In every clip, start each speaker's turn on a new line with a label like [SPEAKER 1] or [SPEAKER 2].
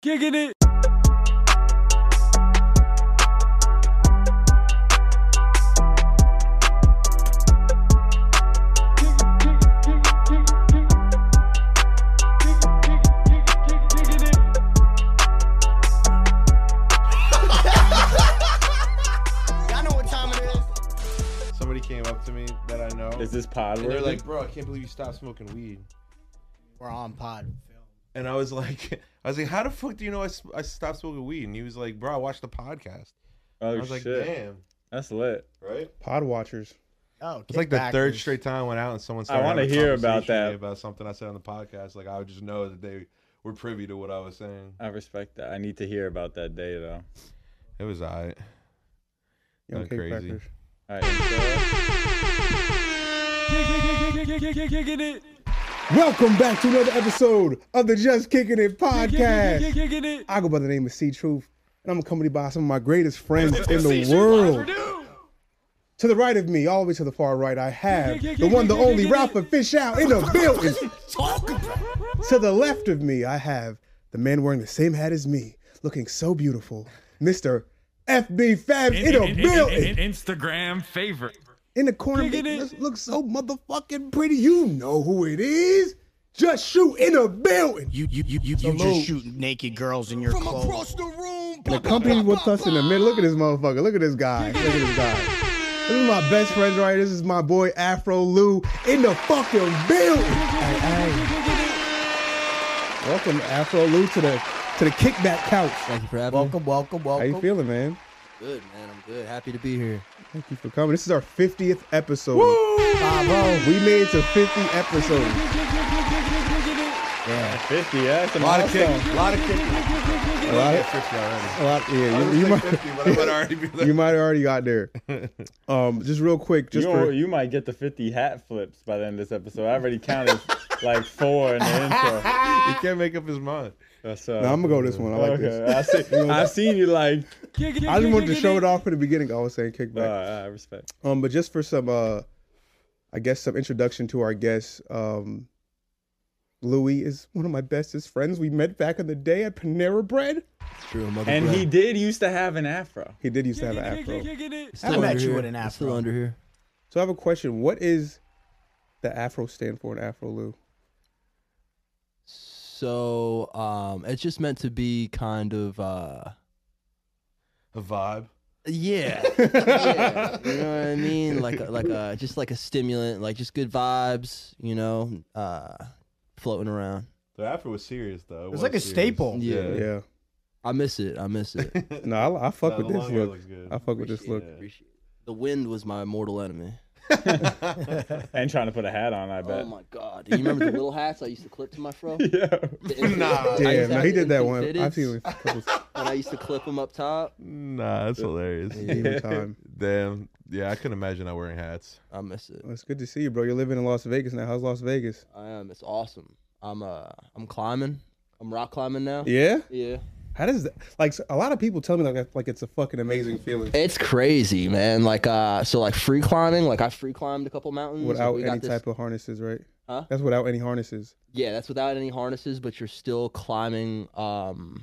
[SPEAKER 1] Kicking it.
[SPEAKER 2] Y'all know what time it is.
[SPEAKER 3] Somebody came up to me that I know,
[SPEAKER 4] Is this pod?
[SPEAKER 3] and they're
[SPEAKER 4] worthy?
[SPEAKER 3] like, "Bro, I can't believe you stopped smoking weed."
[SPEAKER 2] We're on pod.
[SPEAKER 3] And I was like, "I was like, how the fuck do you know I, s- I stopped smoking weed?" And he was like, "Bro, I watched the podcast."
[SPEAKER 4] oh
[SPEAKER 3] I was like,
[SPEAKER 4] shit,
[SPEAKER 3] "Damn,
[SPEAKER 4] that's lit.
[SPEAKER 3] right?"
[SPEAKER 5] Pod watchers.
[SPEAKER 2] Oh,
[SPEAKER 3] It's like the third straight time I went out and someone started.
[SPEAKER 4] wanna
[SPEAKER 3] having a
[SPEAKER 4] hear about that.
[SPEAKER 3] conversation with me about something I said on the podcast. Like I would just know that they were privy to what I was saying.
[SPEAKER 4] I respect that. I need to hear about that day though.
[SPEAKER 3] It was alright.
[SPEAKER 5] Young
[SPEAKER 3] Not
[SPEAKER 5] cake
[SPEAKER 3] crazy.
[SPEAKER 5] crackers.
[SPEAKER 4] All right, so-
[SPEAKER 1] Kicking it.
[SPEAKER 5] Welcome back to another episode of the Just Kicking It podcast.
[SPEAKER 1] Kicking it.
[SPEAKER 5] I go by the name of C Truth, and I'm accompanied by some of my greatest friends in the world. To the right of me, all the way to the far right, I have the one, the only rapper Fish Out in the building. To the left of me, I have the man wearing the same hat as me, looking so beautiful, Mr. FB Fab in the building.
[SPEAKER 1] Instagram favorite.
[SPEAKER 5] in the corner
[SPEAKER 1] Kicking
[SPEAKER 5] making
[SPEAKER 1] it.
[SPEAKER 5] us look so motherfucking pretty. You know who it is. Just shoot in a building.
[SPEAKER 2] You you you you, you just shoot naked girls in your clothes.
[SPEAKER 5] And accompanied with us in the middle. Look at this motherfucker. Look at this guy. Look at this guy. This is my best friend right. here. This is my boy Afro Lou in the fucking building. Welcome Afro Lou to the to the kickback couch.
[SPEAKER 6] Thank you for having me.
[SPEAKER 7] Welcome, welcome,
[SPEAKER 5] How
[SPEAKER 7] welcome.
[SPEAKER 5] you feeling, man?
[SPEAKER 6] Good, man. I'm good. Happy to be here.
[SPEAKER 5] Thank you for coming. This is our 50th episode. We made it to 50 episodes.
[SPEAKER 4] Fifty, yeah, that's a
[SPEAKER 3] A lot of
[SPEAKER 4] milestone.
[SPEAKER 3] kicking, a lot of kicking.
[SPEAKER 5] A lot
[SPEAKER 3] Hit
[SPEAKER 5] of,
[SPEAKER 3] Fifty already.
[SPEAKER 5] a lot,
[SPEAKER 3] I
[SPEAKER 5] yeah, you-
[SPEAKER 3] would
[SPEAKER 5] you
[SPEAKER 3] say
[SPEAKER 5] might-
[SPEAKER 3] fifty, but I would already be there.
[SPEAKER 5] you might have already got there. Um, just real quick,
[SPEAKER 4] You,
[SPEAKER 5] just
[SPEAKER 4] don't-
[SPEAKER 5] for,
[SPEAKER 4] you might get the fifty hat flips by the end of this episode. I already counted like four in the intro.
[SPEAKER 3] He can't make up his mind.
[SPEAKER 4] That's, uh,
[SPEAKER 5] Nah, I'm gonna go this one. I like this.
[SPEAKER 4] I see, I've seen you like.
[SPEAKER 5] I just wanted to show it off for the beginning. I was saying
[SPEAKER 4] All
[SPEAKER 5] kickback.
[SPEAKER 4] right, uh, I respect.
[SPEAKER 5] Um, but just for some, uh, I guess some introduction to our guests. Um, Louis is one of my bestest friends. We met back in the day at Panera Bread.
[SPEAKER 6] True, mother.
[SPEAKER 4] And
[SPEAKER 6] bro.
[SPEAKER 4] he did used to have an afro.
[SPEAKER 5] He did used to have an afro.
[SPEAKER 2] I
[SPEAKER 6] Still
[SPEAKER 2] met
[SPEAKER 6] under
[SPEAKER 2] you
[SPEAKER 6] here.
[SPEAKER 2] with an
[SPEAKER 6] It's Still
[SPEAKER 2] afro.
[SPEAKER 6] under here.
[SPEAKER 5] So I have a question. What is the afro stand for in Afro Lou?
[SPEAKER 6] So, um, it's just meant to be kind of, uh,
[SPEAKER 3] A vibe.
[SPEAKER 6] yeah, yeah. you know what I mean. Like, a, like a just like a stimulant, like just good vibes. You know, uh, floating around.
[SPEAKER 3] The after was serious though. It
[SPEAKER 2] was like a
[SPEAKER 3] serious.
[SPEAKER 2] staple.
[SPEAKER 6] Yeah.
[SPEAKER 5] Yeah.
[SPEAKER 6] I miss it. I miss it.
[SPEAKER 5] No, I, I fuck
[SPEAKER 3] Nah,
[SPEAKER 5] with
[SPEAKER 3] the
[SPEAKER 5] this
[SPEAKER 3] long hair
[SPEAKER 5] look.
[SPEAKER 3] looks good.
[SPEAKER 5] I fuck with this
[SPEAKER 6] Appreciate
[SPEAKER 5] look.
[SPEAKER 6] it, appreciate it. The wind was my mortal enemy.
[SPEAKER 4] And trying to put a hat on, I
[SPEAKER 6] Oh
[SPEAKER 4] bet.
[SPEAKER 6] my god! You remember the little hats I used to clip to my fro?
[SPEAKER 4] yeah.
[SPEAKER 3] Nah.
[SPEAKER 5] Damn, no, he did that one.
[SPEAKER 6] one.
[SPEAKER 5] I've seen it a couple
[SPEAKER 6] And I used to clip them up top.
[SPEAKER 3] Nah, that's hilarious.
[SPEAKER 5] of time.
[SPEAKER 3] Damn. Yeah, I couldn't imagine not wearing hats.
[SPEAKER 6] I miss it.
[SPEAKER 5] Well, it's good to see you, bro. You're living in Las Vegas now. How's Las Vegas?
[SPEAKER 6] I am. It's awesome. I'm uh I'm climbing. I'm rock climbing now.
[SPEAKER 5] Yeah.
[SPEAKER 6] Yeah.
[SPEAKER 5] How does that? Like a lot of people tell me like like it's a fucking amazing feeling.
[SPEAKER 6] It's crazy, man. Like uh so like free climbing, like I free climbed a couple mountains. Like,
[SPEAKER 5] Without
[SPEAKER 6] we got
[SPEAKER 5] any
[SPEAKER 6] this-
[SPEAKER 5] type of harnesses, right?
[SPEAKER 6] Huh?
[SPEAKER 5] That's without any harnesses.
[SPEAKER 6] Yeah, that's without any harnesses, but you're still climbing um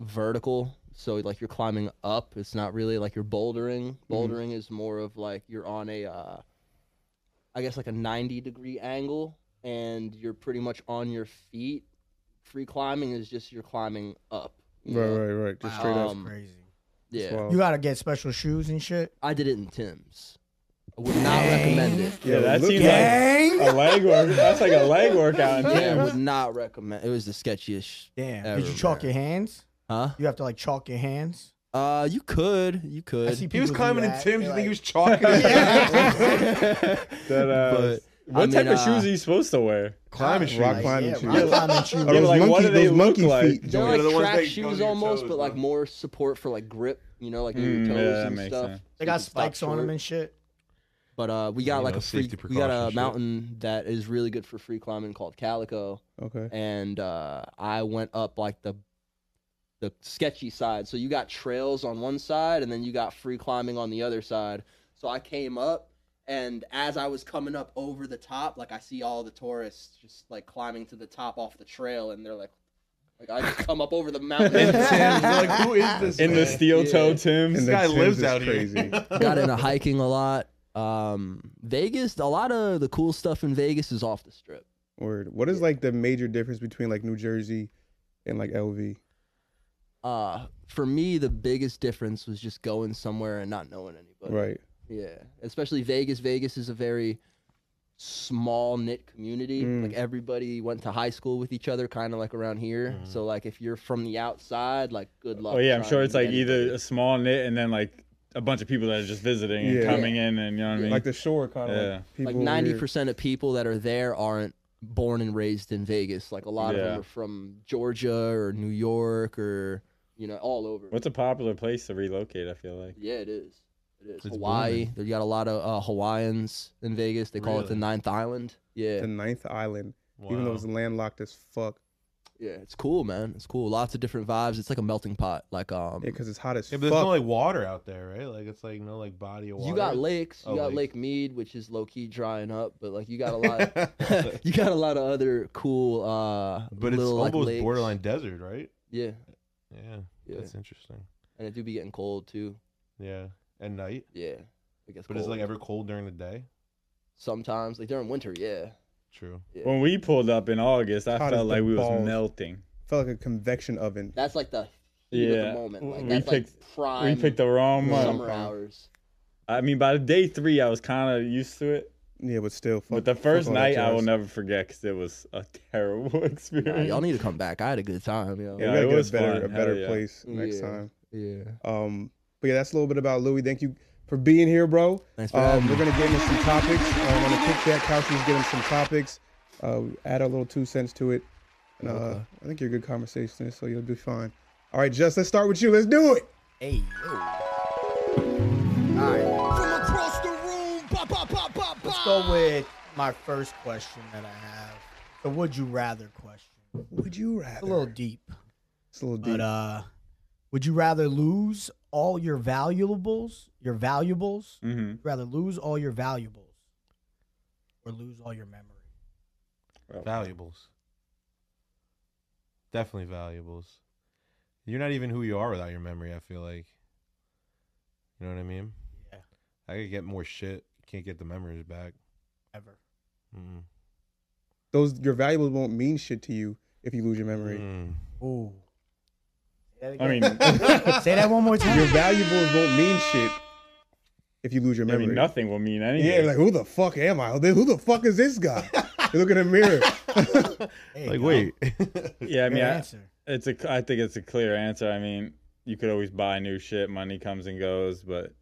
[SPEAKER 6] vertical. So like you're climbing up. It's not really like you're bouldering. Bouldering is more of like you're on a uh I guess like a 90 degree angle and you're pretty much on your feet. Free climbing is just you're climbing up. you
[SPEAKER 5] Right,
[SPEAKER 6] know?
[SPEAKER 5] right, right. Just straight up.
[SPEAKER 6] Um,
[SPEAKER 2] Crazy.
[SPEAKER 6] Yeah.
[SPEAKER 5] Wow.
[SPEAKER 2] You gotta get special shoes and shit.
[SPEAKER 6] I did it in Tim's. I would not recommend it.
[SPEAKER 4] Yeah, that
[SPEAKER 5] look-
[SPEAKER 4] seems
[SPEAKER 2] Gang.
[SPEAKER 4] like a leg work. That's like a leg workout. in
[SPEAKER 6] Yeah,
[SPEAKER 4] gym.
[SPEAKER 6] I would not recommend. It was the sketchiest.
[SPEAKER 2] Damn.
[SPEAKER 6] Ever,
[SPEAKER 2] Did you chalk
[SPEAKER 6] man.
[SPEAKER 2] your hands?
[SPEAKER 6] Huh?
[SPEAKER 2] You have to like chalk your hands.
[SPEAKER 6] Uh, you could, you could.
[SPEAKER 2] see
[SPEAKER 3] He
[SPEAKER 2] people
[SPEAKER 3] was
[SPEAKER 2] do
[SPEAKER 3] climbing in
[SPEAKER 2] that.
[SPEAKER 3] Tim's. You
[SPEAKER 2] They're
[SPEAKER 3] think he
[SPEAKER 2] like-
[SPEAKER 3] was chalking? his
[SPEAKER 4] That, uh,
[SPEAKER 6] But,
[SPEAKER 4] what
[SPEAKER 6] I
[SPEAKER 4] type
[SPEAKER 6] mean,
[SPEAKER 4] of
[SPEAKER 6] uh,
[SPEAKER 4] shoes are you supposed to wear?
[SPEAKER 3] climbing shoes.
[SPEAKER 5] Rock climbing
[SPEAKER 2] yeah,
[SPEAKER 5] shoes.
[SPEAKER 2] rock climbing shoes.
[SPEAKER 5] Are
[SPEAKER 4] Yeah,
[SPEAKER 5] those
[SPEAKER 4] like, what
[SPEAKER 5] monkey,
[SPEAKER 4] do they
[SPEAKER 5] those
[SPEAKER 4] look
[SPEAKER 5] monkey
[SPEAKER 4] like?
[SPEAKER 5] feet.
[SPEAKER 6] they're
[SPEAKER 5] joints?
[SPEAKER 3] Yeah,
[SPEAKER 6] like
[SPEAKER 3] the ones
[SPEAKER 6] track
[SPEAKER 3] that go
[SPEAKER 6] shoes
[SPEAKER 3] to your
[SPEAKER 6] almost,
[SPEAKER 3] toes,
[SPEAKER 6] but like
[SPEAKER 3] bro.
[SPEAKER 6] more support for like grip. You know, like
[SPEAKER 4] Mm,
[SPEAKER 6] your toes
[SPEAKER 4] yeah, that
[SPEAKER 6] and
[SPEAKER 4] makes
[SPEAKER 6] stuff.
[SPEAKER 4] sense.
[SPEAKER 2] They
[SPEAKER 6] so you
[SPEAKER 2] got
[SPEAKER 6] can stop
[SPEAKER 2] spikes on them
[SPEAKER 6] short.
[SPEAKER 2] and shit.
[SPEAKER 6] But uh, we got
[SPEAKER 3] You
[SPEAKER 6] like
[SPEAKER 3] know,
[SPEAKER 6] a free,
[SPEAKER 3] safety
[SPEAKER 6] we got
[SPEAKER 3] precautions
[SPEAKER 6] a
[SPEAKER 3] shit.
[SPEAKER 6] mountain that is really good for free climbing called Calico.
[SPEAKER 5] Okay.
[SPEAKER 6] and uh, I went up like the the sketchy side. So you got trails on one side, and then you got free climbing on the other side. So I came up, and as I was coming up over the top, like I see all the tourists just like climbing to the top off the trail, and they're like, Like I just come up over the mountain.
[SPEAKER 3] And Tim's like, who is this?
[SPEAKER 4] in the
[SPEAKER 3] man?
[SPEAKER 4] steel toe Tim's.
[SPEAKER 3] This
[SPEAKER 5] the
[SPEAKER 3] guy
[SPEAKER 5] Tim's
[SPEAKER 3] lives
[SPEAKER 5] is
[SPEAKER 3] out here.
[SPEAKER 6] Got into hiking a lot. Um, Vegas. A lot of the cool stuff in Vegas is off the strip.
[SPEAKER 5] Word. What is like the major difference between like New Jersey and like LV?
[SPEAKER 6] Uh, for me, the biggest difference was just going somewhere and not knowing anybody.
[SPEAKER 5] Right.
[SPEAKER 6] Yeah, especially Vegas. Vegas is a very small knit community.
[SPEAKER 4] Mm.
[SPEAKER 6] Like everybody went to high school with each other, kind of like around here. So like if you're from the outside, like good luck.
[SPEAKER 4] Mm-hmm. Oh yeah, I'm
[SPEAKER 6] trying
[SPEAKER 4] sure
[SPEAKER 6] to
[SPEAKER 4] it's
[SPEAKER 6] meet
[SPEAKER 4] like either
[SPEAKER 6] anybody.
[SPEAKER 4] a small knit and then like a bunch of people that are just visiting and
[SPEAKER 5] Yeah.
[SPEAKER 4] coming in and you know what I mean.
[SPEAKER 5] Like the shore kind of
[SPEAKER 4] Yeah.
[SPEAKER 5] like people.
[SPEAKER 6] like
[SPEAKER 5] over here.
[SPEAKER 6] ninety percent of people that are there aren't born and raised in Vegas. Like a lot of
[SPEAKER 4] Yeah.
[SPEAKER 6] them are from Georgia or New York or you know all over.
[SPEAKER 4] What's a popular place to relocate? I feel like.
[SPEAKER 6] Yeah, it is. It is
[SPEAKER 3] It's
[SPEAKER 6] Hawaii.
[SPEAKER 3] booming.
[SPEAKER 6] They got a lot of uh, Hawaiians in Vegas. They call it the
[SPEAKER 3] Really?
[SPEAKER 6] Ninth Island. Yeah,
[SPEAKER 5] The ninth island, even though
[SPEAKER 3] Wow.
[SPEAKER 5] it's landlocked as fuck.
[SPEAKER 6] Yeah, it's cool, man. It's cool. Lots of different vibes. It's like a melting pot. Like um,
[SPEAKER 5] Yeah, because it's hot as
[SPEAKER 3] Yeah, but
[SPEAKER 5] fuck.
[SPEAKER 3] there's no like water out there, right? Like it's like no like body of water.
[SPEAKER 6] you got lakes. You
[SPEAKER 3] Oh,
[SPEAKER 6] got
[SPEAKER 3] lakes.
[SPEAKER 6] Lake Mead, which is low key drying up, but like you got a lot. you got a lot of other cool. uh
[SPEAKER 3] but it's
[SPEAKER 6] little, like,
[SPEAKER 3] almost
[SPEAKER 6] lakes.
[SPEAKER 3] borderline desert, right?
[SPEAKER 6] Yeah,
[SPEAKER 3] Yeah,
[SPEAKER 6] yeah,
[SPEAKER 3] that's interesting.
[SPEAKER 6] and it do be getting cold too.
[SPEAKER 3] Yeah, at night,
[SPEAKER 6] Yeah, it gets
[SPEAKER 3] but
[SPEAKER 6] cold.
[SPEAKER 3] is it like ever cold during the day?
[SPEAKER 6] sometimes like during winter. Yeah,
[SPEAKER 3] True.
[SPEAKER 6] Yeah.
[SPEAKER 4] When we pulled up in August, I
[SPEAKER 5] Hot as
[SPEAKER 4] felt
[SPEAKER 5] the
[SPEAKER 4] like we
[SPEAKER 5] balls.
[SPEAKER 4] was melting.
[SPEAKER 5] Felt like a convection oven.
[SPEAKER 6] that's like the heat of
[SPEAKER 4] Yeah,
[SPEAKER 6] the moment. Like
[SPEAKER 4] we
[SPEAKER 6] that's like
[SPEAKER 4] picked-
[SPEAKER 6] prime.
[SPEAKER 4] we picked the wrong
[SPEAKER 6] summer
[SPEAKER 4] month.
[SPEAKER 6] hours.
[SPEAKER 4] I mean, by the day three, I was kind of used to it.
[SPEAKER 5] Yeah, but still. Fuck,
[SPEAKER 4] But the
[SPEAKER 5] fuck
[SPEAKER 4] first
[SPEAKER 5] all that
[SPEAKER 4] night, I
[SPEAKER 5] jazz.
[SPEAKER 4] will never forget because it was a terrible
[SPEAKER 6] Nah,
[SPEAKER 4] experience.
[SPEAKER 6] y'all need to come back. I had a good time. Yo.
[SPEAKER 5] Yeah,
[SPEAKER 4] Yeah,
[SPEAKER 5] we gotta
[SPEAKER 4] it
[SPEAKER 5] get
[SPEAKER 4] was
[SPEAKER 5] a better,
[SPEAKER 4] fun.
[SPEAKER 5] a
[SPEAKER 4] Hell
[SPEAKER 5] better
[SPEAKER 4] yeah.
[SPEAKER 5] place next
[SPEAKER 6] Yeah.
[SPEAKER 5] time.
[SPEAKER 6] yeah.
[SPEAKER 5] Um, but yeah, that's a little bit about Louis. Thank you for being here, bro.
[SPEAKER 6] Thanks for
[SPEAKER 5] Um,
[SPEAKER 6] having
[SPEAKER 5] we're
[SPEAKER 6] me.
[SPEAKER 5] gonna get into some topics. Um, I'm gonna kick that couch and get him some topics. Uh, we add our little two cents to it. And, uh, I think you're a good conversationist, so you'll do fine. All right, Jess, let's start with you. Let's do it.
[SPEAKER 2] Hey, yo. All right. From across the room, pop, pop, pop, pop, pop. Let's go with my first question that I have. The would you rather question.
[SPEAKER 5] Would you
[SPEAKER 2] It's a
[SPEAKER 5] rather?
[SPEAKER 2] little deep,
[SPEAKER 5] It's a little deep.
[SPEAKER 2] but uh, would you rather lose all your valuables, your valuables,
[SPEAKER 4] Mhm.
[SPEAKER 2] rather lose all your valuables, or lose all your memory?
[SPEAKER 3] Valuables. Definitely valuables. You're not even who you are without your memory. I feel like. You know what I mean?
[SPEAKER 2] Yeah.
[SPEAKER 3] I could get more shit. Can't get the memories back.
[SPEAKER 2] Ever.
[SPEAKER 3] Mm.
[SPEAKER 5] Those your valuables won't mean shit to you if you lose your memory.
[SPEAKER 3] Mm.
[SPEAKER 2] Ooh. Say that
[SPEAKER 4] I mean,
[SPEAKER 2] again. say that one more
[SPEAKER 4] Mm.
[SPEAKER 2] time.
[SPEAKER 5] Your valuables won't mean shit if you lose your
[SPEAKER 4] Mm-hmm. I
[SPEAKER 5] memory.
[SPEAKER 4] mean, nothing will mean anything.
[SPEAKER 5] Yeah, like who the fuck am I? Who the fuck is this guy? you look in the mirror.
[SPEAKER 2] There you
[SPEAKER 3] Like
[SPEAKER 2] go.
[SPEAKER 3] wait.
[SPEAKER 4] yeah, I
[SPEAKER 2] Good
[SPEAKER 4] mean, I,
[SPEAKER 2] answer.
[SPEAKER 4] it's a. I think it's a clear answer. I mean, you could always buy new shit. Money comes and goes, but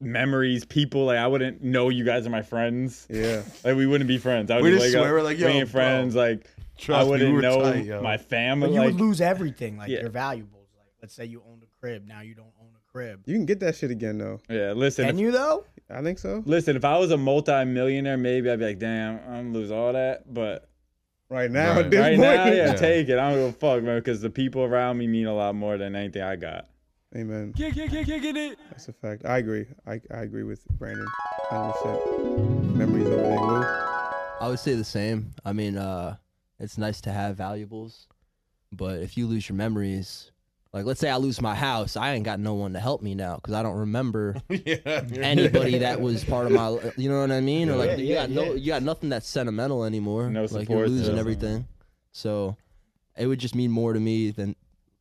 [SPEAKER 4] memories, people. Like I wouldn't know you guys are my friends.
[SPEAKER 5] Yeah.
[SPEAKER 4] Like we wouldn't be friends. I would
[SPEAKER 3] We
[SPEAKER 4] just
[SPEAKER 3] just
[SPEAKER 4] wake
[SPEAKER 3] swear,
[SPEAKER 4] up,
[SPEAKER 3] we're like,
[SPEAKER 4] we
[SPEAKER 3] "Yo,
[SPEAKER 4] ain't
[SPEAKER 3] bro,
[SPEAKER 4] friends. Like
[SPEAKER 3] trust me,
[SPEAKER 4] I
[SPEAKER 3] we
[SPEAKER 4] wouldn't
[SPEAKER 3] were
[SPEAKER 4] know
[SPEAKER 3] tight, yo.
[SPEAKER 4] my
[SPEAKER 2] But
[SPEAKER 4] family.
[SPEAKER 2] you
[SPEAKER 4] like,
[SPEAKER 2] would lose everything, like
[SPEAKER 4] Yeah.
[SPEAKER 2] your valuables. Like, let's say you owned a crib, now you don't own a crib.
[SPEAKER 5] You can get that shit again though.
[SPEAKER 4] yeah, listen.
[SPEAKER 2] Can
[SPEAKER 4] if-
[SPEAKER 2] you though?
[SPEAKER 5] I think so.
[SPEAKER 4] Listen, if I was a multi-millionaire, maybe I'd be like, damn, I'm gonna lose all that. But
[SPEAKER 5] Right now,
[SPEAKER 3] Right.
[SPEAKER 5] at this
[SPEAKER 4] right
[SPEAKER 5] point.
[SPEAKER 4] now, yeah,
[SPEAKER 3] Yeah.
[SPEAKER 4] take it. I don't give a fuck, man, because the people around me mean a lot more than anything I got.
[SPEAKER 5] Amen.
[SPEAKER 1] Kick, kick, kick, kick it.
[SPEAKER 5] That's a fact. I agree. I, I agree with Brandon. 100%. Memories over there, Lou.
[SPEAKER 6] I would say the same. I mean, uh, it's nice to have valuables, but if you lose your memories, like let's say I lose my house, I ain't got no one to help me now because I don't remember
[SPEAKER 3] yeah. you're-
[SPEAKER 6] anybody that was part of my. li- You know what I mean? Or like
[SPEAKER 2] Yeah,
[SPEAKER 6] you
[SPEAKER 2] yeah,
[SPEAKER 6] got no,
[SPEAKER 2] yeah.
[SPEAKER 6] you got nothing that's sentimental anymore.
[SPEAKER 4] No
[SPEAKER 6] like you're
[SPEAKER 4] support
[SPEAKER 6] losing
[SPEAKER 4] system.
[SPEAKER 6] everything. So it would just mean more to me than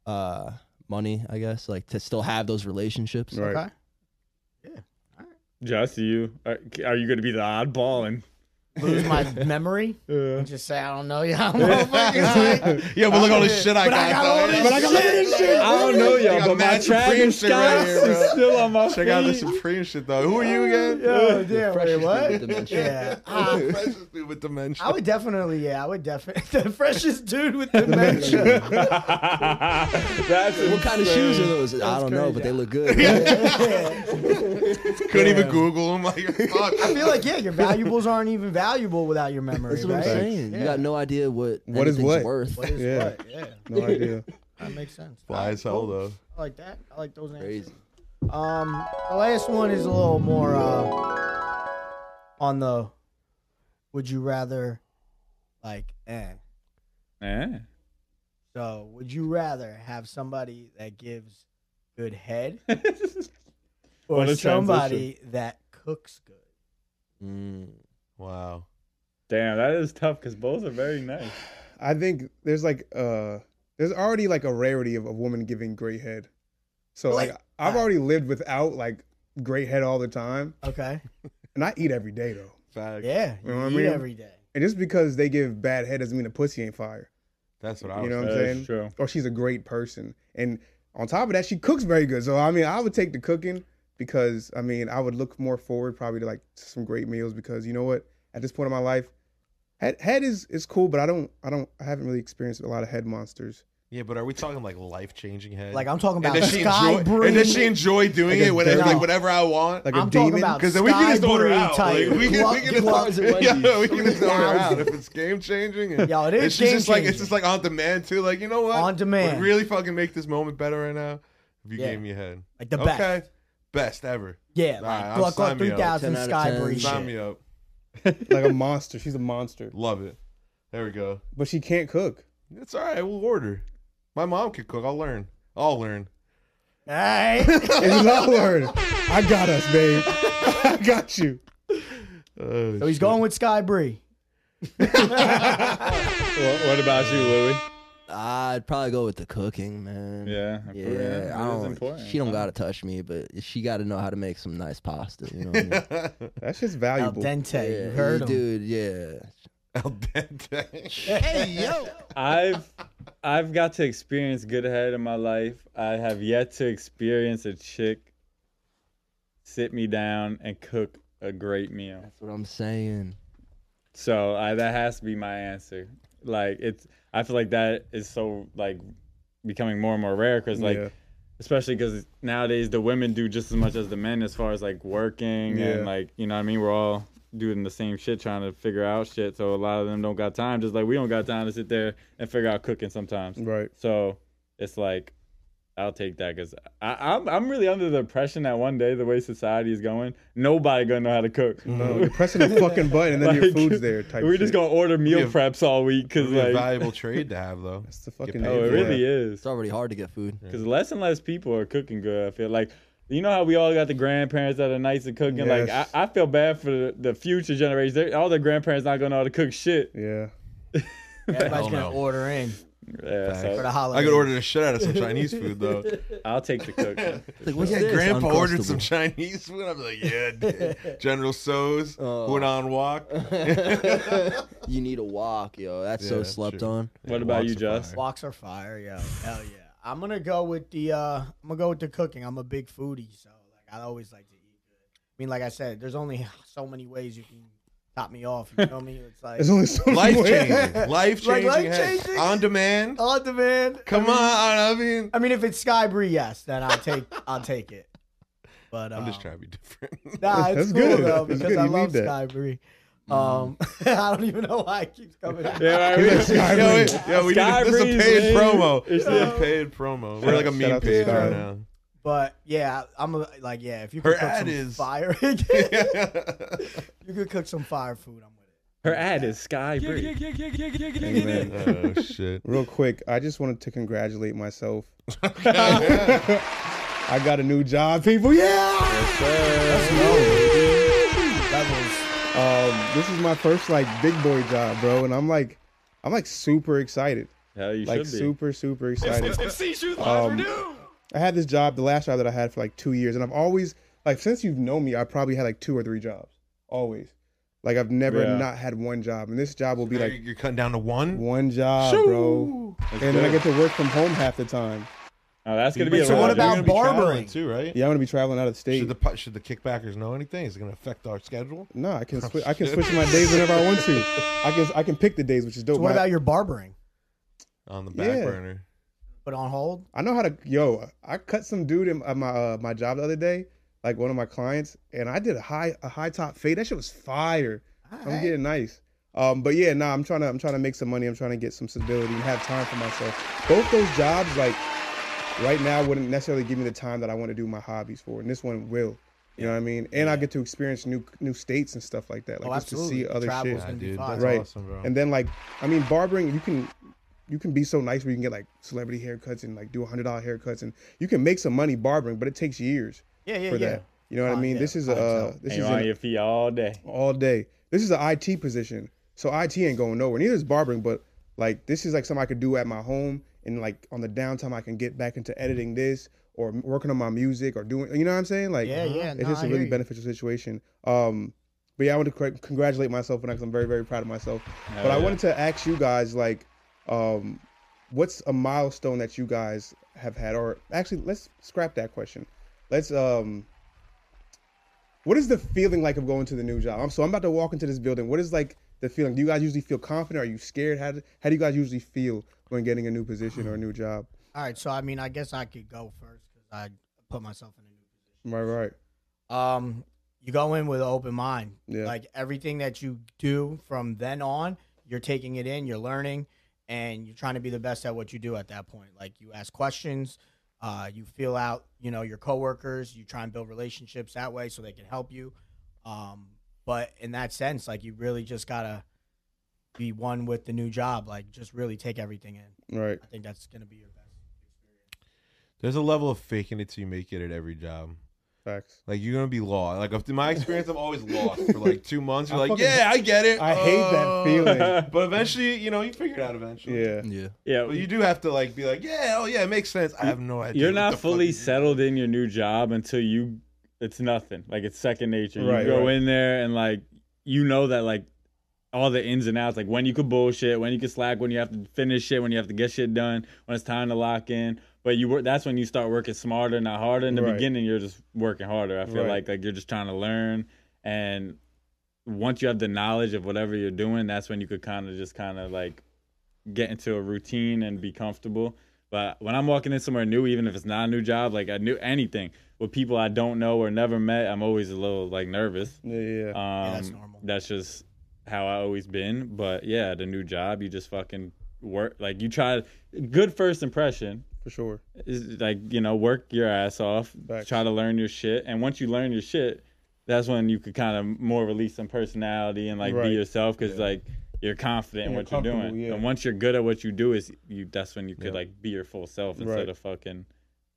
[SPEAKER 6] uh, money, I guess. Like to still have those relationships.
[SPEAKER 5] Right.
[SPEAKER 2] Okay.
[SPEAKER 4] Just you. Are, are you gonna be the oddball? And
[SPEAKER 2] Lose my memory and just say I don't know you. I'm motherfucking like,
[SPEAKER 3] yeah, but look at all the shit I
[SPEAKER 2] But
[SPEAKER 3] got.
[SPEAKER 2] I got all
[SPEAKER 3] dog.
[SPEAKER 2] this
[SPEAKER 5] But I got
[SPEAKER 2] shit.
[SPEAKER 5] all this shit.
[SPEAKER 4] I don't know
[SPEAKER 3] You
[SPEAKER 4] y'all,
[SPEAKER 3] got
[SPEAKER 4] but my
[SPEAKER 3] mad Supreme
[SPEAKER 4] tragic
[SPEAKER 3] shit right
[SPEAKER 4] skies
[SPEAKER 3] here,
[SPEAKER 4] is
[SPEAKER 3] bro.
[SPEAKER 4] still on my
[SPEAKER 3] Check
[SPEAKER 4] feet.
[SPEAKER 3] out the Supreme shit though. Who are you again?
[SPEAKER 2] Oh, yeah,
[SPEAKER 6] fresh
[SPEAKER 2] wait,
[SPEAKER 6] is the
[SPEAKER 2] what?
[SPEAKER 6] with dementia.
[SPEAKER 2] Yeah.
[SPEAKER 3] Ah,
[SPEAKER 2] I,
[SPEAKER 3] precious dude with dementia.
[SPEAKER 2] I would definitely, yeah, I would definitely. The freshest dude with dementia.
[SPEAKER 4] That's
[SPEAKER 6] What kind of shoes are those? I don't know, but they look good. Yeah.
[SPEAKER 3] Couldn't even Google him. Like, fuck.
[SPEAKER 2] I feel like, yeah, your valuables aren't even valuable without your memory.
[SPEAKER 6] That's what I'm
[SPEAKER 2] right?
[SPEAKER 6] saying. You
[SPEAKER 2] Yeah.
[SPEAKER 6] got no idea what
[SPEAKER 5] What is
[SPEAKER 6] anything's
[SPEAKER 5] what?
[SPEAKER 6] worth.
[SPEAKER 2] What is
[SPEAKER 5] Yeah.
[SPEAKER 2] what? Yeah.
[SPEAKER 5] No idea.
[SPEAKER 2] That makes sense.
[SPEAKER 3] Fly as hell though.
[SPEAKER 2] I like that. I like those answers.
[SPEAKER 6] Crazy.
[SPEAKER 2] Um, the last one is a little more uh, on the would you rather, like, eh.
[SPEAKER 4] Eh.
[SPEAKER 2] So, would you rather have somebody that gives good head or
[SPEAKER 4] What a
[SPEAKER 2] somebody that cooks good?
[SPEAKER 6] Mm.
[SPEAKER 3] Wow.
[SPEAKER 4] Damn, that is tough because both are very nice.
[SPEAKER 5] I think there's like uh there's already like a rarity of a woman giving great head. So like
[SPEAKER 2] Like,
[SPEAKER 5] I've
[SPEAKER 2] uh,
[SPEAKER 5] already lived without like great head all the time.
[SPEAKER 2] Okay.
[SPEAKER 5] And I eat every day though.
[SPEAKER 3] Fact.
[SPEAKER 2] Yeah. You
[SPEAKER 5] You know what I
[SPEAKER 2] eat
[SPEAKER 5] mean?
[SPEAKER 2] every day.
[SPEAKER 5] And just because they give bad head doesn't mean the pussy ain't fire.
[SPEAKER 3] That's what I
[SPEAKER 5] You
[SPEAKER 3] was.
[SPEAKER 5] know what I'm
[SPEAKER 4] That's
[SPEAKER 5] saying?
[SPEAKER 4] true.
[SPEAKER 5] Or she's a great person. And on top of that, she cooks very good. So I mean I would take the cooking because I mean I would look more forward probably to like some great meals because you know what? At this point in my life, head head is is cool, but I don't I don't I haven't really experienced a lot of head monsters.
[SPEAKER 3] Yeah, but are we talking like life changing head?
[SPEAKER 2] Like I'm talking
[SPEAKER 3] and
[SPEAKER 2] about
[SPEAKER 3] does she
[SPEAKER 2] sky
[SPEAKER 3] enjoy?
[SPEAKER 2] breed.
[SPEAKER 3] And does she enjoy doing
[SPEAKER 5] Like a
[SPEAKER 3] it? Whatever,
[SPEAKER 2] dog.
[SPEAKER 3] like whatever I want.
[SPEAKER 5] Like a
[SPEAKER 2] I'm
[SPEAKER 5] demon.
[SPEAKER 2] talking about
[SPEAKER 3] Because then we can
[SPEAKER 2] sky
[SPEAKER 3] just order
[SPEAKER 2] breed
[SPEAKER 3] out. Like,
[SPEAKER 2] type.
[SPEAKER 3] we can, we
[SPEAKER 2] Cluck,
[SPEAKER 3] can just
[SPEAKER 2] cluck.
[SPEAKER 6] cluck.
[SPEAKER 3] order, yeah, we can just order
[SPEAKER 2] Cluck.
[SPEAKER 3] out if it's game changing. and-
[SPEAKER 2] Yo, it is
[SPEAKER 3] and she's just like
[SPEAKER 2] game-changing.
[SPEAKER 3] it's just like on demand too. Like you know what?
[SPEAKER 2] On demand.
[SPEAKER 3] Would really fucking make this moment better right now if you
[SPEAKER 2] Yeah.
[SPEAKER 3] gave me a head.
[SPEAKER 2] Like the
[SPEAKER 3] okay,
[SPEAKER 2] best.
[SPEAKER 3] best ever.
[SPEAKER 2] Yeah,
[SPEAKER 3] Nah, I'm
[SPEAKER 2] like Gluck
[SPEAKER 3] sign
[SPEAKER 2] Gluck
[SPEAKER 3] me up.
[SPEAKER 2] 3000
[SPEAKER 6] 10 out of
[SPEAKER 2] sky
[SPEAKER 6] 10.
[SPEAKER 2] breed.
[SPEAKER 3] Sign
[SPEAKER 2] shit.
[SPEAKER 3] me up.
[SPEAKER 5] like a monster. She's a monster.
[SPEAKER 3] Love it. There we go.
[SPEAKER 5] But she can't cook.
[SPEAKER 3] It's all right. We'll order. My mom can cook. I'll learn. I'll learn.
[SPEAKER 2] All right.
[SPEAKER 5] It's not learning. I got us, babe. I got you.
[SPEAKER 3] Oh,
[SPEAKER 2] So he's
[SPEAKER 3] shit.
[SPEAKER 2] going with Sky Bree.
[SPEAKER 4] What, what about you, Louis?
[SPEAKER 6] I'd probably go with the cooking, man.
[SPEAKER 4] Yeah, I
[SPEAKER 6] Yeah,
[SPEAKER 4] forgot. It
[SPEAKER 6] I
[SPEAKER 4] is
[SPEAKER 6] don't,
[SPEAKER 4] important.
[SPEAKER 6] she don't gotta touch me, but she gotta know how to make some nice pasta. You know what I mean?
[SPEAKER 5] That shit's
[SPEAKER 2] Al
[SPEAKER 5] valuable.
[SPEAKER 2] dente.
[SPEAKER 6] Yeah,
[SPEAKER 2] you heard him.
[SPEAKER 6] dude. Yeah,
[SPEAKER 3] Al dente.
[SPEAKER 2] Hey, yo.
[SPEAKER 4] I've I've got to experience good head in my life. I have yet to experience a chick sit me down and cook a great meal.
[SPEAKER 6] that's what I'm saying.
[SPEAKER 4] So I, that has to be my answer. Like it's, I feel like that is so like becoming more and more rare because like,
[SPEAKER 5] Yeah.
[SPEAKER 4] especially because nowadays the women do just as much as the men as far as like working
[SPEAKER 5] Yeah.
[SPEAKER 4] and like you know what I mean. We're all doing the same shit trying to figure out shit. So a lot of them don't got time. Just like we don't got time to sit there and figure out cooking sometimes.
[SPEAKER 5] Right.
[SPEAKER 4] So it's like I'll take that because I'm I'm really under the impression that one day the way society is going, nobody gonna know how to cook.
[SPEAKER 5] No, you're pressing a fucking button and then your
[SPEAKER 4] Like,
[SPEAKER 5] food's there. Type.
[SPEAKER 4] We're just
[SPEAKER 5] Mm-hmm.
[SPEAKER 4] gonna
[SPEAKER 5] shit.
[SPEAKER 4] order meal
[SPEAKER 3] Yeah.
[SPEAKER 4] preps all week because
[SPEAKER 3] It'd be a
[SPEAKER 4] like,
[SPEAKER 3] valuable trade to have though.
[SPEAKER 5] That's the fucking.
[SPEAKER 3] paid
[SPEAKER 4] oh, it
[SPEAKER 3] for
[SPEAKER 4] really is.
[SPEAKER 6] It's already hard to get food.
[SPEAKER 4] Because less and less people are cooking good. I feel like you know how we all got the grandparents that are nice at cooking. Like
[SPEAKER 5] Yes.
[SPEAKER 4] I, I feel bad for the, the future generations. They're, all their grandparents not gonna know how to cook shit.
[SPEAKER 5] Yeah.
[SPEAKER 2] Everybody's
[SPEAKER 3] Hell
[SPEAKER 2] gonna
[SPEAKER 3] no.
[SPEAKER 2] order in
[SPEAKER 4] Yeah,
[SPEAKER 2] for
[SPEAKER 4] so
[SPEAKER 2] the holiday.
[SPEAKER 3] I could order the shit out of some Chinese food though.
[SPEAKER 4] I'll take the cook.
[SPEAKER 6] Like, what's
[SPEAKER 3] yeah,
[SPEAKER 6] this?
[SPEAKER 3] Grandpa ordered some
[SPEAKER 6] Uncrustable.
[SPEAKER 3] Chinese food. I'm like, yeah, dude. General So's
[SPEAKER 6] Oh.
[SPEAKER 3] went on walk.
[SPEAKER 6] you need a walk, yo. That's so
[SPEAKER 3] Yeah,
[SPEAKER 6] slept
[SPEAKER 3] true.
[SPEAKER 6] on.
[SPEAKER 4] What about
[SPEAKER 3] Walks
[SPEAKER 4] you,
[SPEAKER 3] of
[SPEAKER 4] Just?
[SPEAKER 3] fire.
[SPEAKER 2] Walks are fire, yo. Hell yeah. I'm gonna go with the. uh I'm gonna go with the cooking. I'm a big foodie, so like I always like to eat good. I mean, like I said, there's only so many ways you can top me off. You know me? It's like
[SPEAKER 5] There's only so many
[SPEAKER 3] Life
[SPEAKER 5] ways.
[SPEAKER 3] changing. Life changing.
[SPEAKER 2] life-changing?
[SPEAKER 3] on demand.
[SPEAKER 2] on demand.
[SPEAKER 3] Come
[SPEAKER 2] I mean,
[SPEAKER 3] on. I mean,
[SPEAKER 2] I mean, if it's Sky Bree, yes, then I'll take. I'll take it. But um,
[SPEAKER 3] I'm just trying to be different.
[SPEAKER 2] Nah, it's
[SPEAKER 5] That's
[SPEAKER 2] cool
[SPEAKER 5] good.
[SPEAKER 2] though
[SPEAKER 5] That's
[SPEAKER 2] because
[SPEAKER 5] good.
[SPEAKER 2] I
[SPEAKER 5] You
[SPEAKER 2] love
[SPEAKER 5] need that.
[SPEAKER 2] Sky Bree. Um, I don't even know why it keeps coming. up.
[SPEAKER 4] Yeah, I mean-
[SPEAKER 5] He's like,
[SPEAKER 3] Yo, we-
[SPEAKER 5] Sky Breeze.
[SPEAKER 3] yo, we need
[SPEAKER 4] Sky
[SPEAKER 3] to- this is a
[SPEAKER 4] Breeze,
[SPEAKER 3] paid
[SPEAKER 4] man.
[SPEAKER 3] promo.
[SPEAKER 4] It's
[SPEAKER 3] This is a paid promo. We're like a
[SPEAKER 5] Shout
[SPEAKER 3] meme
[SPEAKER 5] out to
[SPEAKER 3] page
[SPEAKER 5] Sky.
[SPEAKER 3] right now.
[SPEAKER 2] But yeah, I'm a, like, yeah, if you
[SPEAKER 3] Her
[SPEAKER 2] could cook
[SPEAKER 3] ad
[SPEAKER 2] some
[SPEAKER 3] is-
[SPEAKER 2] fire, you could cook some fire food. I'm with it.
[SPEAKER 4] Her ad is Sky
[SPEAKER 1] Yeah, yeah,
[SPEAKER 4] Bree.
[SPEAKER 1] yeah, yeah, yeah, yeah, yeah, yeah.
[SPEAKER 5] Amen.
[SPEAKER 3] oh shit.
[SPEAKER 5] Real quick, I just wanted to congratulate myself. I got a new job, people. Yeah. Um, this is my first like big boy job, bro, and I'm like, I'm like super excited.
[SPEAKER 4] Hell, you
[SPEAKER 5] like
[SPEAKER 4] should be.
[SPEAKER 5] super super excited. Um, I had this job, the last job that I had for like two years, and I've always like since you've known me, I probably had like two or three jobs, always. Like I've never
[SPEAKER 4] Yeah.
[SPEAKER 5] not had one job, and this job will be
[SPEAKER 3] You're,
[SPEAKER 5] like
[SPEAKER 3] you're cutting down to one.
[SPEAKER 5] one job, bro.
[SPEAKER 4] That's
[SPEAKER 5] And then I
[SPEAKER 4] good.
[SPEAKER 5] get to work from home half the time.
[SPEAKER 4] Oh, that's gonna be.
[SPEAKER 2] Wait,
[SPEAKER 4] a
[SPEAKER 2] so
[SPEAKER 4] lot
[SPEAKER 2] what
[SPEAKER 4] of
[SPEAKER 2] about
[SPEAKER 4] different-
[SPEAKER 3] You're gonna be
[SPEAKER 2] barbering?
[SPEAKER 3] traveling too, right?
[SPEAKER 5] Yeah, I'm gonna be traveling out of state.
[SPEAKER 3] Should the pu- should the kickbackers know anything? Is it going to affect our schedule?
[SPEAKER 5] No, I
[SPEAKER 2] Oh,
[SPEAKER 5] can swi- I can switch my days whenever I want to. I can I can pick the days, which is dope.
[SPEAKER 2] So what
[SPEAKER 5] My-
[SPEAKER 2] about your barbering?
[SPEAKER 3] On the back
[SPEAKER 5] Yeah.
[SPEAKER 3] burner.
[SPEAKER 2] Put on hold.
[SPEAKER 5] I know how to. Yo, I cut some dude in, at my uh, my job the other day, like one of my clients, and I did a high a high top fade. That shit was fire. I'm getting nice. Um, but yeah, nah, I'm trying to I'm trying to make some money. I'm trying to get some stability and have time for myself. Both those jobs, like right now, wouldn't necessarily give me the time that I want to do my hobbies for, and this one will. You know what I mean? And I get to experience new new states and stuff like that, like
[SPEAKER 2] oh,
[SPEAKER 5] just to
[SPEAKER 2] absolutely.
[SPEAKER 5] see other
[SPEAKER 2] Travel's
[SPEAKER 5] shit.
[SPEAKER 2] gonna be
[SPEAKER 3] dude,
[SPEAKER 2] fire.
[SPEAKER 3] that's
[SPEAKER 5] Right.
[SPEAKER 3] awesome, bro.
[SPEAKER 5] And then like, I mean, barbering, you can you can be so nice where you can get like celebrity haircuts and like do hundred dollar haircuts and you can make some money barbering, but it takes years
[SPEAKER 2] Yeah, yeah,
[SPEAKER 5] for
[SPEAKER 2] yeah.
[SPEAKER 5] that. You know what I
[SPEAKER 2] Fine,
[SPEAKER 5] mean?
[SPEAKER 2] yeah,
[SPEAKER 5] This is
[SPEAKER 2] fine,
[SPEAKER 5] a uh,
[SPEAKER 2] so-
[SPEAKER 5] this
[SPEAKER 4] Ain't
[SPEAKER 5] is
[SPEAKER 4] on
[SPEAKER 5] an-
[SPEAKER 4] your feet all day.
[SPEAKER 5] all day. This is an IT position, so IT ain't going nowhere. Neither is barbering, but like this is like something I could do at my home and like on the downtime I can get back into editing this or m- working on my music or doing. You know what I'm saying? Like
[SPEAKER 2] Yeah, yeah,
[SPEAKER 5] it's
[SPEAKER 2] nah,
[SPEAKER 5] just
[SPEAKER 2] I
[SPEAKER 5] a
[SPEAKER 2] hear
[SPEAKER 5] really
[SPEAKER 2] you.
[SPEAKER 5] beneficial situation. Um, but yeah, I want to cr- congratulate myself on that because I'm very very proud of myself.
[SPEAKER 4] Hell
[SPEAKER 5] but I
[SPEAKER 4] yeah.
[SPEAKER 5] wanted to ask you guys like, um, what's a milestone that you guys have had or actually let's scrap that question. Let's um what is the feeling like of going to the new job? I'm so I'm about to walk into this building. What is like the feeling? Do you guys usually feel confident? Are you scared? How do, how do you guys usually feel when getting a new position or a new job?
[SPEAKER 2] All right, so I mean, I guess I could go first because I put myself in a new
[SPEAKER 5] Right, right.
[SPEAKER 2] um you go in with an open mind
[SPEAKER 5] Yeah.
[SPEAKER 2] like everything that you do from then on you're taking it in you're learning and you're trying to be the best at what you do at that point like you ask questions uh, you feel out you know your coworkers you try and build relationships that way so they can help you um, but in that sense like you really just gotta be one with the new job like just really take everything in
[SPEAKER 5] Right.
[SPEAKER 2] i think that's gonna be your best
[SPEAKER 3] There's a level of faking it till you make it at every job.
[SPEAKER 5] Facts.
[SPEAKER 3] Like you're gonna be lost. Like if- in my experience, I'm always lost for like two months. You're
[SPEAKER 5] I
[SPEAKER 3] like,
[SPEAKER 5] fucking-
[SPEAKER 3] yeah, I get it.
[SPEAKER 5] I hate that
[SPEAKER 3] Uh,
[SPEAKER 5] feeling.
[SPEAKER 4] yeah.
[SPEAKER 3] But eventually, you know, you figure it out eventually.
[SPEAKER 5] Yeah.
[SPEAKER 6] Yeah.
[SPEAKER 3] But you do have to like be like, yeah, oh yeah, it makes sense. I have no idea.
[SPEAKER 4] You're
[SPEAKER 3] what
[SPEAKER 4] not
[SPEAKER 3] the fuck
[SPEAKER 4] fully
[SPEAKER 3] it is.
[SPEAKER 4] settled in your new job until you it's nothing. Like it's second nature. You
[SPEAKER 5] Right,
[SPEAKER 4] go
[SPEAKER 5] right.
[SPEAKER 4] in there and like you know that like all the ins and outs, like when you could bullshit, when you could slack, when you have to finish shit, when you have to get shit done, when it's time to lock in. But you work that's when you start working smarter, not harder. In the
[SPEAKER 5] Right.
[SPEAKER 4] beginning you're just working harder. I feel
[SPEAKER 5] Right.
[SPEAKER 4] like like you're just trying to learn and once you have the knowledge of whatever you're doing, that's when you could kind of just kind of like get into a routine and be comfortable. But when I'm walking in somewhere new, even if it's not a new job, like a new anything with people I don't know or never met, I'm always a little like nervous.
[SPEAKER 5] Yeah. Yeah.
[SPEAKER 4] Um,
[SPEAKER 2] that's normal.
[SPEAKER 4] That's just how I always been. But yeah, the new job, you just fucking work. Like you try good first impression
[SPEAKER 5] for sure.
[SPEAKER 4] is like you know work your ass off
[SPEAKER 5] Facts.
[SPEAKER 4] try to learn your shit and once you learn your shit that's when you could kind of more release some personality and like be
[SPEAKER 5] Right.
[SPEAKER 4] yourself because like you're confident in
[SPEAKER 5] You're
[SPEAKER 4] what you're doing
[SPEAKER 5] comfortable, yeah.
[SPEAKER 4] and once you're good at what you do is you that's when you could like be your full self instead
[SPEAKER 5] Right.
[SPEAKER 4] of fucking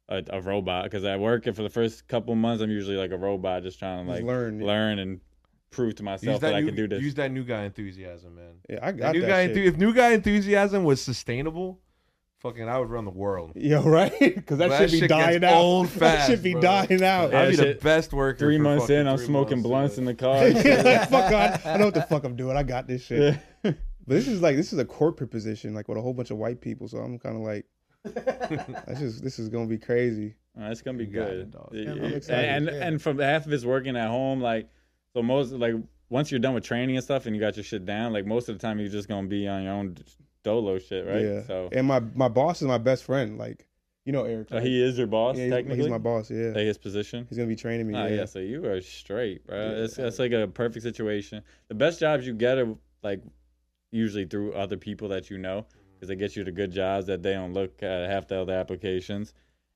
[SPEAKER 4] a, a robot because i work and for the first couple months i'm usually like a robot just trying to
[SPEAKER 5] Just
[SPEAKER 4] like
[SPEAKER 5] learn.
[SPEAKER 4] learn and prove to myself
[SPEAKER 3] Use
[SPEAKER 4] that,
[SPEAKER 3] that,
[SPEAKER 4] i
[SPEAKER 3] new,
[SPEAKER 4] can do this
[SPEAKER 3] use that new guy enthusiasm, man.
[SPEAKER 5] Yeah, I
[SPEAKER 3] That
[SPEAKER 5] got
[SPEAKER 3] new
[SPEAKER 5] that
[SPEAKER 3] guy
[SPEAKER 5] shit.
[SPEAKER 3] enthu- if new guy enthusiasm was sustainable, fucking, I would run the world.
[SPEAKER 5] Yeah, right. Because that,
[SPEAKER 3] Well,
[SPEAKER 5] should
[SPEAKER 3] that
[SPEAKER 5] be
[SPEAKER 3] shit gets
[SPEAKER 5] dying out.
[SPEAKER 3] old
[SPEAKER 5] that
[SPEAKER 3] fast,
[SPEAKER 5] should be
[SPEAKER 3] bro.
[SPEAKER 5] dying out.
[SPEAKER 4] Yeah,
[SPEAKER 3] I'd be the
[SPEAKER 4] shit.
[SPEAKER 3] best worker.
[SPEAKER 4] three
[SPEAKER 3] for
[SPEAKER 4] months
[SPEAKER 3] fucking
[SPEAKER 4] in i'm
[SPEAKER 3] three
[SPEAKER 4] smoking blunts
[SPEAKER 3] months,
[SPEAKER 4] in
[SPEAKER 3] yeah.
[SPEAKER 4] the car
[SPEAKER 5] Yeah, fuck, I, I know what the fuck I'm doing. I got this shit. But this is like this is a corporate position, like with a whole bunch of white people. So I'm kind of like, that's just this is gonna be crazy.
[SPEAKER 4] Uh, it's gonna be
[SPEAKER 3] You got
[SPEAKER 4] good.
[SPEAKER 3] it, dog.
[SPEAKER 4] Yeah,
[SPEAKER 5] I'm
[SPEAKER 4] yeah.
[SPEAKER 5] excited,
[SPEAKER 4] And
[SPEAKER 2] yeah.
[SPEAKER 4] and from half of it's working at home, like so most like once you're done with training and stuff and you got your shit down, like most of the time you're just gonna be on your own dolo shit, right?
[SPEAKER 5] Yeah.
[SPEAKER 4] So,
[SPEAKER 5] And my my boss is my best friend. Like, you know Eric.
[SPEAKER 4] so
[SPEAKER 5] right?
[SPEAKER 4] he is your boss
[SPEAKER 5] Yeah, he's,
[SPEAKER 4] technically.
[SPEAKER 5] he's my boss. Yeah.
[SPEAKER 4] Like his position.
[SPEAKER 5] He's gonna be training me.
[SPEAKER 4] Ah,
[SPEAKER 5] yeah.
[SPEAKER 4] yeah. So you are straight, bro. It's that's like a perfect situation. The best jobs you get are like usually through other people that you know because they get you the good jobs that they don't look at half the other applications,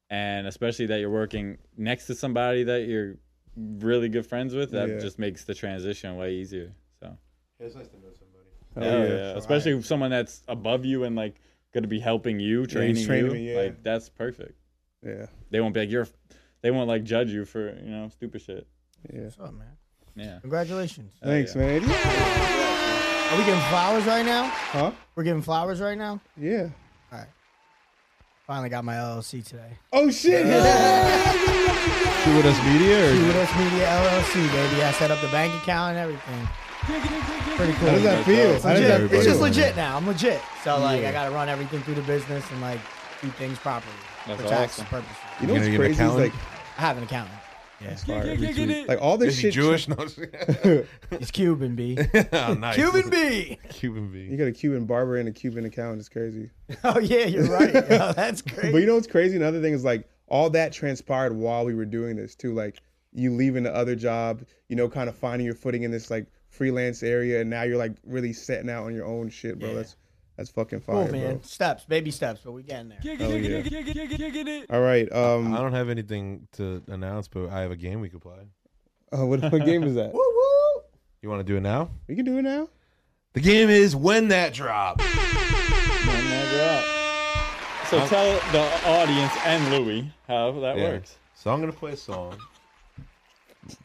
[SPEAKER 4] and especially that you're working next to somebody that you're really good friends with. That
[SPEAKER 5] Yeah.
[SPEAKER 4] just makes the transition way easier. So
[SPEAKER 3] Yeah, it's nice to know somebody.
[SPEAKER 5] Hell
[SPEAKER 4] yeah,
[SPEAKER 5] Oh, yeah.
[SPEAKER 4] yeah. especially with someone that's above you and like going to be helping you, training, you.
[SPEAKER 5] training me, yeah.
[SPEAKER 4] Like that's perfect.
[SPEAKER 5] Yeah.
[SPEAKER 4] They won't be like you're. They won't like judge you for you know stupid shit.
[SPEAKER 5] Yeah.
[SPEAKER 2] what's up man
[SPEAKER 4] Yeah.
[SPEAKER 2] congratulations
[SPEAKER 4] Hell
[SPEAKER 5] Thanks,
[SPEAKER 4] yeah.
[SPEAKER 5] man. Yeah.
[SPEAKER 2] Are we giving flowers right now?
[SPEAKER 5] Huh?
[SPEAKER 2] We're giving flowers right now.
[SPEAKER 5] Yeah.
[SPEAKER 2] Finally got my LLC today.
[SPEAKER 5] Oh shit. Yeah.
[SPEAKER 3] Shoot with us media.
[SPEAKER 2] Dude, that's Media LLC, baby. I set up the bank account and everything. Pretty cool.
[SPEAKER 5] How does that feel? How does
[SPEAKER 2] Legit.
[SPEAKER 5] that feel?
[SPEAKER 2] It's just legit now. I'm legit. So like, I gotta run everything through the business and like do things properly
[SPEAKER 4] That's
[SPEAKER 2] for tax
[SPEAKER 4] awesome.
[SPEAKER 2] purposes.
[SPEAKER 5] You know what's
[SPEAKER 3] You're gonna get an
[SPEAKER 5] crazy? is, Like,
[SPEAKER 3] accountant?
[SPEAKER 2] I have an accountant. Yeah,
[SPEAKER 5] like all this
[SPEAKER 3] Is he
[SPEAKER 5] shit.
[SPEAKER 3] Jewish? No. I'm just-
[SPEAKER 2] it's Cuban B.
[SPEAKER 3] oh, nice.
[SPEAKER 2] Cuban B.
[SPEAKER 3] Cuban
[SPEAKER 5] You
[SPEAKER 3] V.
[SPEAKER 5] got a Cuban barber and a Cuban accountant. It's crazy.
[SPEAKER 2] Oh yeah, you're right. Yo, that's crazy.
[SPEAKER 5] But you know what's crazy? Another thing is like all that transpired while we were doing this too. Like you leaving the other job, you know, kind of finding your footing in this like freelance area, and now you're like really setting out on your own shit, bro.
[SPEAKER 2] Yeah.
[SPEAKER 5] That's that's fucking fire,
[SPEAKER 2] cool, man.
[SPEAKER 5] bro.
[SPEAKER 2] Steps, baby steps, but we getting there.
[SPEAKER 5] All right,
[SPEAKER 3] I
[SPEAKER 5] um,
[SPEAKER 3] don't have anything to announce, but I have a game we could play.
[SPEAKER 5] uh, what, what game is that?
[SPEAKER 2] Woo woo.
[SPEAKER 3] You want to do it now?
[SPEAKER 5] We can do it now.
[SPEAKER 3] The game is when that drop.
[SPEAKER 4] Oh my God. So tell the audience and Louis how that
[SPEAKER 3] Yeah.
[SPEAKER 4] works.
[SPEAKER 3] So I'm gonna play a song.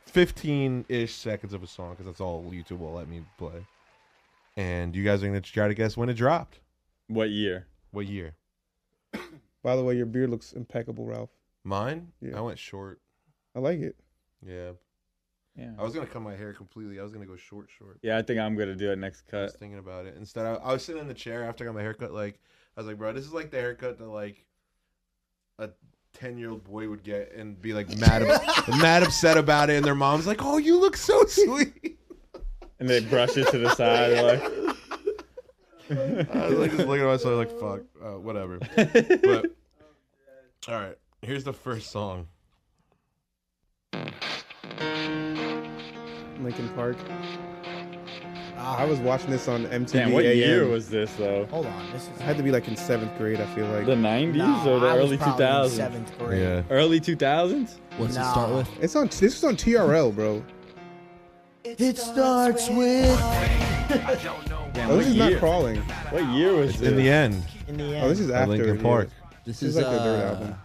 [SPEAKER 3] Fifteen-ish seconds of a song, because that's all YouTube will let me play. And you guys are gonna try to guess when it dropped.
[SPEAKER 4] What year?
[SPEAKER 3] What year?
[SPEAKER 5] By the way, your beard looks impeccable, Ralph.
[SPEAKER 3] Mine?
[SPEAKER 5] Yeah.
[SPEAKER 3] I went short.
[SPEAKER 5] I like it.
[SPEAKER 3] Yeah.
[SPEAKER 4] Yeah.
[SPEAKER 3] I was gonna cut my hair completely. I was gonna go short, short.
[SPEAKER 4] Yeah, I think I'm gonna do it next
[SPEAKER 3] I
[SPEAKER 4] cut.
[SPEAKER 3] was thinking about it. Instead, I, I was sitting in the chair after I got my haircut. Like, I was like, bro, this is like the haircut that like a ten-year-old boy would get and be like mad, ab- mad upset about it. And their mom's like, "Oh, you look so sweet."
[SPEAKER 4] And they brush it to the side like
[SPEAKER 3] I was like just looking at myself like, "Fuck, uh, whatever." But all right, here's the first song.
[SPEAKER 5] Lincoln Park. I was watching this on MTV.
[SPEAKER 4] Damn, what year
[SPEAKER 5] AM.
[SPEAKER 4] was this though?
[SPEAKER 2] Ah, Hold on, this is
[SPEAKER 5] I had to be like in seventh grade. I feel like
[SPEAKER 4] The nineties
[SPEAKER 2] Nah,
[SPEAKER 4] or the
[SPEAKER 2] I was
[SPEAKER 4] early two
[SPEAKER 2] probably in
[SPEAKER 4] thousands?
[SPEAKER 2] Seventh grade.
[SPEAKER 4] Early two thousands?
[SPEAKER 6] What's it
[SPEAKER 2] Nah.
[SPEAKER 6] start with?
[SPEAKER 5] it's on. This was on TRL, bro.
[SPEAKER 2] It starts with
[SPEAKER 4] Damn,
[SPEAKER 5] Oh,
[SPEAKER 4] what
[SPEAKER 5] this is not
[SPEAKER 4] year?
[SPEAKER 5] crawling.
[SPEAKER 4] What year was
[SPEAKER 3] It's
[SPEAKER 4] this?
[SPEAKER 3] in the end.
[SPEAKER 2] in the end.
[SPEAKER 5] Oh, this is
[SPEAKER 3] At
[SPEAKER 5] after
[SPEAKER 3] Lincoln
[SPEAKER 5] yeah.
[SPEAKER 3] Park,
[SPEAKER 6] This
[SPEAKER 5] This
[SPEAKER 6] is
[SPEAKER 5] is like their third
[SPEAKER 6] uh,
[SPEAKER 5] album.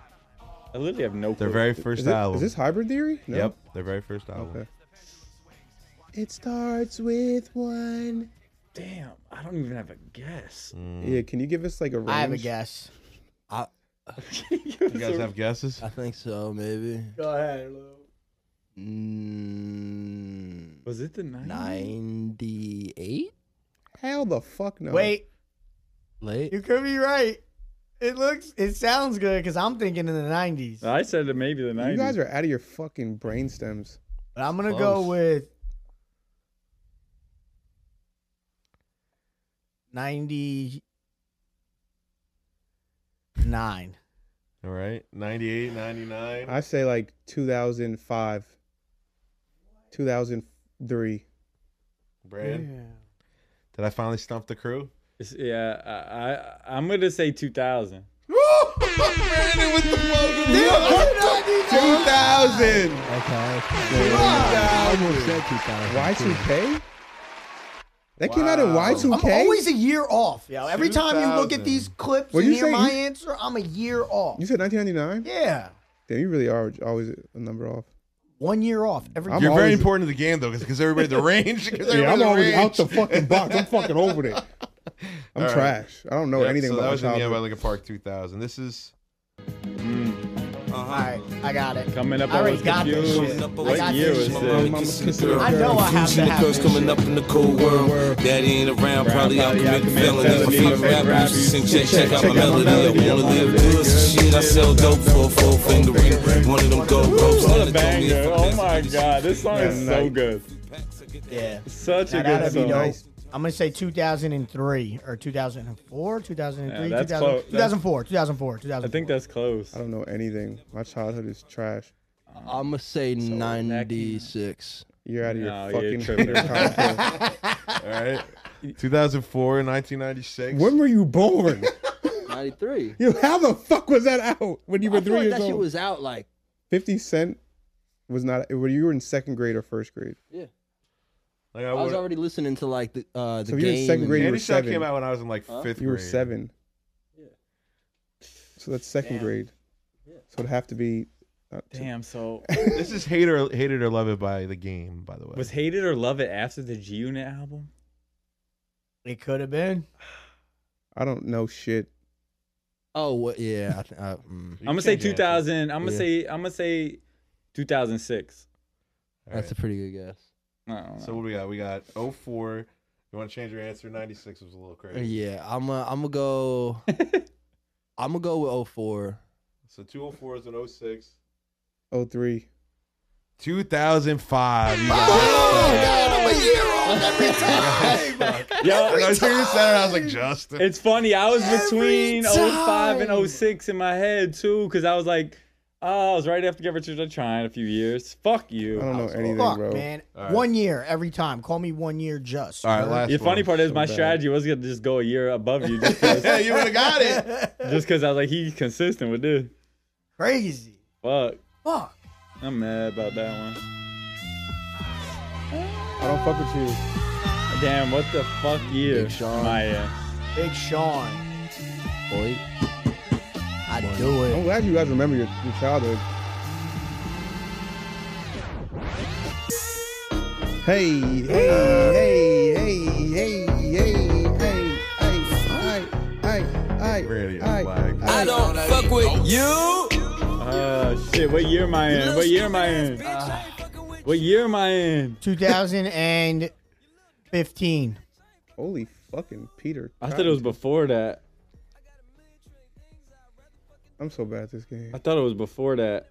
[SPEAKER 4] I literally have no clue.
[SPEAKER 3] their very first
[SPEAKER 5] Is, it,
[SPEAKER 3] album.
[SPEAKER 5] is this Hybrid Theory? No?
[SPEAKER 3] Yep, their very first album.
[SPEAKER 5] Okay. It starts with one.
[SPEAKER 4] Damn, I don't even have a guess.
[SPEAKER 3] Mm.
[SPEAKER 5] Yeah, can you give us like a range?
[SPEAKER 2] I have a guess.
[SPEAKER 3] You guys have guesses?
[SPEAKER 6] I think so, maybe.
[SPEAKER 2] Go ahead, Lou.
[SPEAKER 6] Mm,
[SPEAKER 4] Was it the nineties?
[SPEAKER 6] 98?
[SPEAKER 5] Hell the fuck no.
[SPEAKER 2] Wait,
[SPEAKER 6] Late?
[SPEAKER 2] you could be right. It looks, it sounds good because I'm thinking in the '90s.
[SPEAKER 4] I said that maybe the nineties.
[SPEAKER 5] You guys are out of your fucking brain stems.
[SPEAKER 2] But I'm gonna go
[SPEAKER 6] Close.
[SPEAKER 2] with ninety-nine.
[SPEAKER 3] All right, 98, 99.
[SPEAKER 5] I say like 2005, 2003.
[SPEAKER 3] Brand. Did I finally stump the crew?
[SPEAKER 4] It's- yeah, I, I I'm gonna say 2000.
[SPEAKER 3] Brandon with the fucking two thousand.
[SPEAKER 6] Okay.
[SPEAKER 5] Y2K? That came out in
[SPEAKER 3] Wow.
[SPEAKER 2] I'm
[SPEAKER 5] Y2K?
[SPEAKER 2] always a year off, yo. Every time you look
[SPEAKER 3] 2000.
[SPEAKER 2] at these clips
[SPEAKER 5] What'd
[SPEAKER 2] and
[SPEAKER 5] you
[SPEAKER 2] hear
[SPEAKER 5] say?
[SPEAKER 2] my
[SPEAKER 5] You-
[SPEAKER 2] answer, I'm a year off.
[SPEAKER 5] you said 1999?
[SPEAKER 2] yeah,
[SPEAKER 5] Damn, you really are always a number off.
[SPEAKER 2] one year off every.
[SPEAKER 5] I'm
[SPEAKER 3] You're
[SPEAKER 5] always-
[SPEAKER 3] very important to the game though, because everybody the range. 'cause everybody
[SPEAKER 5] Yeah, I'm
[SPEAKER 3] the
[SPEAKER 5] already
[SPEAKER 3] range.
[SPEAKER 5] out the fucking box. I'm fucking over there.
[SPEAKER 3] All
[SPEAKER 5] I'm
[SPEAKER 3] right.
[SPEAKER 5] trash. I don't know
[SPEAKER 3] Yeah,
[SPEAKER 5] anything
[SPEAKER 3] so that
[SPEAKER 5] about
[SPEAKER 3] was in the
[SPEAKER 5] childhood.
[SPEAKER 3] Yellow Lake Park 2000. This is
[SPEAKER 2] All right, I got it.
[SPEAKER 4] Coming up,
[SPEAKER 2] I
[SPEAKER 4] I,
[SPEAKER 2] already
[SPEAKER 4] was
[SPEAKER 2] got this
[SPEAKER 4] confused.
[SPEAKER 2] shit. I
[SPEAKER 4] What
[SPEAKER 2] got
[SPEAKER 4] year
[SPEAKER 2] this
[SPEAKER 4] was
[SPEAKER 2] shit.
[SPEAKER 4] this?
[SPEAKER 2] I know I have to
[SPEAKER 7] the
[SPEAKER 2] have
[SPEAKER 7] curse
[SPEAKER 2] this
[SPEAKER 7] coming
[SPEAKER 2] shit.
[SPEAKER 7] up in the cold world. Daddy ain't around, probably out committing felonies. My favorite rapper used to sing, check, check out my melody. I wanna live good, so shit. I sell dope for a four finger ring. One of them gold ropes.
[SPEAKER 4] What a
[SPEAKER 7] Nella told me
[SPEAKER 4] banger!
[SPEAKER 7] if I
[SPEAKER 4] Oh
[SPEAKER 7] pass
[SPEAKER 4] my
[SPEAKER 7] it,
[SPEAKER 4] god, this song is so
[SPEAKER 5] nice.
[SPEAKER 4] good.
[SPEAKER 2] Yeah.
[SPEAKER 4] Such a
[SPEAKER 2] Now,
[SPEAKER 4] good
[SPEAKER 2] that'd be
[SPEAKER 4] song.
[SPEAKER 2] dope. I'm gonna say 2003 or 2004, 2003,
[SPEAKER 4] Yeah, that's
[SPEAKER 2] 2000
[SPEAKER 4] close. That's-
[SPEAKER 2] 2004, 2004,
[SPEAKER 4] I
[SPEAKER 2] 2004.
[SPEAKER 4] think that's close.
[SPEAKER 5] I don't know anything. My childhood is trash.
[SPEAKER 6] I'm going to say 96.
[SPEAKER 5] You're out of
[SPEAKER 4] No,
[SPEAKER 5] your
[SPEAKER 4] you're
[SPEAKER 5] fucking
[SPEAKER 4] tripping.
[SPEAKER 5] your childhood.
[SPEAKER 3] all right. 2004 and 1996.
[SPEAKER 5] When were you born?
[SPEAKER 6] 93.
[SPEAKER 5] You how the fuck was that out when you were
[SPEAKER 6] I feel
[SPEAKER 5] three
[SPEAKER 6] like
[SPEAKER 5] years
[SPEAKER 6] that shit
[SPEAKER 5] old?
[SPEAKER 6] was out like,
[SPEAKER 5] Fifty Cent was not. Were you were in second grade or first grade?
[SPEAKER 6] yeah.
[SPEAKER 3] Like, I
[SPEAKER 6] I was
[SPEAKER 3] would-
[SPEAKER 6] already listening to like the uh, the
[SPEAKER 5] So if you're in
[SPEAKER 6] game.
[SPEAKER 5] second
[SPEAKER 6] and-
[SPEAKER 5] grade, you were
[SPEAKER 3] Andy Shaw
[SPEAKER 5] seven.
[SPEAKER 3] came out when I was in like fifth
[SPEAKER 5] You were
[SPEAKER 3] grade.
[SPEAKER 5] seven. So that's second grade. So it'd have to be. Uh, t-
[SPEAKER 4] Damn. So
[SPEAKER 3] This is hate or hated or love it by the game. By the way,
[SPEAKER 4] was hated or love it after the G Unit album?
[SPEAKER 2] it could have been.
[SPEAKER 5] I don't know shit.
[SPEAKER 6] Oh, what? Yeah. I th- uh, mm.
[SPEAKER 4] I'm gonna say
[SPEAKER 3] Mm-hmm. can't
[SPEAKER 4] 2000.
[SPEAKER 3] get it.
[SPEAKER 4] I'm gonna
[SPEAKER 6] Yeah.
[SPEAKER 4] say I'm gonna say 2006.
[SPEAKER 3] All
[SPEAKER 6] That's a
[SPEAKER 3] right.
[SPEAKER 6] pretty good guess.
[SPEAKER 4] I don't know.
[SPEAKER 3] So what do we got? We got 04. You want to change your answer? 96 was a little
[SPEAKER 6] Uh,
[SPEAKER 3] crazy.
[SPEAKER 6] Yeah, I'm uh, I'm gonna go. I'm gonna go with 04.
[SPEAKER 3] So 204 is an 06.
[SPEAKER 5] Oh three.
[SPEAKER 3] 2005. You
[SPEAKER 4] Yo,
[SPEAKER 3] I was hearing this Saturday, I was like, Justin.
[SPEAKER 4] it's funny. I was between 05 and 06 in my head too, because I was like, oh, I was right after Get Rich or Die Trying a few years. Fuck
[SPEAKER 5] I
[SPEAKER 4] you.
[SPEAKER 5] don't know anything,
[SPEAKER 2] Fuck,
[SPEAKER 5] bro.
[SPEAKER 2] man.
[SPEAKER 3] All right.
[SPEAKER 2] One year every time. Call me one year just.
[SPEAKER 3] All right, last
[SPEAKER 4] The funny
[SPEAKER 3] one.
[SPEAKER 4] part is my
[SPEAKER 5] bad.
[SPEAKER 4] strategy was gonna just go a year above you, just because
[SPEAKER 3] Hey, you would have got it.
[SPEAKER 4] I was like, he's consistent with this.
[SPEAKER 2] Crazy.
[SPEAKER 4] Fuck.
[SPEAKER 2] Fuck.
[SPEAKER 4] I'm mad about that one.
[SPEAKER 5] I don't fuck with you.
[SPEAKER 4] Damn, what the fuck year?
[SPEAKER 6] Big Sean.
[SPEAKER 4] am I in?
[SPEAKER 2] Big Sean.
[SPEAKER 6] Boy,
[SPEAKER 2] I do
[SPEAKER 5] I'm
[SPEAKER 2] it.
[SPEAKER 5] glad you guys remember your, your childhood. Hey, hey, hey, hey, hey, hey, hey, hey, hey, hey, hey.
[SPEAKER 3] Radio
[SPEAKER 5] hey,
[SPEAKER 3] flag.
[SPEAKER 5] hey.
[SPEAKER 7] I don't fuck with you.
[SPEAKER 4] Uh, shit. What year am I in? What year am I in? What year am I in?
[SPEAKER 2] 2015.
[SPEAKER 5] Holy fucking Peter.
[SPEAKER 4] I thought it was before that.
[SPEAKER 5] I'm so bad at this game.
[SPEAKER 4] I thought it was before that.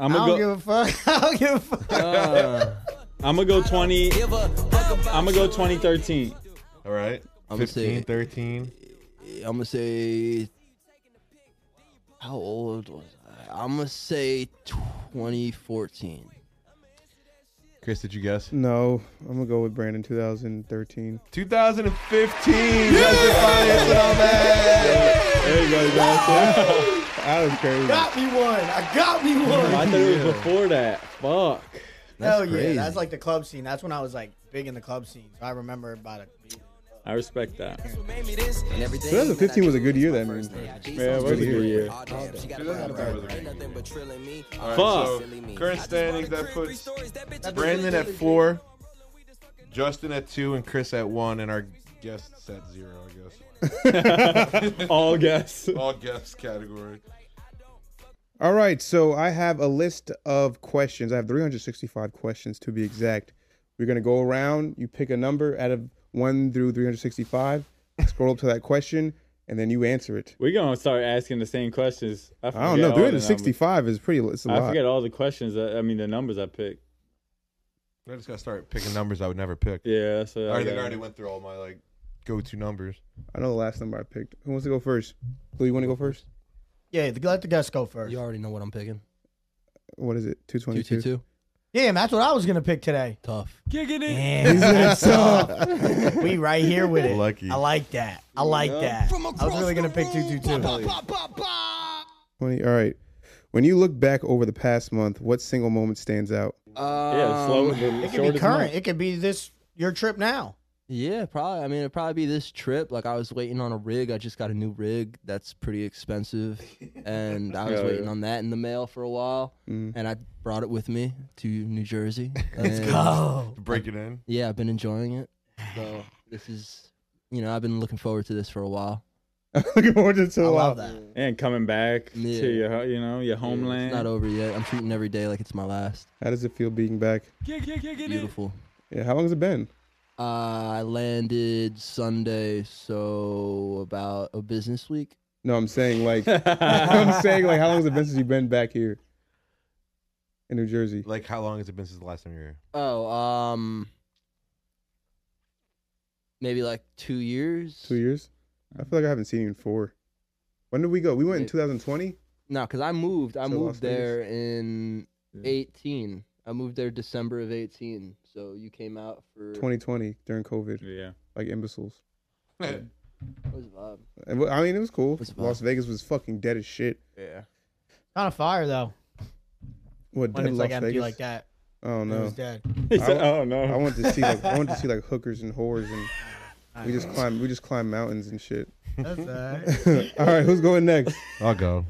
[SPEAKER 4] I'm
[SPEAKER 2] I don't
[SPEAKER 4] gonna
[SPEAKER 2] give
[SPEAKER 4] go.
[SPEAKER 2] a fuck. I don't give a fuck.
[SPEAKER 4] I'm gonna go 20.
[SPEAKER 7] Give a fuck about
[SPEAKER 4] I'm gonna go 2013.
[SPEAKER 3] All right.
[SPEAKER 6] I'm gonna say-
[SPEAKER 3] 15, 13.
[SPEAKER 6] I'm gonna say. How old was I? I'm gonna say 2014.
[SPEAKER 3] Chris, did you guess?
[SPEAKER 5] No, I'm gonna go with Brandon 2013.
[SPEAKER 3] 2015. Justin Finance and all that.
[SPEAKER 4] There you go, guys.
[SPEAKER 5] That was crazy.
[SPEAKER 2] got me one. I got me one.
[SPEAKER 4] I thought it was before that. Fuck.
[SPEAKER 2] Hell
[SPEAKER 6] That's
[SPEAKER 2] yeah,
[SPEAKER 6] crazy.
[SPEAKER 2] that's like the club scene. That's when I was like big in the club scene. So I remember about it.
[SPEAKER 4] I respect that.
[SPEAKER 7] And everything
[SPEAKER 5] 2015 was a good year that man.
[SPEAKER 4] Yeah, it was a good year.
[SPEAKER 3] All right, so current standings that puts Brandon at four, Justin at two, and Chris at one, and our guests at zero, I guess.
[SPEAKER 4] All guess.
[SPEAKER 3] All guests category.
[SPEAKER 5] All right, so I have a list of questions. I have 365 questions to be exact. We're gonna go around. You pick a number out of one through 365. Scroll up to that question, and then you answer it.
[SPEAKER 4] We're gonna start asking the same questions. I,
[SPEAKER 5] I don't
[SPEAKER 4] forget
[SPEAKER 5] know.
[SPEAKER 4] all the numbers.
[SPEAKER 5] 365 is pretty. It's a
[SPEAKER 4] I
[SPEAKER 5] lot.
[SPEAKER 4] forget all the questions. That, I mean, the numbers I picked.
[SPEAKER 3] I just gotta start picking numbers I would never pick.
[SPEAKER 4] Yeah, that's what
[SPEAKER 3] I
[SPEAKER 4] I,
[SPEAKER 3] already, I
[SPEAKER 4] got.
[SPEAKER 3] already went through all my like go-to numbers.
[SPEAKER 5] I know the last number I picked. Who wants to go first? Blue, you want to go first?
[SPEAKER 2] Yeah, the- let the guests go first.
[SPEAKER 6] You already know what I'm picking.
[SPEAKER 5] What is it? 222.
[SPEAKER 6] 222.
[SPEAKER 2] Damn, that's what I was gonna pick today.
[SPEAKER 6] Tough.
[SPEAKER 1] Kicking it.
[SPEAKER 2] Damn, that's tough. We right here with it.
[SPEAKER 3] Lucky.
[SPEAKER 2] I like that. I like that. I was really gonna pick two two two.
[SPEAKER 5] 20. All right. When you look back over the past month, what single moment stands out?
[SPEAKER 4] Yeah, slow.
[SPEAKER 5] Um,
[SPEAKER 4] the
[SPEAKER 2] It could be
[SPEAKER 4] shortest
[SPEAKER 2] current.
[SPEAKER 4] month.
[SPEAKER 2] It could be this your trip now.
[SPEAKER 6] Yeah, probably. I mean, it'd probably be this trip. Like, I was waiting on a rig. I just got a new rig that's pretty expensive. And I was
[SPEAKER 4] Yeah,
[SPEAKER 6] waiting
[SPEAKER 4] yeah.
[SPEAKER 6] on that in the mail for a while.
[SPEAKER 5] Mm.
[SPEAKER 6] And I brought it with me to New Jersey. Let's
[SPEAKER 2] Oh,
[SPEAKER 3] Break it in.
[SPEAKER 6] Yeah, I've been enjoying it. So, this is, you know, I've been looking forward to this for a while.
[SPEAKER 5] Looking forward to it so
[SPEAKER 2] I
[SPEAKER 5] long.
[SPEAKER 2] love that.
[SPEAKER 4] And coming back
[SPEAKER 6] Yeah.
[SPEAKER 4] to your, ho- you know, your
[SPEAKER 6] Yeah,
[SPEAKER 4] homeland.
[SPEAKER 6] It's not over yet. I'm treating every day like it's my last.
[SPEAKER 5] How does it feel being back?
[SPEAKER 6] Beautiful.
[SPEAKER 5] Yeah. How long has it been?
[SPEAKER 6] Uh, I landed Sunday, so about a business week.
[SPEAKER 5] No, I'm saying like I'm saying like how long has it been since you've been back here in New Jersey?
[SPEAKER 3] Like, how long has it been since the last time you were here?
[SPEAKER 6] Oh, um, maybe like two years.
[SPEAKER 5] Two years? I feel like I haven't seen you in four. When did we go? We went in
[SPEAKER 6] Yeah.
[SPEAKER 5] 2020.
[SPEAKER 6] No, because I moved. I
[SPEAKER 5] To Las Vegas?
[SPEAKER 6] moved there in
[SPEAKER 4] Yeah.
[SPEAKER 6] eighteen. I moved there December of eighteen. So you came out for
[SPEAKER 5] 2020 during COVID,
[SPEAKER 4] yeah.
[SPEAKER 5] like imbeciles.
[SPEAKER 6] What was the vibe?
[SPEAKER 5] And wh- I mean, it was cool.
[SPEAKER 6] That's fine.
[SPEAKER 5] Las Vegas was fucking dead as shit.
[SPEAKER 4] Yeah.
[SPEAKER 2] Kind of fire though. When
[SPEAKER 5] What dead
[SPEAKER 2] it's
[SPEAKER 5] Las
[SPEAKER 2] like empty
[SPEAKER 5] Vegas?
[SPEAKER 2] like that.
[SPEAKER 5] Oh
[SPEAKER 2] It
[SPEAKER 5] no!
[SPEAKER 2] was dead.
[SPEAKER 4] He said, oh no.
[SPEAKER 5] I wanted to see like I wanted to see like hookers and whores and we just climb we just climb mountains and shit.
[SPEAKER 2] That's alright.
[SPEAKER 5] All right, who's going next?
[SPEAKER 3] I'll go.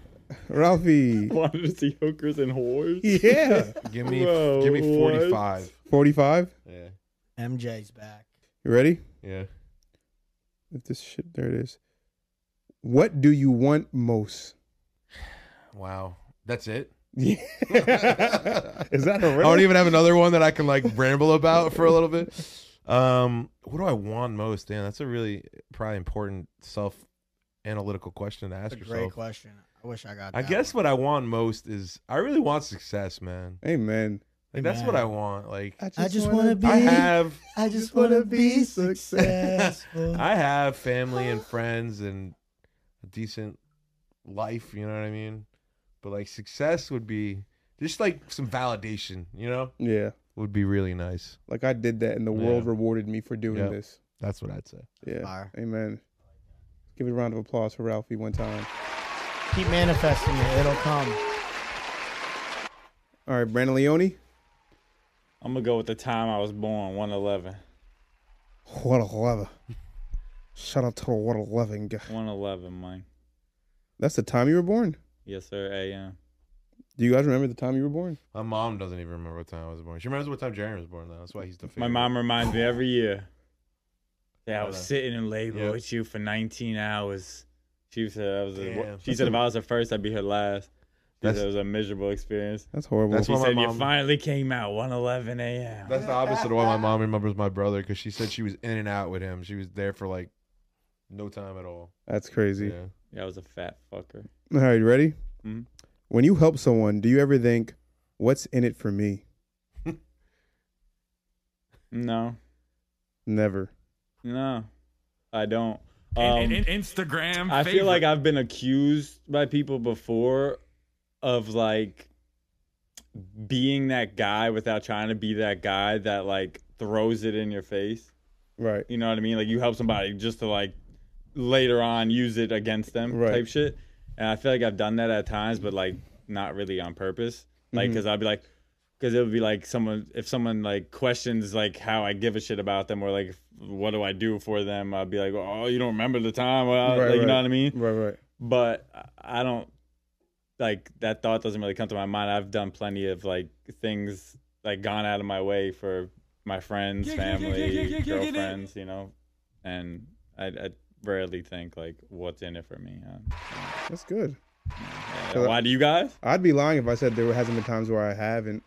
[SPEAKER 5] Ralphie.
[SPEAKER 4] wanted to see hookers and whores.
[SPEAKER 5] Yeah.
[SPEAKER 3] Give me,
[SPEAKER 4] Bro,
[SPEAKER 3] give me
[SPEAKER 4] what?
[SPEAKER 3] 45.
[SPEAKER 5] 45.
[SPEAKER 3] Yeah,
[SPEAKER 2] MJ's back.
[SPEAKER 5] You ready?
[SPEAKER 3] yeah.
[SPEAKER 5] If this shit, there it is. What do you want most?
[SPEAKER 3] Wow, that's it.
[SPEAKER 5] Yeah. is that
[SPEAKER 3] I
[SPEAKER 5] a
[SPEAKER 3] don't
[SPEAKER 5] real?
[SPEAKER 3] even have another one that I can like ramble about for a little bit. Um, what do I want most? Damn, that's a really probably important self-analytical question to ask
[SPEAKER 2] That's a great
[SPEAKER 3] yourself.
[SPEAKER 2] question. I wish I got.
[SPEAKER 3] I
[SPEAKER 2] that
[SPEAKER 3] guess
[SPEAKER 2] one.
[SPEAKER 3] what I want most is I really want success, man.
[SPEAKER 5] Amen.
[SPEAKER 3] Like that's what I want. Like
[SPEAKER 2] I just wanna be-
[SPEAKER 3] I have
[SPEAKER 2] I
[SPEAKER 5] just wanna be
[SPEAKER 2] successful.
[SPEAKER 3] I have family and friends and a decent life, you know what I mean? But like success would be just like some validation, you know?
[SPEAKER 5] Yeah.
[SPEAKER 3] Would be really nice.
[SPEAKER 5] Like I did that, and the
[SPEAKER 3] Yeah.
[SPEAKER 5] world rewarded me for doing
[SPEAKER 3] Yep.
[SPEAKER 5] this.
[SPEAKER 3] That's what I'd say.
[SPEAKER 5] Yeah.
[SPEAKER 2] Fire.
[SPEAKER 5] Amen. Give it a round of applause for Ralphie one time.
[SPEAKER 2] Keep manifesting it. It'll come.
[SPEAKER 5] All right, Brandon Leone.
[SPEAKER 4] I'm gonna go with the time I was born, 111.
[SPEAKER 5] What a lover. Shout out to the water loving guy.
[SPEAKER 4] 111, Mike.
[SPEAKER 5] That's the time you were born.
[SPEAKER 4] Yes, sir. A.M.
[SPEAKER 5] Do you guys remember the time you were born?
[SPEAKER 3] My mom doesn't even remember what time I was born. She remembers what time Jeremy was born though. That's why he's the
[SPEAKER 4] My
[SPEAKER 3] favorite.
[SPEAKER 4] mom reminds me every year that I was
[SPEAKER 3] Yeah.
[SPEAKER 4] sitting in labor
[SPEAKER 3] Yeah.
[SPEAKER 4] with you for 19 hours. She said I was. A,
[SPEAKER 3] Damn.
[SPEAKER 4] she said if I was the first, I'd be her last. She
[SPEAKER 3] That's-
[SPEAKER 4] said it was a miserable experience.
[SPEAKER 5] That's horrible.
[SPEAKER 3] That's
[SPEAKER 4] She
[SPEAKER 3] why my
[SPEAKER 4] said you
[SPEAKER 3] mom-
[SPEAKER 4] finally came out 111 a.m.
[SPEAKER 3] That's the opposite of why my mom remembers my brother because she said she was in and out with him. She was there for like no time at all.
[SPEAKER 5] That's crazy.
[SPEAKER 3] Yeah. Mm-hmm.
[SPEAKER 4] Yeah, I was a fat fucker.
[SPEAKER 5] All right, you ready?
[SPEAKER 4] Mhm.
[SPEAKER 5] When you help someone, do you ever think, "What's in it for me"?
[SPEAKER 4] No,
[SPEAKER 5] Never.
[SPEAKER 4] no, I don't. Um,
[SPEAKER 1] In- in- in- Instagram.
[SPEAKER 4] I feel like
[SPEAKER 1] favorite.
[SPEAKER 4] I've been accused by people before of like being that guy without trying to be that guy that like throws it in your face.
[SPEAKER 5] Right.
[SPEAKER 4] You know what I mean? Like you help somebody just to like later on use it against them
[SPEAKER 5] Right.
[SPEAKER 4] type shit. And I feel like I've done that at times, but like not really on purpose. Like
[SPEAKER 5] Mhm.
[SPEAKER 4] because I'd be like, because it would be like someone if someone like questions like how I give a shit about them or like what do I do for them, I'd be like, oh, you don't remember the time? Well,
[SPEAKER 5] Right,
[SPEAKER 4] like, you know
[SPEAKER 5] right.
[SPEAKER 4] what I mean?
[SPEAKER 5] Right. Right.
[SPEAKER 4] but I- I don't like that thought doesn't really come to my mind. I've done plenty of like things like gone out of my way for my friends,
[SPEAKER 1] Yeah, yeah, yeah, yeah, yeah, yeah,
[SPEAKER 4] family,
[SPEAKER 1] yeah, yeah.
[SPEAKER 4] girlfriends, you know, and I, I rarely think like what's in it for me. huh?
[SPEAKER 5] That's good.
[SPEAKER 4] Yeah, Why do you guys?
[SPEAKER 5] I'd be lying if I said there hasn't been times where I haven't,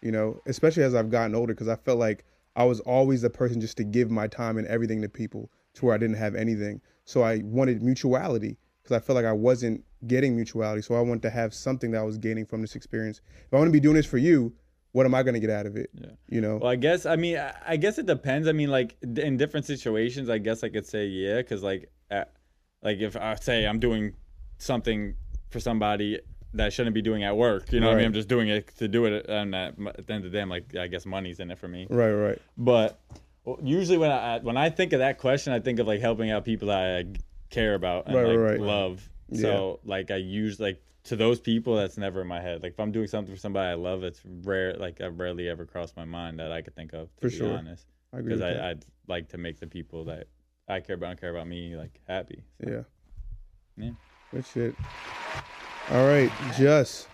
[SPEAKER 5] you know, especially as I've gotten older, because I felt like I was always the person just to give my time and everything to people to where I didn't have anything. So I wanted mutuality because I felt like I wasn't getting mutuality. So I wanted to have something that I was gaining from this experience. If I want to be doing this for you, what am I going to get out of it? Yeah. You know,
[SPEAKER 4] Well, I guess I mean I, I guess it depends. I mean, like d- in different situations, I guess I could say yeah, because like at, like if I say I'm doing something for somebody that I shouldn't be doing at work, you know, what I
[SPEAKER 5] Right.
[SPEAKER 4] mean, I'm just doing it to do it. And at, at the end of the day, I'm like, I guess money's in it for me.
[SPEAKER 5] right, right.
[SPEAKER 4] But well, usually when I when I think of that question, I think of like helping out people that I care about and
[SPEAKER 5] Right,
[SPEAKER 4] like
[SPEAKER 5] right, right.
[SPEAKER 4] love. So like I use like to those people that's never in my head. Like if I'm doing something for somebody I love, it's rare. Like I rarely ever crossed my mind that I could think of. To
[SPEAKER 5] For
[SPEAKER 4] be
[SPEAKER 5] sure.
[SPEAKER 4] honest,
[SPEAKER 5] I agree.
[SPEAKER 4] because
[SPEAKER 5] With that.
[SPEAKER 4] I I'd like to make the people that I care about and care about me like happy.
[SPEAKER 5] Yeah.
[SPEAKER 4] Yeah.
[SPEAKER 5] Good shit. All right, just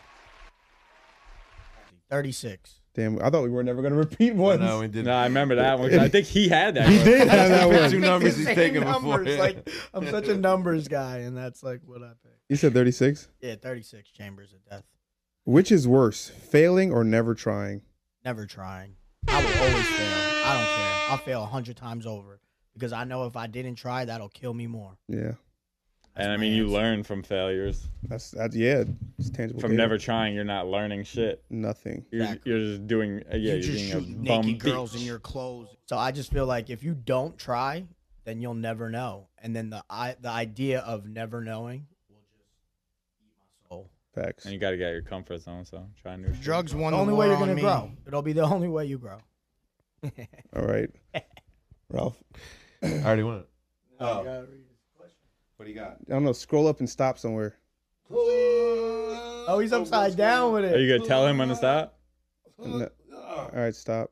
[SPEAKER 2] Thirty six.
[SPEAKER 5] damn. I thought we were never gonna repeat once.
[SPEAKER 3] No, we did.
[SPEAKER 4] No, I remember that one. 'cause I think he had that.
[SPEAKER 5] He
[SPEAKER 4] one.
[SPEAKER 5] did have that one.
[SPEAKER 3] Two numbers he's taking before.
[SPEAKER 2] Like I'm such a numbers guy, and that's like what I pick.
[SPEAKER 5] You said 36.
[SPEAKER 2] Yeah, thirty six chambers of death.
[SPEAKER 5] Which is worse, failing or never trying?
[SPEAKER 2] Never trying. I will always fail. I don't care. I'll fail a hundred times over because I know if I didn't try, that'll kill me more.
[SPEAKER 5] Yeah,
[SPEAKER 2] That's
[SPEAKER 4] And I
[SPEAKER 2] my
[SPEAKER 4] mean, you
[SPEAKER 2] answer.
[SPEAKER 4] learn from failures.
[SPEAKER 5] that's that's yeah. It's tangible.
[SPEAKER 4] From
[SPEAKER 5] data.
[SPEAKER 4] never trying, you're not learning shit.
[SPEAKER 5] nothing.
[SPEAKER 4] You're,
[SPEAKER 2] Exactly.
[SPEAKER 4] you're just doing. uh, Yeah,
[SPEAKER 2] you
[SPEAKER 4] you're
[SPEAKER 2] just
[SPEAKER 4] being a
[SPEAKER 2] shoot
[SPEAKER 4] bum
[SPEAKER 2] naked girls in
[SPEAKER 4] bitch.
[SPEAKER 2] your clothes. So I just feel like if you don't try, then you'll never know. And then the I, the idea of never knowing will just eat my soul.
[SPEAKER 5] Facts.
[SPEAKER 4] And you got to get out of your comfort zone, so try new shit.
[SPEAKER 8] Drugs won
[SPEAKER 2] The
[SPEAKER 8] the,
[SPEAKER 2] only
[SPEAKER 8] war
[SPEAKER 2] way you're
[SPEAKER 8] on
[SPEAKER 2] gonna
[SPEAKER 8] me.
[SPEAKER 2] grow. It'll be the only way you grow.
[SPEAKER 5] All right, Ralph.
[SPEAKER 3] I already went. Oh.
[SPEAKER 2] gotta
[SPEAKER 3] What do you got?
[SPEAKER 5] I don't know. Scroll up and stop somewhere.
[SPEAKER 2] Oh, he's upside down with
[SPEAKER 4] Are
[SPEAKER 2] it.
[SPEAKER 4] you gonna tell him when to stop?
[SPEAKER 5] No. All right, stop.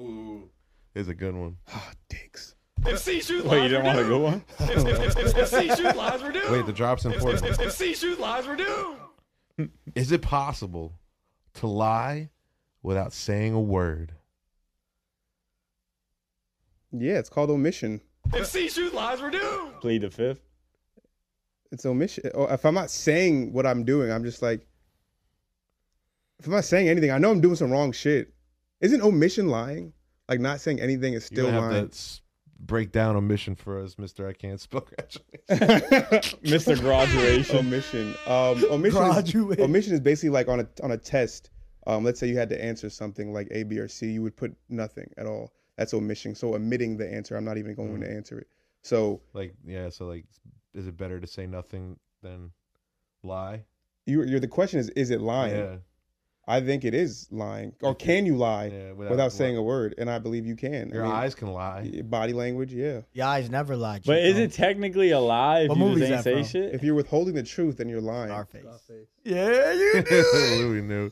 [SPEAKER 3] Ooh. It's a good one.
[SPEAKER 5] Ah, dicks.
[SPEAKER 1] If C shoot
[SPEAKER 4] Wait, you
[SPEAKER 1] lies,
[SPEAKER 4] didn't want to go on?
[SPEAKER 1] if, if, if, if C shoot lies, we're doomed.
[SPEAKER 3] Wait, the drop's important.
[SPEAKER 1] If C shoot lies, we're doomed.
[SPEAKER 3] Is it possible to lie without saying a word?
[SPEAKER 5] Yeah, it's called omission.
[SPEAKER 1] If C shoot lies, we're doomed.
[SPEAKER 4] Plead the fifth.
[SPEAKER 5] It's omission. Or if I'm not saying what I'm doing, I'm just like, if I'm not saying anything, I know I'm doing some wrong shit. Isn't omission lying? Like not saying anything is
[SPEAKER 3] You're
[SPEAKER 5] still
[SPEAKER 3] gonna
[SPEAKER 5] lying.
[SPEAKER 3] have to s- break down a mission for us, Mister. I can't spell graduation.
[SPEAKER 4] Mr. Graduation.
[SPEAKER 5] omission. Um, omission. Is,
[SPEAKER 2] Graduate.
[SPEAKER 5] omission is basically like on a on a test. Um, let's say you had to answer something like A, B, or C. You would put nothing at all. That's omission. So omitting the answer. I'm not even
[SPEAKER 3] Mm.
[SPEAKER 5] going to answer it. So
[SPEAKER 3] Like, yeah. So, like, is it better to say nothing than lie?
[SPEAKER 5] you you're the question is is it lying?
[SPEAKER 3] Yeah.
[SPEAKER 5] I think it is lying. Or can you lie
[SPEAKER 3] Yeah,
[SPEAKER 5] without,
[SPEAKER 3] without-
[SPEAKER 5] saying a word? And I believe you can.
[SPEAKER 3] Your
[SPEAKER 5] I mean,
[SPEAKER 3] eyes can lie.
[SPEAKER 5] y- Body language, yeah.
[SPEAKER 2] Your eyes never lie.
[SPEAKER 4] But is
[SPEAKER 2] Chico.
[SPEAKER 4] it technically a lie if
[SPEAKER 2] What
[SPEAKER 4] you
[SPEAKER 2] movie
[SPEAKER 4] just
[SPEAKER 2] is
[SPEAKER 4] ain't
[SPEAKER 2] that
[SPEAKER 4] say
[SPEAKER 2] from?
[SPEAKER 4] shit?
[SPEAKER 5] If you're withholding the truth, then you're lying.
[SPEAKER 2] Scarface?
[SPEAKER 3] Yeah, you do. we knew.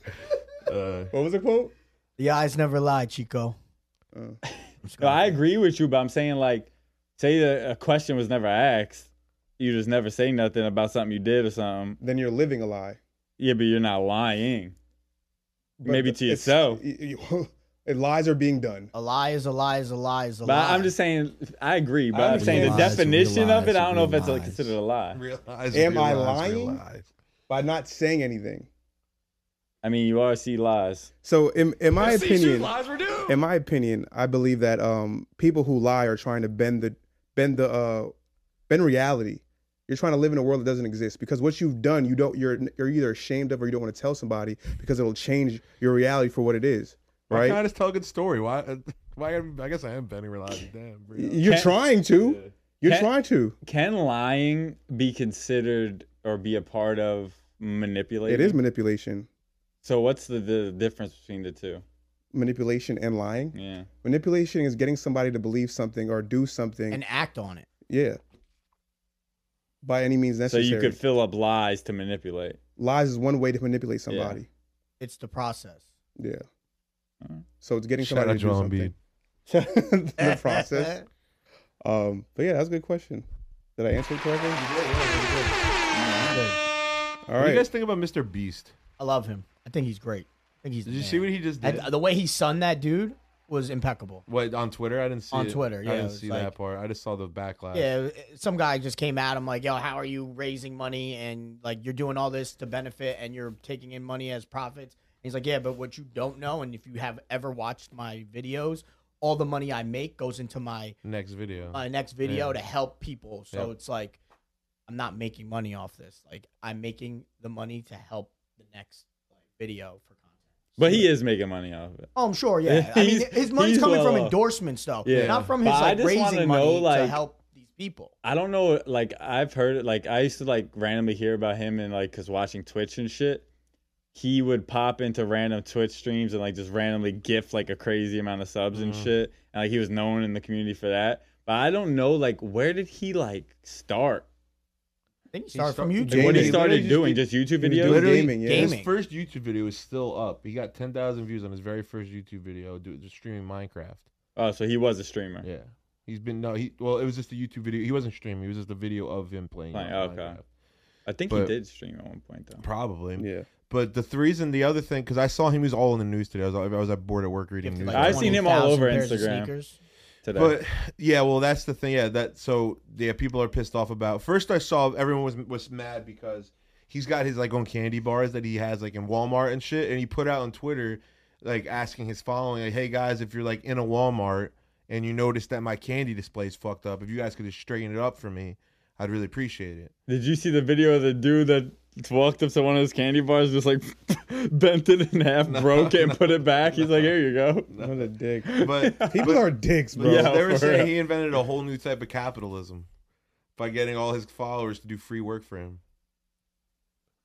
[SPEAKER 3] Uh,
[SPEAKER 5] What was the quote?
[SPEAKER 2] The eyes never lie, Chico.
[SPEAKER 5] Uh,
[SPEAKER 4] No, I agree with you, but I'm saying like, say that a question was never asked, you just never say nothing about something you did or something.
[SPEAKER 5] Then you're living a lie.
[SPEAKER 4] Yeah, but you're not lying.
[SPEAKER 5] But
[SPEAKER 4] Maybe to
[SPEAKER 5] it's-
[SPEAKER 4] yourself.
[SPEAKER 5] y- y- and lies are being done.
[SPEAKER 2] A lie is a lie is a lie is a
[SPEAKER 4] But
[SPEAKER 2] lie.
[SPEAKER 4] I'm just saying, I agree. But
[SPEAKER 5] I
[SPEAKER 4] I'm saying the
[SPEAKER 8] realize,
[SPEAKER 4] definition of it,
[SPEAKER 8] realize,
[SPEAKER 4] I don't know if it's like
[SPEAKER 8] realize.
[SPEAKER 4] considered a lie.
[SPEAKER 3] Realize,
[SPEAKER 5] Am I
[SPEAKER 3] realize,
[SPEAKER 5] lying?
[SPEAKER 3] realize.
[SPEAKER 5] by not saying anything.
[SPEAKER 4] I mean, you are see lies.
[SPEAKER 5] So, in, in my opinion,
[SPEAKER 1] lies were due.
[SPEAKER 5] in my opinion, I believe that um, people who lie are trying to bend the bend the uh, bend reality. You're trying to live in a world that doesn't exist because what you've done, you don't. You're you're either ashamed of or you don't want to tell somebody because it'll change your reality for what it is.
[SPEAKER 3] Why can't I
[SPEAKER 5] Right?
[SPEAKER 3] just tell a good story? Why? uh, Why? am- I guess I am bending reality. Damn. Brio.
[SPEAKER 5] You're
[SPEAKER 4] Can't-
[SPEAKER 5] trying to. You're
[SPEAKER 4] Can't-
[SPEAKER 5] trying to.
[SPEAKER 4] Can lying be considered or be a part of manipulating?
[SPEAKER 5] It is manipulation,
[SPEAKER 4] So what's the, the difference between the two?
[SPEAKER 5] manipulation and lying.
[SPEAKER 4] Yeah.
[SPEAKER 5] Manipulation is getting somebody to believe something or do something.
[SPEAKER 2] and act on it.
[SPEAKER 5] yeah. By any means
[SPEAKER 4] So
[SPEAKER 5] necessary.
[SPEAKER 4] you could fill up lies to manipulate.
[SPEAKER 5] lies is one way to manipulate somebody.
[SPEAKER 2] It's the process.
[SPEAKER 5] Yeah.
[SPEAKER 4] Alright.
[SPEAKER 5] So it's getting
[SPEAKER 3] Mm. Shout
[SPEAKER 5] somebody
[SPEAKER 3] out
[SPEAKER 5] to do
[SPEAKER 3] Joel
[SPEAKER 5] something. the process. Um, but yeah, that's a good question. Did I answer it correctly? All
[SPEAKER 3] What do
[SPEAKER 5] right.
[SPEAKER 3] you guys think about Mr. Beast?
[SPEAKER 2] I love him. I think he's great. I think he's.
[SPEAKER 3] Did you see what he just did?
[SPEAKER 2] And the way he sunned that dude was impeccable.
[SPEAKER 3] What on Twitter? I didn't see
[SPEAKER 2] On
[SPEAKER 3] it.
[SPEAKER 2] Twitter, yeah,
[SPEAKER 3] I
[SPEAKER 2] it
[SPEAKER 3] didn't
[SPEAKER 2] was
[SPEAKER 3] see
[SPEAKER 2] like-
[SPEAKER 3] that part. I just saw the backlash.
[SPEAKER 2] Yeah, some guy just came at him like, "Yo, how are you raising money and like you're doing all this to benefit and you're taking in money as profits?" He's like, "Yeah, but what you don't know, and if you have ever watched my videos, all the money I make goes into my
[SPEAKER 3] Next video.
[SPEAKER 2] my uh, next video
[SPEAKER 3] Yeah.
[SPEAKER 2] to help people. So
[SPEAKER 3] Yep.
[SPEAKER 2] it's like I'm not making money off this. Like I'm making the money to help the next like, video for content.
[SPEAKER 4] But he is making money off of it.
[SPEAKER 2] Oh, I'm sure. Yeah, I mean,
[SPEAKER 4] He's-
[SPEAKER 2] his money's
[SPEAKER 4] he's
[SPEAKER 2] coming
[SPEAKER 4] well
[SPEAKER 2] from
[SPEAKER 4] off.
[SPEAKER 2] endorsements, though.
[SPEAKER 4] Yeah.
[SPEAKER 2] not from his
[SPEAKER 4] But I
[SPEAKER 2] like
[SPEAKER 4] just wanna
[SPEAKER 2] raising money
[SPEAKER 4] know,
[SPEAKER 2] to
[SPEAKER 4] like-
[SPEAKER 2] help these people.
[SPEAKER 4] I don't know. Like I've heard, like I used to like randomly hear about him and like cause watching Twitch and shit. He would pop into random Twitch streams and like just randomly gift like a crazy amount of subs and shit. And like he was known in the community for that. But I don't know, like where did he like start?
[SPEAKER 2] I think he started from
[SPEAKER 3] start-
[SPEAKER 2] YouTube.
[SPEAKER 4] Like, what he
[SPEAKER 5] Gaming.
[SPEAKER 4] started
[SPEAKER 3] Literally
[SPEAKER 4] doing?
[SPEAKER 3] just did-
[SPEAKER 4] Just YouTube
[SPEAKER 5] He was doing
[SPEAKER 4] videos?
[SPEAKER 5] gaming, yeah.
[SPEAKER 2] game-
[SPEAKER 3] His
[SPEAKER 2] Gaming.
[SPEAKER 3] first YouTube video is still up. He got 10,000 views on his very first YouTube video do, just streaming Minecraft.
[SPEAKER 4] Oh, so he was a streamer.
[SPEAKER 3] Yeah. He's been no he well it was just a YouTube video. He wasn't streaming. It was just a video of him playing.
[SPEAKER 4] Playing,
[SPEAKER 3] on
[SPEAKER 4] okay.
[SPEAKER 3] Minecraft.
[SPEAKER 4] I think he
[SPEAKER 3] But-
[SPEAKER 4] did stream at one point though.
[SPEAKER 3] Probably.
[SPEAKER 5] Yeah.
[SPEAKER 3] But the threes and the other thing cuz I saw him he was all in the news today. I was I was at board at work reading
[SPEAKER 2] Gifted,
[SPEAKER 3] news.
[SPEAKER 2] like,
[SPEAKER 4] I've seen him all
[SPEAKER 2] 20,000
[SPEAKER 4] over
[SPEAKER 2] pairs of
[SPEAKER 4] Instagram.
[SPEAKER 2] sneakers.
[SPEAKER 4] Today.
[SPEAKER 3] But yeah, well, that's the thing. Yeah, that so yeah, people are pissed off about. First, I saw everyone was was mad because he's got his like own candy bars that he has like in Walmart and shit, and he put out on Twitter like asking his following like, "Hey guys, if you're like in a Walmart and you notice that my candy display's fucked up, if you guys could just straighten it up for me, I'd really appreciate it."
[SPEAKER 4] Did you see the video of the dude that walked up to one of his candy bars, just like bent it in half, broke it, and put it back? He's like, "Here you go."
[SPEAKER 5] What a dick.
[SPEAKER 3] But
[SPEAKER 5] People are dicks, bro.
[SPEAKER 3] Bro,
[SPEAKER 4] Yeah,
[SPEAKER 3] they were
[SPEAKER 4] for
[SPEAKER 3] saying
[SPEAKER 4] real.
[SPEAKER 3] he invented a whole new type of capitalism by getting all his followers to do free work for him.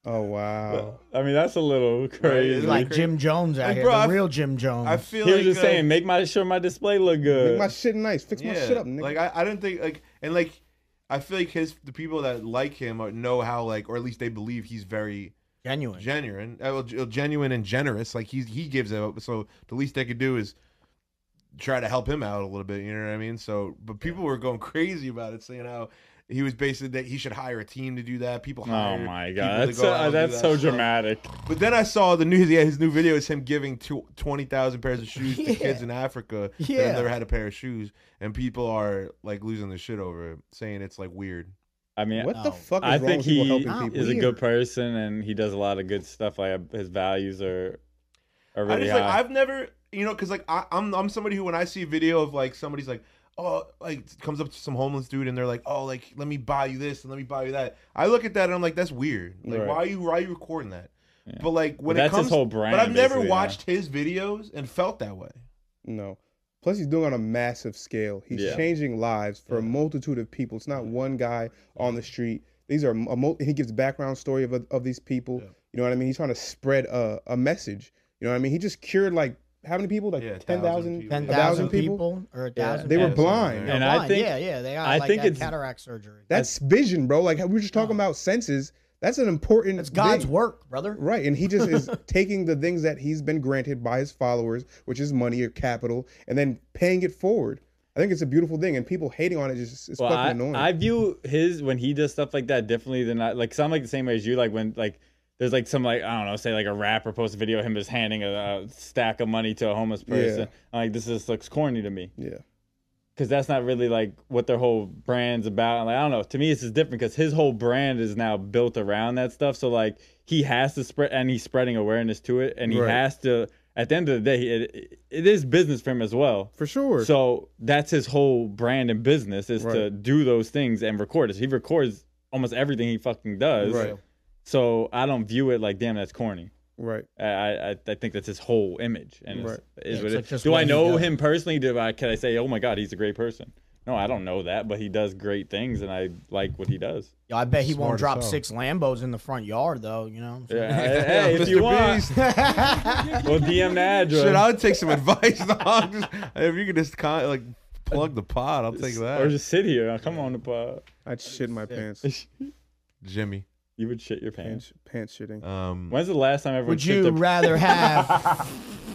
[SPEAKER 5] Oh wow.
[SPEAKER 4] I mean, that's a little crazy.
[SPEAKER 3] It's
[SPEAKER 2] He's like
[SPEAKER 3] like-
[SPEAKER 2] Jim Jones out
[SPEAKER 3] Like,
[SPEAKER 2] here,
[SPEAKER 3] bro,
[SPEAKER 2] the
[SPEAKER 3] I f-
[SPEAKER 2] real Jim Jones.
[SPEAKER 3] I feel
[SPEAKER 4] Oh he was
[SPEAKER 3] like
[SPEAKER 4] just
[SPEAKER 3] uh,
[SPEAKER 4] saying, "Make my sure my display look good."
[SPEAKER 5] Make my shit nice. Fix my shit up, nigga.
[SPEAKER 3] Like I, I didn't think like and like I feel like his the people that like him are, know how like or at least they believe he's very
[SPEAKER 2] Genuine.
[SPEAKER 3] genuine, uh, well, g- genuine and generous. Like he's he gives it up. So the least they could do is try to help him out a little bit. You know what I mean? So but people were going crazy about it, saying how. He was basically that he should hire a team to do that. People.
[SPEAKER 4] oh
[SPEAKER 3] hired
[SPEAKER 4] my
[SPEAKER 3] people to
[SPEAKER 4] god, that's
[SPEAKER 3] go
[SPEAKER 4] so,
[SPEAKER 3] out and do
[SPEAKER 4] that's
[SPEAKER 3] that
[SPEAKER 4] so
[SPEAKER 3] stuff.
[SPEAKER 4] dramatic.
[SPEAKER 3] But then I saw the news. Yeah, his new video is him giving two- 20,000 pairs of shoes to kids in Africa that
[SPEAKER 2] Yeah.
[SPEAKER 3] have never had a pair of shoes, and people are like losing their shit over it, saying it's like weird.
[SPEAKER 4] I mean,
[SPEAKER 5] what the
[SPEAKER 2] No.
[SPEAKER 5] fuck is
[SPEAKER 4] I
[SPEAKER 5] wrong
[SPEAKER 4] think
[SPEAKER 5] with people
[SPEAKER 4] he
[SPEAKER 5] helping people?
[SPEAKER 4] is a
[SPEAKER 2] Weird.
[SPEAKER 4] good person and he does a lot of good stuff. Like his values are are
[SPEAKER 3] I
[SPEAKER 4] really
[SPEAKER 3] just
[SPEAKER 4] high.
[SPEAKER 3] like I've never, you know, because like I, I'm I'm somebody who when I see a video of like somebody's like. Oh, like comes up to some homeless dude and they're like, "Oh, like let me buy you this and let me buy you that." I look at that and I'm like, "That's weird. Like,
[SPEAKER 4] Right.
[SPEAKER 3] why are you why are you recording that?" But like when
[SPEAKER 4] That's his
[SPEAKER 3] it comes,
[SPEAKER 4] whole brand,
[SPEAKER 3] but I've never
[SPEAKER 4] basically, yeah.
[SPEAKER 3] watched his videos and felt that way.
[SPEAKER 5] No. Plus, he's doing it on a massive scale. He's
[SPEAKER 4] Yeah.
[SPEAKER 5] changing lives for a multitude of people. It's not one guy on the street. These are a mul- he gives background story of of these people. You know what I mean? He's trying to spread a, a message. You know what I mean? He just cured like how many people? Like
[SPEAKER 3] Yeah, 1,000
[SPEAKER 5] 10,000
[SPEAKER 3] people.
[SPEAKER 2] Ten
[SPEAKER 5] 1,000
[SPEAKER 2] thousand
[SPEAKER 5] people.
[SPEAKER 2] people or a
[SPEAKER 5] Yeah.
[SPEAKER 2] thousand.
[SPEAKER 5] They were
[SPEAKER 2] people.
[SPEAKER 5] blind.
[SPEAKER 3] Yeah.
[SPEAKER 4] And
[SPEAKER 2] Blind,
[SPEAKER 4] I think
[SPEAKER 2] yeah, yeah, they got
[SPEAKER 4] I
[SPEAKER 2] like
[SPEAKER 4] think
[SPEAKER 2] that
[SPEAKER 4] it's-
[SPEAKER 2] cataract surgery.
[SPEAKER 5] That's vision, bro. Like we were just talking about senses. That's an important.
[SPEAKER 2] It's God's
[SPEAKER 5] thing.
[SPEAKER 2] work, brother.
[SPEAKER 5] Right, and he just is taking the things that he's been granted by his followers, which is money or capital, and then paying it forward. I think it's a beautiful thing, and people hating on it just it's
[SPEAKER 4] Well,
[SPEAKER 5] fucking
[SPEAKER 4] I,
[SPEAKER 5] annoying.
[SPEAKER 4] I view his when he does stuff like that differently than I like. Cause I'm like the same way as you. Like when like there's like some like I don't know, say like a rapper posts a video of him just handing a, a stack of money to a homeless person. I'm like this just looks corny to me
[SPEAKER 5] yeah,
[SPEAKER 4] because that's not really like what their whole brand's about. Like I don't know. To me, it's just different because his whole brand is now built around that stuff. So like he has to spread and he's spreading awareness to it, and he
[SPEAKER 5] Right.
[SPEAKER 4] has to. At the end of the day, it, it is business for him as well.
[SPEAKER 5] for sure.
[SPEAKER 4] So that's his whole brand and business is to
[SPEAKER 5] Right.
[SPEAKER 4] do those things and record it. He records almost everything he fucking does.
[SPEAKER 5] right,
[SPEAKER 4] So I don't view it like, damn, that's corny.
[SPEAKER 5] right.
[SPEAKER 4] I I, I- I think that's his whole image. And it's-
[SPEAKER 5] Right.
[SPEAKER 4] is
[SPEAKER 2] Yeah,
[SPEAKER 4] what
[SPEAKER 2] it's
[SPEAKER 4] it-
[SPEAKER 2] like just
[SPEAKER 4] do
[SPEAKER 2] what
[SPEAKER 4] I
[SPEAKER 2] he
[SPEAKER 4] know
[SPEAKER 2] does.
[SPEAKER 4] him personally? Do I can I say, oh my god, he's a great person? No, I don't know that, but he does great things, and I like what he does.
[SPEAKER 2] Yo, I bet he
[SPEAKER 3] Smart
[SPEAKER 2] won't
[SPEAKER 3] as
[SPEAKER 2] drop
[SPEAKER 3] hell.
[SPEAKER 2] six Lambos in the front yard though. You know. What
[SPEAKER 4] Yeah, hey, if
[SPEAKER 3] Mr.
[SPEAKER 4] you want,
[SPEAKER 3] Beast.
[SPEAKER 4] we'll DM the address.
[SPEAKER 3] Shit, I would take some advice. dog. Just- if you could just con- like plug the pod, I'll take that.
[SPEAKER 4] or just sit here. Come on, uh, the pod.
[SPEAKER 5] I'd shit my pants.
[SPEAKER 3] Jimmy.
[SPEAKER 4] You would shit your pants.
[SPEAKER 5] Pants, pants shitting.
[SPEAKER 4] Uh,
[SPEAKER 3] Um,
[SPEAKER 4] When's the last time everyone
[SPEAKER 2] Would
[SPEAKER 4] shit
[SPEAKER 2] you
[SPEAKER 4] their
[SPEAKER 2] rather have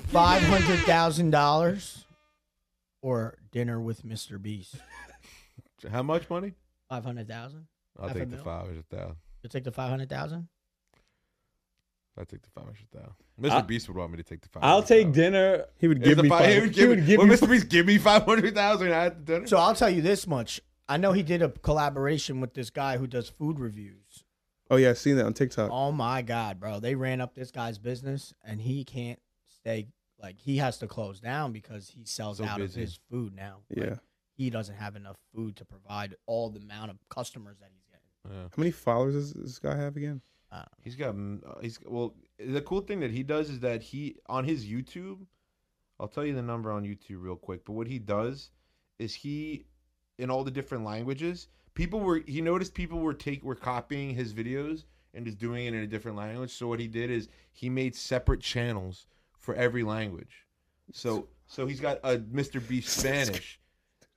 [SPEAKER 2] five hundred thousand dollars or dinner with Mr. Beast?
[SPEAKER 3] how much money?
[SPEAKER 2] Five hundred thousand.
[SPEAKER 3] I'll
[SPEAKER 2] Half a
[SPEAKER 3] take the
[SPEAKER 2] mil?
[SPEAKER 3] five hundred thousand.
[SPEAKER 2] You take the five hundred thousand.
[SPEAKER 3] I'll take the five hundred thousand. Mr.
[SPEAKER 4] I'll-
[SPEAKER 3] Beast would want me to take the five.
[SPEAKER 4] I'll take dinner.
[SPEAKER 5] He would
[SPEAKER 3] Give
[SPEAKER 5] give
[SPEAKER 3] the
[SPEAKER 5] me
[SPEAKER 3] five,
[SPEAKER 5] five.
[SPEAKER 3] he would give,
[SPEAKER 5] he would give
[SPEAKER 3] well,
[SPEAKER 5] me
[SPEAKER 3] Mr. Beast, give me five hundred thousand. I had the dinner.
[SPEAKER 2] So I'll tell you this much. I know he did a collaboration with this guy who does food reviews.
[SPEAKER 5] Oh yeah, I've seen that on TikTok.
[SPEAKER 2] Oh my god, bro! They ran up this guy's business, and he can't stay. Like he has to close down because he sells
[SPEAKER 3] So
[SPEAKER 2] out
[SPEAKER 3] busy.
[SPEAKER 2] of his food now. Like,
[SPEAKER 5] Yeah.
[SPEAKER 2] he doesn't have enough food to provide all the amount of customers that he's getting.
[SPEAKER 3] Yeah.
[SPEAKER 5] How many followers does this guy have again?
[SPEAKER 3] He's got mm, uh, he's well. The cool thing that he does is that he on his YouTube, I'll tell you the number on YouTube real quick. But what he does is he in all the different languages. People were he noticed people were take were copying his videos and just doing it in a different language. So what he did is he made separate channels for every language. So so he's got a Mr. Beast Spanish,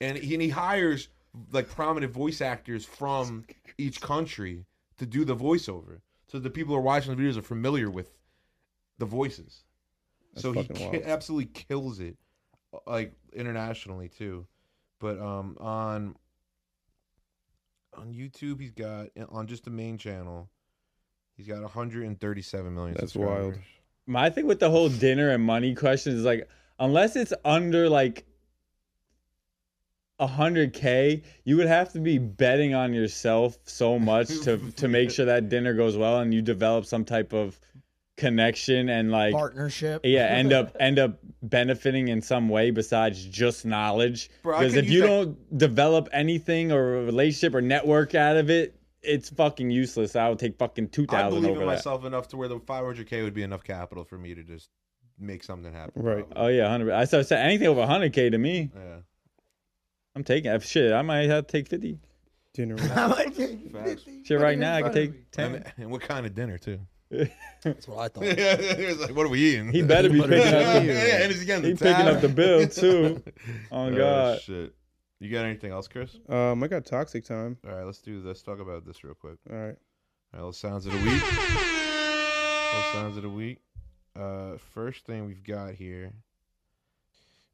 [SPEAKER 3] and he, and he hires like prominent voice actors from each country to do the voiceover, so the people who are watching the videos are familiar with the voices.
[SPEAKER 5] That's
[SPEAKER 3] so he
[SPEAKER 5] fucking
[SPEAKER 3] ki-
[SPEAKER 5] wild.
[SPEAKER 3] absolutely kills it, uh, like internationally too. But um on on YouTube, he's got uh, on just the main channel, he's got 137 million.
[SPEAKER 5] That's wild.
[SPEAKER 3] subscribers.
[SPEAKER 4] My thing with the whole dinner and money question is like, unless it's under like hundred k, you would have to be betting on yourself so much to to make sure that dinner goes well and you develop some type of connection and like
[SPEAKER 2] Partnership.
[SPEAKER 4] yeah end up end up benefiting in some way besides just knowledge
[SPEAKER 3] Bro, I
[SPEAKER 4] because
[SPEAKER 3] could
[SPEAKER 4] if
[SPEAKER 3] use
[SPEAKER 4] you
[SPEAKER 3] that-
[SPEAKER 4] don't develop anything or a relationship or network out of it it's fucking useless i would take fucking
[SPEAKER 3] I
[SPEAKER 4] 2000
[SPEAKER 3] believe
[SPEAKER 4] over
[SPEAKER 3] in
[SPEAKER 4] that
[SPEAKER 3] myself enough to where the 500k would be enough capital for me to just make something happen.
[SPEAKER 5] Right.
[SPEAKER 4] oh yeah 100 i said said anything over 100k to me
[SPEAKER 3] yeah.
[SPEAKER 4] I'm taking it. shit. I might have to take fifty.
[SPEAKER 5] Dinner.
[SPEAKER 2] I'm like, "What
[SPEAKER 4] Shit,
[SPEAKER 2] are
[SPEAKER 4] right
[SPEAKER 2] you
[SPEAKER 4] now I can
[SPEAKER 2] in front of me?"
[SPEAKER 4] take ten.
[SPEAKER 3] And, and what kind of dinner too?
[SPEAKER 6] That's what I thought.
[SPEAKER 3] it's like, what are we eating?
[SPEAKER 4] He better be
[SPEAKER 6] What are
[SPEAKER 4] picking
[SPEAKER 6] you
[SPEAKER 4] up.
[SPEAKER 6] doing?
[SPEAKER 3] yeah, and he's getting the
[SPEAKER 4] He picking
[SPEAKER 3] tab.
[SPEAKER 4] up the bill too. Oh
[SPEAKER 3] Oh,
[SPEAKER 4] god.
[SPEAKER 3] shit. You got anything else, Chris?
[SPEAKER 5] Um, I got toxic time.
[SPEAKER 3] All right, let's do this. Talk about this real quick.
[SPEAKER 5] All right.
[SPEAKER 3] All right, little sounds of the week. Little sounds of the week. Uh, first thing we've got here.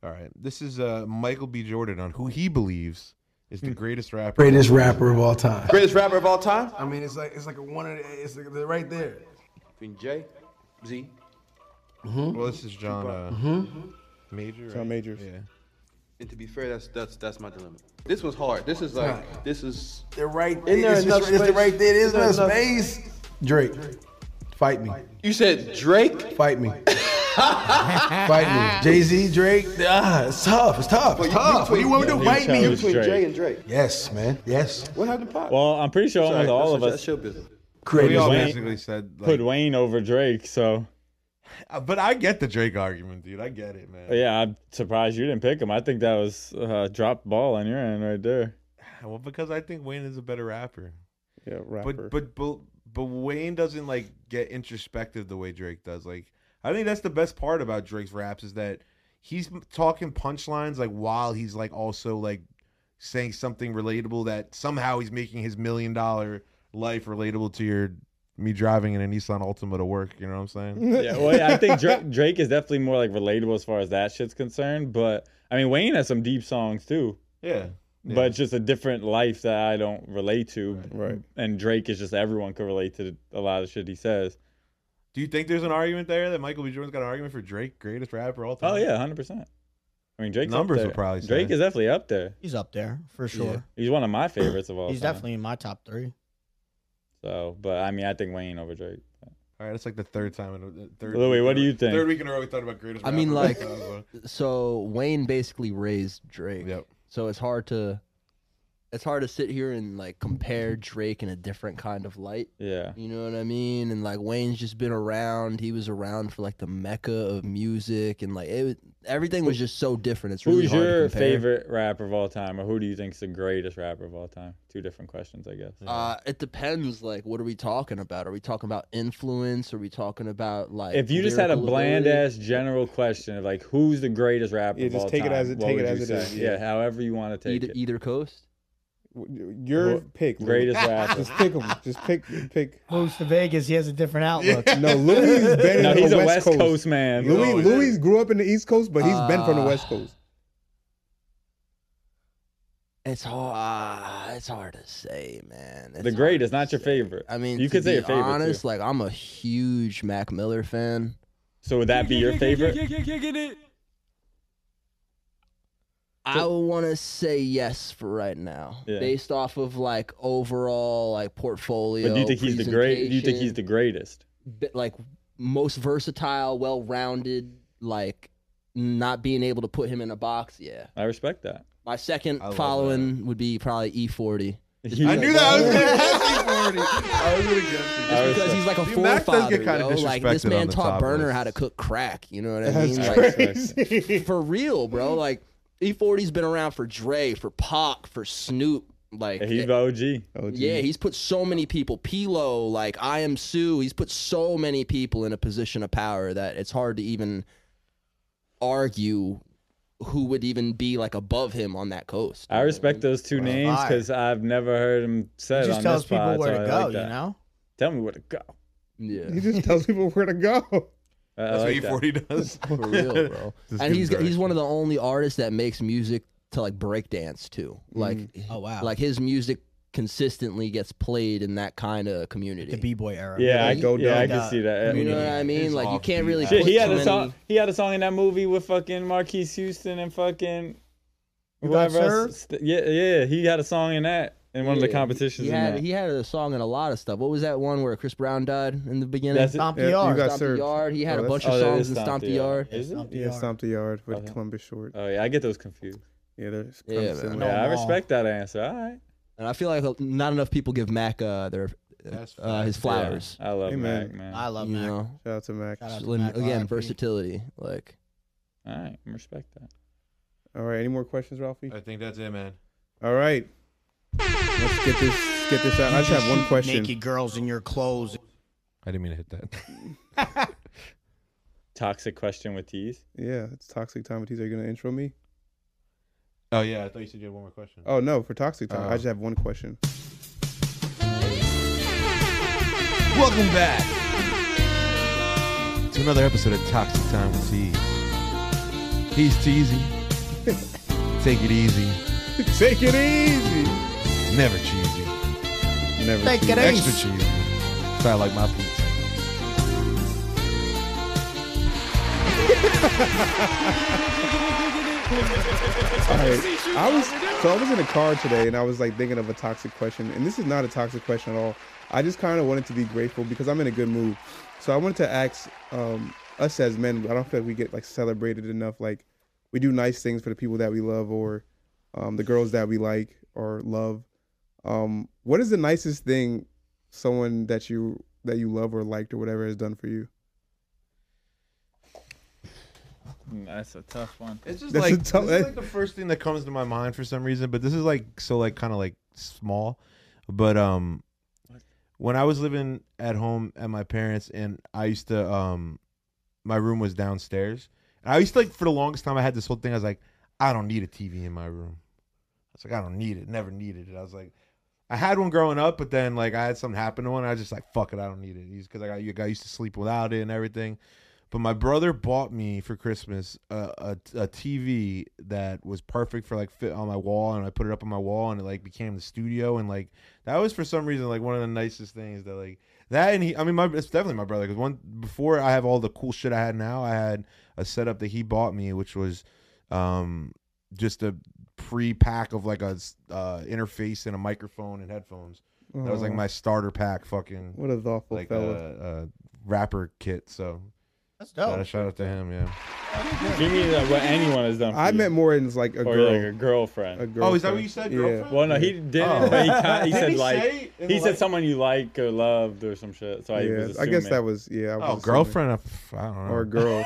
[SPEAKER 3] All right, this is uh Michael B. Jordan on who he believes is the greatest rapper.
[SPEAKER 8] Hmm. Greatest rapper of all time.
[SPEAKER 9] Greatest rapper of all time?
[SPEAKER 8] I mean, it's like it's like a one of the, it's like, they're right there.
[SPEAKER 9] Between J, Z.
[SPEAKER 3] Well, this is John uh,
[SPEAKER 8] Mm-hmm.
[SPEAKER 3] Major.
[SPEAKER 5] John
[SPEAKER 3] right?
[SPEAKER 5] Majors.
[SPEAKER 3] Yeah.
[SPEAKER 9] And to be fair, that's that's that's my dilemma. This was hard. This is like this is
[SPEAKER 8] They're right there.
[SPEAKER 9] Isn't there
[SPEAKER 8] it's,
[SPEAKER 9] enough
[SPEAKER 8] just- it's the
[SPEAKER 9] space?
[SPEAKER 8] right there. There's
[SPEAKER 9] Isn't there
[SPEAKER 8] no
[SPEAKER 9] enough-
[SPEAKER 8] space. Drake, fight me,
[SPEAKER 9] You said Drake,
[SPEAKER 8] fight me, fight me. Jay Z, Drake. Ah, it's tough. It's tough. It's tough. What do you want me to do? Fight
[SPEAKER 4] tell
[SPEAKER 8] me.
[SPEAKER 4] us.
[SPEAKER 9] between
[SPEAKER 4] Drake.
[SPEAKER 9] Jay and Drake.
[SPEAKER 8] Yes, man. Yes.
[SPEAKER 9] What happened to Pop?
[SPEAKER 4] Well, I'm pretty sure
[SPEAKER 9] Sorry,
[SPEAKER 4] almost all of
[SPEAKER 9] that's- that's
[SPEAKER 4] us
[SPEAKER 9] show business.
[SPEAKER 3] We all
[SPEAKER 8] Creators,
[SPEAKER 4] Wayne-
[SPEAKER 3] basically said. Like,
[SPEAKER 4] put Wayne over Drake. So
[SPEAKER 3] Uh, But I get the Drake argument, dude. I get it, man.
[SPEAKER 4] yeah, I'm surprised you didn't pick him. I think that was uh, dropped ball on your end right there.
[SPEAKER 3] Well, because I think Wayne is a better rapper.
[SPEAKER 5] Yeah, rapper.
[SPEAKER 3] But but but but Wayne doesn't like get introspective the way Drake does. Like I think that's the best part about Drake's raps is that he's m- talking punchlines like while he's like also like saying something relatable that somehow he's making his million dollar life relatable to your me driving in a Nissan Altima to work. You know what I'm saying?
[SPEAKER 4] yeah, well, yeah, I think Drake, Drake is definitely more like relatable as far as that shit's concerned. But I mean, Wayne has some deep songs too,
[SPEAKER 3] yeah. Yeah.
[SPEAKER 4] but it's just a different life that I don't relate to.
[SPEAKER 5] Right.
[SPEAKER 4] And Drake is just everyone could relate to a lot of shit he says.
[SPEAKER 3] Do you think there's an argument there that Michael B. Jordan's got an argument for Drake, greatest rapper of all time?
[SPEAKER 4] Oh yeah, hundred percent. I mean, Drake up
[SPEAKER 3] Numbers
[SPEAKER 4] there.
[SPEAKER 3] would probably say.
[SPEAKER 4] Drake is definitely up there.
[SPEAKER 2] He's up there for sure.
[SPEAKER 4] He's one of my favorites of all.
[SPEAKER 2] He's
[SPEAKER 4] time.
[SPEAKER 2] definitely in my top three.
[SPEAKER 4] So, but I mean, I think Wayne over Drake.
[SPEAKER 3] All right, that's like the third time. In a, third
[SPEAKER 4] Louis,
[SPEAKER 3] week in
[SPEAKER 4] what
[SPEAKER 3] a
[SPEAKER 4] do
[SPEAKER 3] row-
[SPEAKER 4] you think?
[SPEAKER 3] Third week in a row, we thought about greatest.
[SPEAKER 6] I mean,
[SPEAKER 3] rapper of
[SPEAKER 6] like-
[SPEAKER 3] all time, so-
[SPEAKER 6] So Wayne basically raised Drake.
[SPEAKER 3] Yep.
[SPEAKER 6] So it's hard to it's hard to sit here and like compare Drake in a different kind of light.
[SPEAKER 4] Yeah.
[SPEAKER 6] You know what I mean? And like Wayne's just been around. He was around for like the mecca of music, and like it, was- everything was just so different. It's really
[SPEAKER 4] Who's
[SPEAKER 6] hard
[SPEAKER 4] your
[SPEAKER 6] to compare.
[SPEAKER 4] favorite rapper of all time, or who do you think's the greatest rapper of all time? Two different questions, I guess.
[SPEAKER 6] Uh, it depends. Like, what are we talking about? Are we talking about influence? Are we talking about like?
[SPEAKER 4] if you just had a
[SPEAKER 6] lyrical
[SPEAKER 4] bland
[SPEAKER 6] ability?
[SPEAKER 4] ass general question of like, who's the greatest rapper
[SPEAKER 5] Yeah,
[SPEAKER 4] of
[SPEAKER 5] just
[SPEAKER 4] all
[SPEAKER 5] take it
[SPEAKER 4] time?
[SPEAKER 5] as it-
[SPEAKER 4] what
[SPEAKER 5] take
[SPEAKER 4] would
[SPEAKER 5] it
[SPEAKER 4] you
[SPEAKER 5] as it is,
[SPEAKER 4] say?
[SPEAKER 5] yeah.
[SPEAKER 4] Yeah. however you want to take
[SPEAKER 6] either,
[SPEAKER 4] it.
[SPEAKER 6] either coast.
[SPEAKER 5] Your
[SPEAKER 4] Wh-
[SPEAKER 5] pick. Lou.
[SPEAKER 4] Greatest rapper.
[SPEAKER 5] Just pick 'em. Just pick. Pick.
[SPEAKER 2] Moves to Vegas. He has a different outlook.
[SPEAKER 5] No, Louis is better
[SPEAKER 4] No,
[SPEAKER 5] than
[SPEAKER 4] he's
[SPEAKER 5] the
[SPEAKER 4] a
[SPEAKER 5] West, Coast.
[SPEAKER 4] man.
[SPEAKER 3] Louis-
[SPEAKER 5] Louis
[SPEAKER 3] always
[SPEAKER 5] Louis
[SPEAKER 3] is.
[SPEAKER 5] grew up in the East Coast, but he's been from the
[SPEAKER 6] Uh,
[SPEAKER 5] West Coast.
[SPEAKER 6] It's hard. It's hard to say, man. It's
[SPEAKER 4] the
[SPEAKER 6] hard
[SPEAKER 4] greatest,
[SPEAKER 6] to
[SPEAKER 4] not your
[SPEAKER 6] say.
[SPEAKER 4] favorite.
[SPEAKER 6] I mean,
[SPEAKER 4] you
[SPEAKER 6] to
[SPEAKER 4] could say
[SPEAKER 6] be
[SPEAKER 4] your favorite. too.
[SPEAKER 6] Honest, like I'm a huge Mac Miller fan.
[SPEAKER 4] So would that be your favorite?
[SPEAKER 6] I would want to say yes for right now,
[SPEAKER 4] Yeah.
[SPEAKER 6] based off of like overall like portfolio.
[SPEAKER 4] But do you think he's the great? Do you think he's the greatest?
[SPEAKER 6] presentation, bi- like most versatile, well-rounded? Like not being able to put him in a box. Yeah,
[SPEAKER 4] I respect that.
[SPEAKER 6] my second
[SPEAKER 3] I love
[SPEAKER 6] following would be probably E E40.
[SPEAKER 4] You-
[SPEAKER 3] I knew that. I was gonna guess you, 40. I was gonna guess you.
[SPEAKER 4] I
[SPEAKER 6] because
[SPEAKER 4] respect-
[SPEAKER 6] he's like a
[SPEAKER 3] Dude, Mac does
[SPEAKER 6] forefather.
[SPEAKER 3] get kinda
[SPEAKER 6] yo. Like this
[SPEAKER 3] disrespected on
[SPEAKER 6] man
[SPEAKER 3] the
[SPEAKER 6] taught
[SPEAKER 3] top
[SPEAKER 6] Burner
[SPEAKER 3] lists.
[SPEAKER 6] how to cook crack. You know what I
[SPEAKER 5] That's
[SPEAKER 6] mean?
[SPEAKER 4] I
[SPEAKER 6] Like,
[SPEAKER 4] respect it.
[SPEAKER 5] crazy.
[SPEAKER 6] for real, bro. Like E40's been around for Dre, for Pac, for Snoop. Like
[SPEAKER 4] Yeah, he's the OG.
[SPEAKER 5] Oh, geez.
[SPEAKER 6] yeah, he's put so many people. Pilo, like I am Sue. He's put so many people in a position of power that it's hard to even argue who would even be like above him on that coast.
[SPEAKER 4] I respect those two names
[SPEAKER 2] fire.
[SPEAKER 4] because I've never heard him said
[SPEAKER 2] He just
[SPEAKER 4] on
[SPEAKER 2] tells
[SPEAKER 4] this
[SPEAKER 2] people
[SPEAKER 4] pod.
[SPEAKER 2] where
[SPEAKER 4] so
[SPEAKER 2] to
[SPEAKER 4] I
[SPEAKER 2] go.
[SPEAKER 4] like
[SPEAKER 2] you
[SPEAKER 4] that.
[SPEAKER 2] know.
[SPEAKER 4] Tell me where to go.
[SPEAKER 6] Yeah.
[SPEAKER 5] He just tells people where to go.
[SPEAKER 4] I- I
[SPEAKER 3] That's
[SPEAKER 4] like that.
[SPEAKER 3] what E40 does.
[SPEAKER 6] For real, bro.
[SPEAKER 3] Just
[SPEAKER 6] and
[SPEAKER 3] give
[SPEAKER 6] he's
[SPEAKER 3] him
[SPEAKER 6] he's one of the only artists that makes music to like break dance too. Like
[SPEAKER 2] Oh, wow.
[SPEAKER 6] Like his music consistently gets played in that kind of community.
[SPEAKER 2] The b boy era.
[SPEAKER 4] Yeah, I,
[SPEAKER 5] Like, go
[SPEAKER 4] yeah, I
[SPEAKER 5] down.
[SPEAKER 4] can see that.
[SPEAKER 6] you know what I mean?
[SPEAKER 3] His
[SPEAKER 6] Like you can't
[SPEAKER 3] offbeat
[SPEAKER 6] really.
[SPEAKER 3] ass.
[SPEAKER 4] Shit,
[SPEAKER 6] put
[SPEAKER 4] he had
[SPEAKER 6] too
[SPEAKER 4] a song.
[SPEAKER 6] many-
[SPEAKER 4] He had a song in that movie with fucking Marquise Houston and fucking
[SPEAKER 2] You got
[SPEAKER 4] whoever else. St- yeah, yeah, he had a song in that in one of the
[SPEAKER 6] Yeah,
[SPEAKER 4] competitions.
[SPEAKER 6] He
[SPEAKER 4] in
[SPEAKER 6] had
[SPEAKER 4] that.
[SPEAKER 6] he had a song and a lot of stuff. What was that one where Chris Brown died in the beginning?
[SPEAKER 4] That's it.
[SPEAKER 2] Stomp
[SPEAKER 5] Yeah,
[SPEAKER 2] the
[SPEAKER 5] you
[SPEAKER 2] yard.
[SPEAKER 5] got
[SPEAKER 6] Stomp the
[SPEAKER 5] served.
[SPEAKER 6] Yard. He had
[SPEAKER 5] Oh,
[SPEAKER 6] a
[SPEAKER 5] that's-
[SPEAKER 6] bunch
[SPEAKER 4] oh,
[SPEAKER 6] of
[SPEAKER 4] that
[SPEAKER 6] songs
[SPEAKER 4] is
[SPEAKER 6] in
[SPEAKER 4] Stomp
[SPEAKER 6] Stomp
[SPEAKER 4] the
[SPEAKER 6] the Yard.
[SPEAKER 4] Yard. Is it?
[SPEAKER 2] Stomp the
[SPEAKER 5] Yeah,
[SPEAKER 2] yard.
[SPEAKER 5] stomp the yard with
[SPEAKER 4] Okay.
[SPEAKER 5] Columbus Short.
[SPEAKER 4] Oh yeah, I get those confused.
[SPEAKER 5] Yeah, there's
[SPEAKER 6] Yeah,
[SPEAKER 5] yeah,
[SPEAKER 6] man.
[SPEAKER 5] similar.
[SPEAKER 2] No.
[SPEAKER 4] yeah, I
[SPEAKER 2] Normal.
[SPEAKER 4] respect that answer. All right.
[SPEAKER 6] And I feel like not enough people give Mac uh, their
[SPEAKER 3] That's
[SPEAKER 6] uh, his
[SPEAKER 3] facts.
[SPEAKER 6] flowers.
[SPEAKER 4] Yeah, I love
[SPEAKER 5] Amen.
[SPEAKER 4] Mac, man.
[SPEAKER 2] I love
[SPEAKER 6] you
[SPEAKER 2] Mac.
[SPEAKER 6] know,
[SPEAKER 5] Shout out to Mac.
[SPEAKER 2] Shout out to
[SPEAKER 6] Just lim-
[SPEAKER 2] Mac,
[SPEAKER 6] again
[SPEAKER 2] RIP.
[SPEAKER 6] versatility. Like
[SPEAKER 4] All right, respect that.
[SPEAKER 5] All right, any more questions, Ralphie?
[SPEAKER 3] I think that's it, man.
[SPEAKER 5] All right, let's get this let's get this out. I just have one question.
[SPEAKER 2] Naked girls in your clothes.
[SPEAKER 3] I didn't mean to hit that.
[SPEAKER 4] Toxic question with tease.
[SPEAKER 5] Yeah, it's toxic time with these. Are you gonna intro me?
[SPEAKER 3] Oh yeah, I thought you said you had one more question.
[SPEAKER 5] Oh no, for toxic time,
[SPEAKER 3] Oh.
[SPEAKER 5] I just have one question.
[SPEAKER 3] Welcome back to another episode of Toxic Time with Tease. He's teasing. Take it easy.
[SPEAKER 5] Take it easy.
[SPEAKER 3] Never cheesy.
[SPEAKER 5] Never.
[SPEAKER 2] Take it
[SPEAKER 3] Extra
[SPEAKER 2] easy.
[SPEAKER 3] cheesy. Try like my pizza.
[SPEAKER 5] All right. I was so I was in a car today and I was like thinking of a toxic question, and this is not a toxic question at all. I just kind of wanted to be grateful because I'm in a good mood. So I wanted to ask um, us as men. I don't feel like we get like celebrated enough. Like we do nice things for the people that we love or um, the girls that we like or love. Um, what is the nicest thing someone that you that you love or liked or whatever has done for you?
[SPEAKER 4] Mm, That's a tough one.
[SPEAKER 3] It's just
[SPEAKER 5] That's a
[SPEAKER 3] like
[SPEAKER 5] tough-
[SPEAKER 3] this is like the first thing that comes to my mind for some reason, but this is like so like kind of like small, but um, when I was living at home at my parents, and I used to um, my room was downstairs, and I used to like for the longest time I had this whole thing. I was like, I don't need a TV in my room. I was like, I don't need it, never needed it. I was like, I had one growing up, but then like I had something happen to one. I was just like, fuck it, I don't need it. Because I got you got used to sleep without it and everything. But my brother bought me for Christmas a, a, a TV that was perfect for like fit on my wall, and I put it up on my wall, and it like became the studio, and like that was for some reason like one of the nicest things that like that and he. I mean, my it's definitely my brother because one before I have all the cool shit I had now, I had a setup that he bought me, which was um just a pre-pack of like a uh, interface and a microphone and headphones. That was like my starter pack, fucking
[SPEAKER 5] Oh, What a thoughtful
[SPEAKER 3] like a
[SPEAKER 5] fella.
[SPEAKER 3] uh, uh, rapper kit. So
[SPEAKER 2] That's
[SPEAKER 3] shout
[SPEAKER 2] dope.
[SPEAKER 3] out- shout out to him, yeah.
[SPEAKER 4] Jimmy, like, what anyone has done. For
[SPEAKER 5] I
[SPEAKER 4] you.
[SPEAKER 5] meant more in like a
[SPEAKER 4] or
[SPEAKER 5] girl.
[SPEAKER 4] like a girlfriend.
[SPEAKER 5] a girl
[SPEAKER 3] Oh, is that what you said, girlfriend?
[SPEAKER 4] well, no, he didn't.
[SPEAKER 3] Oh.
[SPEAKER 4] But he, kind, he
[SPEAKER 3] Didn't
[SPEAKER 4] said
[SPEAKER 3] he
[SPEAKER 4] like
[SPEAKER 3] say in
[SPEAKER 4] he
[SPEAKER 3] the
[SPEAKER 4] said
[SPEAKER 3] like-
[SPEAKER 4] someone you like or loved or some shit. So I
[SPEAKER 5] Yeah,
[SPEAKER 4] was
[SPEAKER 5] I
[SPEAKER 4] assuming.
[SPEAKER 5] guess that was yeah. I was
[SPEAKER 3] Oh,
[SPEAKER 5] assuming.
[SPEAKER 3] girlfriend? I, f- I don't know.
[SPEAKER 5] or girl.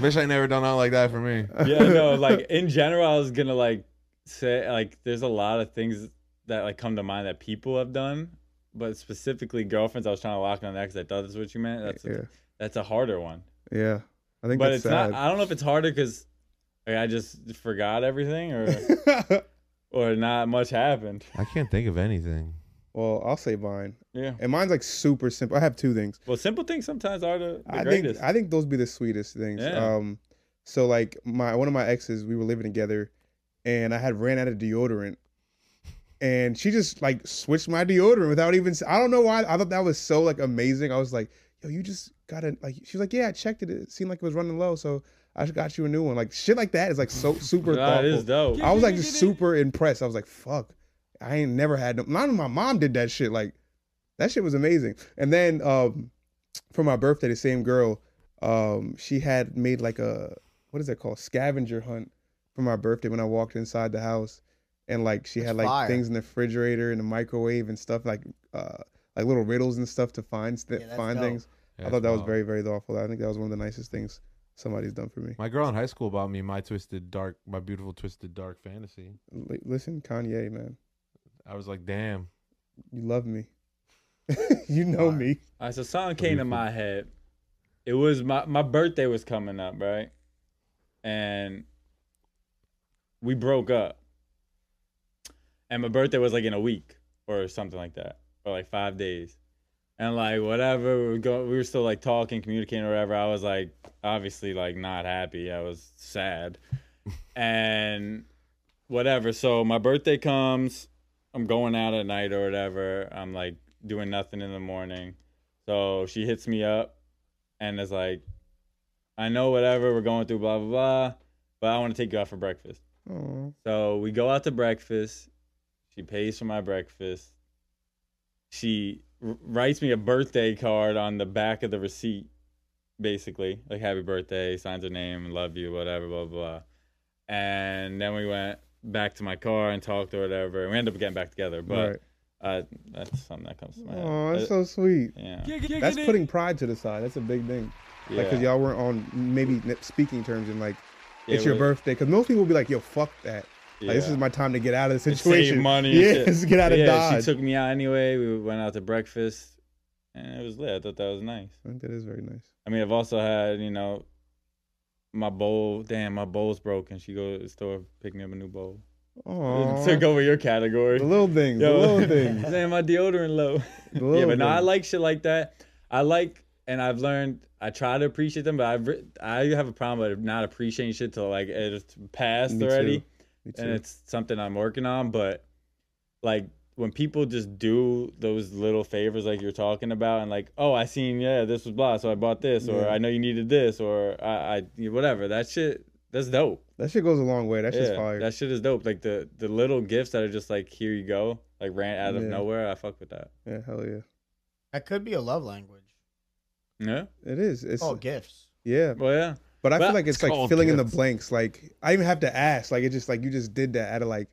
[SPEAKER 3] Wish I never done out like that for me.
[SPEAKER 4] yeah, no, like in general, I was gonna like say like there's a lot of things that like come to mind that people have done, but specifically girlfriends. I was trying to lock on that because I thought that's what you meant. That's a,
[SPEAKER 5] yeah,
[SPEAKER 4] that's a harder one,
[SPEAKER 5] yeah. I think
[SPEAKER 4] but
[SPEAKER 5] that's
[SPEAKER 4] it's
[SPEAKER 5] sad.
[SPEAKER 4] not. I don't know if it's harder because like, I just forgot everything or or not much happened.
[SPEAKER 3] I can't think of anything.
[SPEAKER 5] well, I'll say mine,
[SPEAKER 4] Yeah.
[SPEAKER 5] and mine's like super simple. I have two things.
[SPEAKER 4] Well, simple things sometimes are the, the
[SPEAKER 5] I
[SPEAKER 4] greatest.
[SPEAKER 5] think I think those be the sweetest things.
[SPEAKER 4] Yeah.
[SPEAKER 5] Um, so like my one of my exes, we were living together, and I had ran out of deodorant, and she just like switched my deodorant without even. s- I don't know why. I thought that was so like amazing. I was like, yo, you just got to like. She was like, yeah, I checked it. It seemed like it was running low, so I just got you a new one. Like shit like that is like so super
[SPEAKER 4] Nah, it
[SPEAKER 5] thoughtful.
[SPEAKER 4] is dope.
[SPEAKER 5] I was like just super impressed. I was like, fuck, I ain't never had no. Not even my mom did that shit. Like, that shit was amazing. And then um, for my birthday, the same girl, um, she had made like a what is that called scavenger hunt for my birthday when I walked inside the house, and like she had
[SPEAKER 2] That's
[SPEAKER 5] like
[SPEAKER 2] fire.
[SPEAKER 5] things in the refrigerator and the microwave and stuff like uh like little riddles and stuff to find st-
[SPEAKER 2] Yeah, that's
[SPEAKER 5] find
[SPEAKER 2] dope.
[SPEAKER 5] things. I thought that was very very thoughtful. I think that was one of the nicest things somebody's done for me.
[SPEAKER 3] My girl in high school bought me my twisted dark, my beautiful twisted dark fantasy.
[SPEAKER 5] Li- Listen, Kanye, man,
[SPEAKER 3] I was like, damn.
[SPEAKER 5] you love me. you know me.
[SPEAKER 4] All right, so something came to my head. It was my my birthday was coming up, right? And we broke up. And my birthday was like in a week or something like that, or like five days. And like whatever, we were, go, we were still like talking, communicating, or whatever. I was like obviously like not happy. I was sad, and whatever. So my birthday comes. I'm going out at night or whatever. I'm like doing nothing in the morning. So she hits me up and is like, I know whatever we're going through, blah, blah, blah, but I want to take you out for breakfast.
[SPEAKER 5] Aw.
[SPEAKER 4] So we go out to breakfast. She pays for my breakfast. She r- writes me a birthday card on the back of the receipt, basically, like happy birthday, signs her name, love you, whatever, blah, blah, blah. And then we went back to my car and talked or whatever. And we ended up getting back together, but
[SPEAKER 5] Right.
[SPEAKER 4] uh, that's something that comes to my head.
[SPEAKER 5] Oh,
[SPEAKER 4] Uh,
[SPEAKER 5] that's so sweet.
[SPEAKER 4] yeah.
[SPEAKER 5] That's putting pride to the side. That's a big thing. likebecause because y'all weren't on maybe n- speaking terms and like
[SPEAKER 4] Yeah,
[SPEAKER 5] it's your
[SPEAKER 4] we-
[SPEAKER 5] birthday. Because most people will be like, "Yo, fuck that. Like, this
[SPEAKER 4] yeah.
[SPEAKER 5] is my time to get out of the
[SPEAKER 4] And
[SPEAKER 5] situation.
[SPEAKER 4] Save money. and
[SPEAKER 5] Yeah,
[SPEAKER 4] shit.
[SPEAKER 5] let's get out of
[SPEAKER 4] yeah,
[SPEAKER 5] dodge.
[SPEAKER 4] She took me out anyway. We went out to breakfast, and it was lit. I thought that was nice.
[SPEAKER 5] I think that is very nice.
[SPEAKER 4] I mean, I've also had you know, my bowl. Damn, my bowl's broken. She go to the store, pick me up a new bowl.
[SPEAKER 5] Oh,
[SPEAKER 4] Took over your category.
[SPEAKER 5] the little things,
[SPEAKER 4] Yo.
[SPEAKER 5] the little things.
[SPEAKER 4] Damn, my deodorant low.
[SPEAKER 5] The
[SPEAKER 4] yeah,
[SPEAKER 5] little
[SPEAKER 4] but no, I
[SPEAKER 5] things.
[SPEAKER 4] like shit like that. I like, and I've learned. I try to appreciate them, but I've re- I have a problem with not appreciating shit till like it's passed
[SPEAKER 5] Me too.
[SPEAKER 4] already
[SPEAKER 5] Me too.
[SPEAKER 4] and it's something I'm working on. But like when people just do those little favors, like you're talking about, and like, oh, I seen yeah, this was blah, so I bought this, or
[SPEAKER 5] Yeah.
[SPEAKER 4] I know you needed this, or I, I whatever. That shit, that's dope.
[SPEAKER 5] that shit goes a long way. That shit's
[SPEAKER 4] yeah,
[SPEAKER 5] fire.
[SPEAKER 4] that shit is dope. Like the the little gifts that are just like here you go, like ran out of
[SPEAKER 5] Yeah.
[SPEAKER 4] nowhere. I fuck with that.
[SPEAKER 5] yeah, hell yeah.
[SPEAKER 2] That could be a love language.
[SPEAKER 4] Yeah,
[SPEAKER 5] It is. It's
[SPEAKER 2] It's all gifts.
[SPEAKER 5] yeah.
[SPEAKER 4] well, yeah.
[SPEAKER 5] But I
[SPEAKER 4] But
[SPEAKER 5] feel like it's
[SPEAKER 3] it's
[SPEAKER 5] like
[SPEAKER 3] called
[SPEAKER 5] filling in the
[SPEAKER 3] gifts.
[SPEAKER 5] blanks. Like I even have to ask. Like it just like you just did that out of like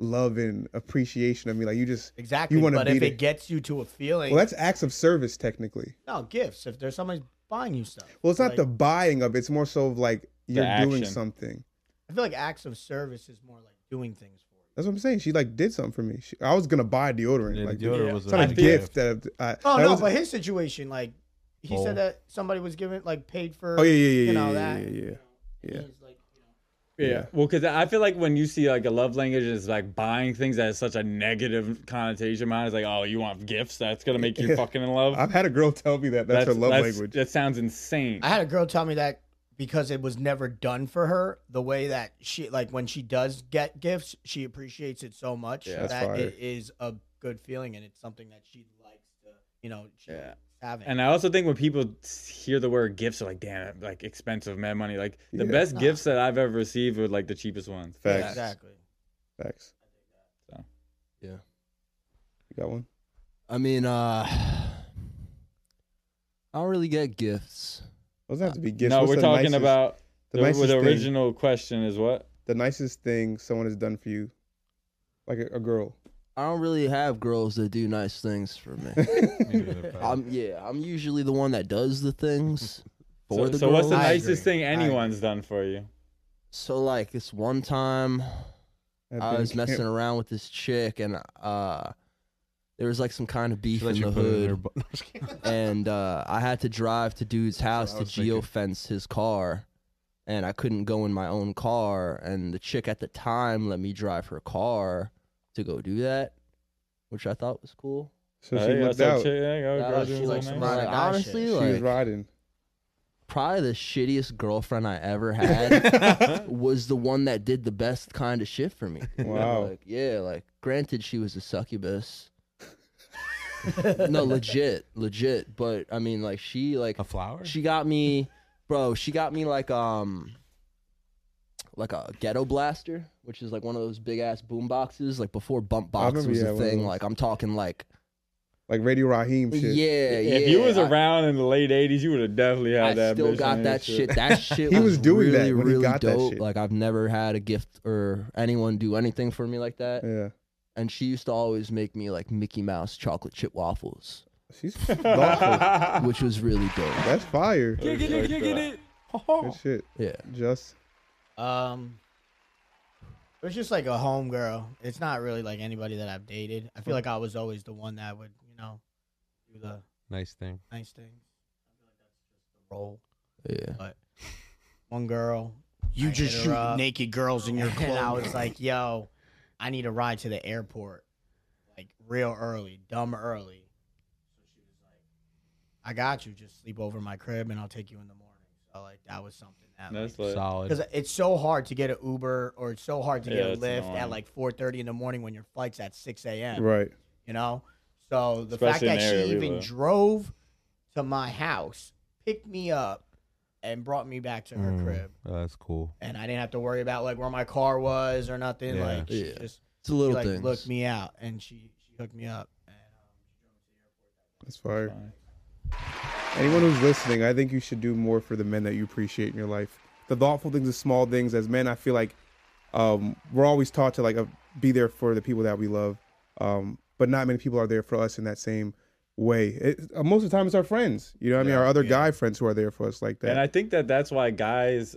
[SPEAKER 5] love and appreciation of me. Like you just
[SPEAKER 2] Exactly.
[SPEAKER 5] You wanna
[SPEAKER 2] but
[SPEAKER 5] be
[SPEAKER 2] if
[SPEAKER 5] the-
[SPEAKER 2] it gets you to a feeling,
[SPEAKER 5] well, that's acts of service technically.
[SPEAKER 2] no gifts. If there's somebody buying you stuff,
[SPEAKER 5] Well, it's not
[SPEAKER 2] Like,
[SPEAKER 5] the buying of it. It's more so of like you're doing
[SPEAKER 4] action.
[SPEAKER 5] something.
[SPEAKER 2] I feel like acts of service is more like doing things for you.
[SPEAKER 5] That's what I'm saying. She like did something for me. She, I was gonna buy deodorant. like
[SPEAKER 3] the deodorant
[SPEAKER 4] yeah.
[SPEAKER 3] was
[SPEAKER 5] It's not a
[SPEAKER 4] I
[SPEAKER 3] nice
[SPEAKER 4] feel-
[SPEAKER 5] gift. That I,
[SPEAKER 2] Oh
[SPEAKER 5] that
[SPEAKER 2] no,
[SPEAKER 5] was-
[SPEAKER 2] but his situation, like he
[SPEAKER 3] Bowl.
[SPEAKER 2] said that somebody was giving like paid for.
[SPEAKER 5] oh yeah, yeah, yeah,
[SPEAKER 2] you
[SPEAKER 5] yeah,
[SPEAKER 2] know
[SPEAKER 5] yeah,
[SPEAKER 2] that.
[SPEAKER 5] yeah, yeah, yeah.
[SPEAKER 2] He's like, you know,
[SPEAKER 4] Yeah. Well, because I feel like when you see like a love language is like buying things that has such a negative connotation, mine is like, oh, you want gifts? That's gonna make you fucking in love.
[SPEAKER 5] I've had a girl tell me that that's, her love language.
[SPEAKER 4] That sounds insane.
[SPEAKER 2] I had a girl tell me that because it was never done for her the way that she like when she does get gifts, she appreciates it so much
[SPEAKER 4] Yeah,
[SPEAKER 5] that's
[SPEAKER 2] that
[SPEAKER 5] fire.
[SPEAKER 2] it is a good feeling and it's something that she likes to you know she
[SPEAKER 4] Yeah.
[SPEAKER 2] having.
[SPEAKER 4] And I also think when people hear the word gifts, they're like, damn, like expensive mad money. Like the
[SPEAKER 5] Yeah.
[SPEAKER 4] best
[SPEAKER 2] Nah.
[SPEAKER 4] gifts that I've ever received were like the cheapest ones.
[SPEAKER 5] Facts.
[SPEAKER 2] Yeah, exactly.
[SPEAKER 5] Facts.
[SPEAKER 4] So.
[SPEAKER 6] Yeah.
[SPEAKER 5] You got one?
[SPEAKER 6] I mean, uh, I don't really get gifts.
[SPEAKER 5] Doesn't have to be gifts.
[SPEAKER 4] No,
[SPEAKER 5] What's
[SPEAKER 4] we're
[SPEAKER 5] the
[SPEAKER 4] talking
[SPEAKER 5] nicest-
[SPEAKER 4] about
[SPEAKER 5] the
[SPEAKER 4] the,
[SPEAKER 5] nicest
[SPEAKER 4] the
[SPEAKER 5] thing-
[SPEAKER 4] original question is what?
[SPEAKER 5] the nicest thing someone has done for you, like a, a girl.
[SPEAKER 6] I don't really have girls that do nice things for me.
[SPEAKER 3] I'm,
[SPEAKER 6] I'm yeah, I'm usually the one that does the things for
[SPEAKER 4] So,
[SPEAKER 6] the
[SPEAKER 4] so
[SPEAKER 6] girls.
[SPEAKER 4] what's the
[SPEAKER 2] I
[SPEAKER 4] nicest thing anyone's done for you?
[SPEAKER 6] So like this one time,
[SPEAKER 5] I've
[SPEAKER 6] I
[SPEAKER 5] been
[SPEAKER 6] was
[SPEAKER 5] camp-
[SPEAKER 6] messing around with this chick, and uh, there was like some kind of beef in the
[SPEAKER 3] put it in
[SPEAKER 6] hood,
[SPEAKER 3] her butt. No, I'm just kidding.
[SPEAKER 6] and uh, I had to drive to dude's house
[SPEAKER 3] I
[SPEAKER 6] to
[SPEAKER 3] was thinking.
[SPEAKER 6] geofence his car, and I couldn't go in my own car, and the chick at the time let me drive her car to go do that, which I thought was cool.
[SPEAKER 5] So
[SPEAKER 4] Oh,
[SPEAKER 5] she
[SPEAKER 4] yeah,
[SPEAKER 5] looked
[SPEAKER 4] so
[SPEAKER 5] out.
[SPEAKER 4] chick- yeah, go,
[SPEAKER 6] Uh,
[SPEAKER 4] girl
[SPEAKER 6] she
[SPEAKER 4] doing
[SPEAKER 6] was
[SPEAKER 2] like
[SPEAKER 4] something
[SPEAKER 2] some
[SPEAKER 4] nice.
[SPEAKER 2] rod-
[SPEAKER 6] like,
[SPEAKER 2] Right, nice
[SPEAKER 6] honestly,
[SPEAKER 2] shit.
[SPEAKER 5] she was
[SPEAKER 6] like
[SPEAKER 5] riding.
[SPEAKER 6] probably the shittiest girlfriend I ever had was the one that did the best kind of shit for me.
[SPEAKER 5] Wow.
[SPEAKER 6] Like, yeah, like granted she was a succubus. no, legit, legit. But I mean like she like
[SPEAKER 10] A flower?
[SPEAKER 6] she got me bro, she got me like um like a ghetto blaster, which is like one of those big ass boom boxes. Like before bump
[SPEAKER 5] I
[SPEAKER 6] box
[SPEAKER 5] remember,
[SPEAKER 6] was
[SPEAKER 5] yeah,
[SPEAKER 6] a
[SPEAKER 5] one of
[SPEAKER 6] thing.
[SPEAKER 5] those.
[SPEAKER 6] Like I'm talking like
[SPEAKER 5] Like Radio Raheem
[SPEAKER 6] yeah,
[SPEAKER 5] shit.
[SPEAKER 6] yeah.
[SPEAKER 4] If you was
[SPEAKER 6] I-
[SPEAKER 4] around in the late '80s, you would have definitely had
[SPEAKER 6] I
[SPEAKER 4] that.
[SPEAKER 6] still
[SPEAKER 4] bitch on
[SPEAKER 6] got
[SPEAKER 4] your
[SPEAKER 6] that shit. That shit.
[SPEAKER 5] He
[SPEAKER 6] was,
[SPEAKER 5] was doing that
[SPEAKER 6] really,
[SPEAKER 5] when he
[SPEAKER 6] really
[SPEAKER 5] got that
[SPEAKER 6] dope.
[SPEAKER 5] shit.
[SPEAKER 6] Like I've never had a gift or anyone do anything for me like that.
[SPEAKER 5] Yeah.
[SPEAKER 6] And she used to always make me like Mickey Mouse chocolate chip waffles,
[SPEAKER 5] She's thoughtful.
[SPEAKER 6] which was really dope.
[SPEAKER 5] That's fire.
[SPEAKER 1] Get it, get it, get it.
[SPEAKER 5] Good shit.
[SPEAKER 6] Yeah.
[SPEAKER 5] Just
[SPEAKER 2] Um, it was just like a home girl. It's not really like anybody that I've dated. I feel like I was always the one that would, you know, do the
[SPEAKER 10] Nice thing.
[SPEAKER 2] nice thing. I feel like that's just the role.
[SPEAKER 6] Yeah.
[SPEAKER 2] One girl.
[SPEAKER 11] You
[SPEAKER 2] I
[SPEAKER 11] just
[SPEAKER 2] hit her
[SPEAKER 11] shoot
[SPEAKER 2] up,
[SPEAKER 11] naked girls in your
[SPEAKER 2] And I
[SPEAKER 11] clothes.
[SPEAKER 2] was like, yo, I need a ride to the airport. Like real early, dumb early. So she was like, I got you. Just sleep over my crib and I'll take you in the morning. So like that was something that like,
[SPEAKER 4] That's like,
[SPEAKER 10] Solid.
[SPEAKER 2] because it's so hard to get an Uber or it's so hard to
[SPEAKER 4] Yeah,
[SPEAKER 2] get a
[SPEAKER 4] it's
[SPEAKER 2] Lyft
[SPEAKER 4] annoying.
[SPEAKER 2] at like 4:30 in the morning when your flight's at 6 a.m.
[SPEAKER 5] right.
[SPEAKER 2] You know, so the
[SPEAKER 4] Especially in the
[SPEAKER 2] fact that she
[SPEAKER 4] area we
[SPEAKER 2] even
[SPEAKER 4] live.
[SPEAKER 2] drove to my house, picked me up, and brought me back to her
[SPEAKER 10] Mm.
[SPEAKER 2] crib,
[SPEAKER 10] Oh, that's cool.
[SPEAKER 2] and I didn't have to worry about like where my car was or nothing.
[SPEAKER 10] Yeah.
[SPEAKER 2] Like she
[SPEAKER 6] Yeah.
[SPEAKER 2] just
[SPEAKER 6] It's
[SPEAKER 2] she,
[SPEAKER 6] a little
[SPEAKER 2] like
[SPEAKER 6] thing.
[SPEAKER 2] looked me out, and she she hooked me up.
[SPEAKER 5] That's fire. Anyone who's listening, I think you should do more for the men that you appreciate in your life. The thoughtful things, the small things. As men, I feel like um, we're always taught to like uh, be there for the people that we love, um, but not many people are there for us in that same way. It, uh, most of the time, it's our friends. You know, what I mean, our other guy friends who are there for us like that.
[SPEAKER 4] And I think that that's why guys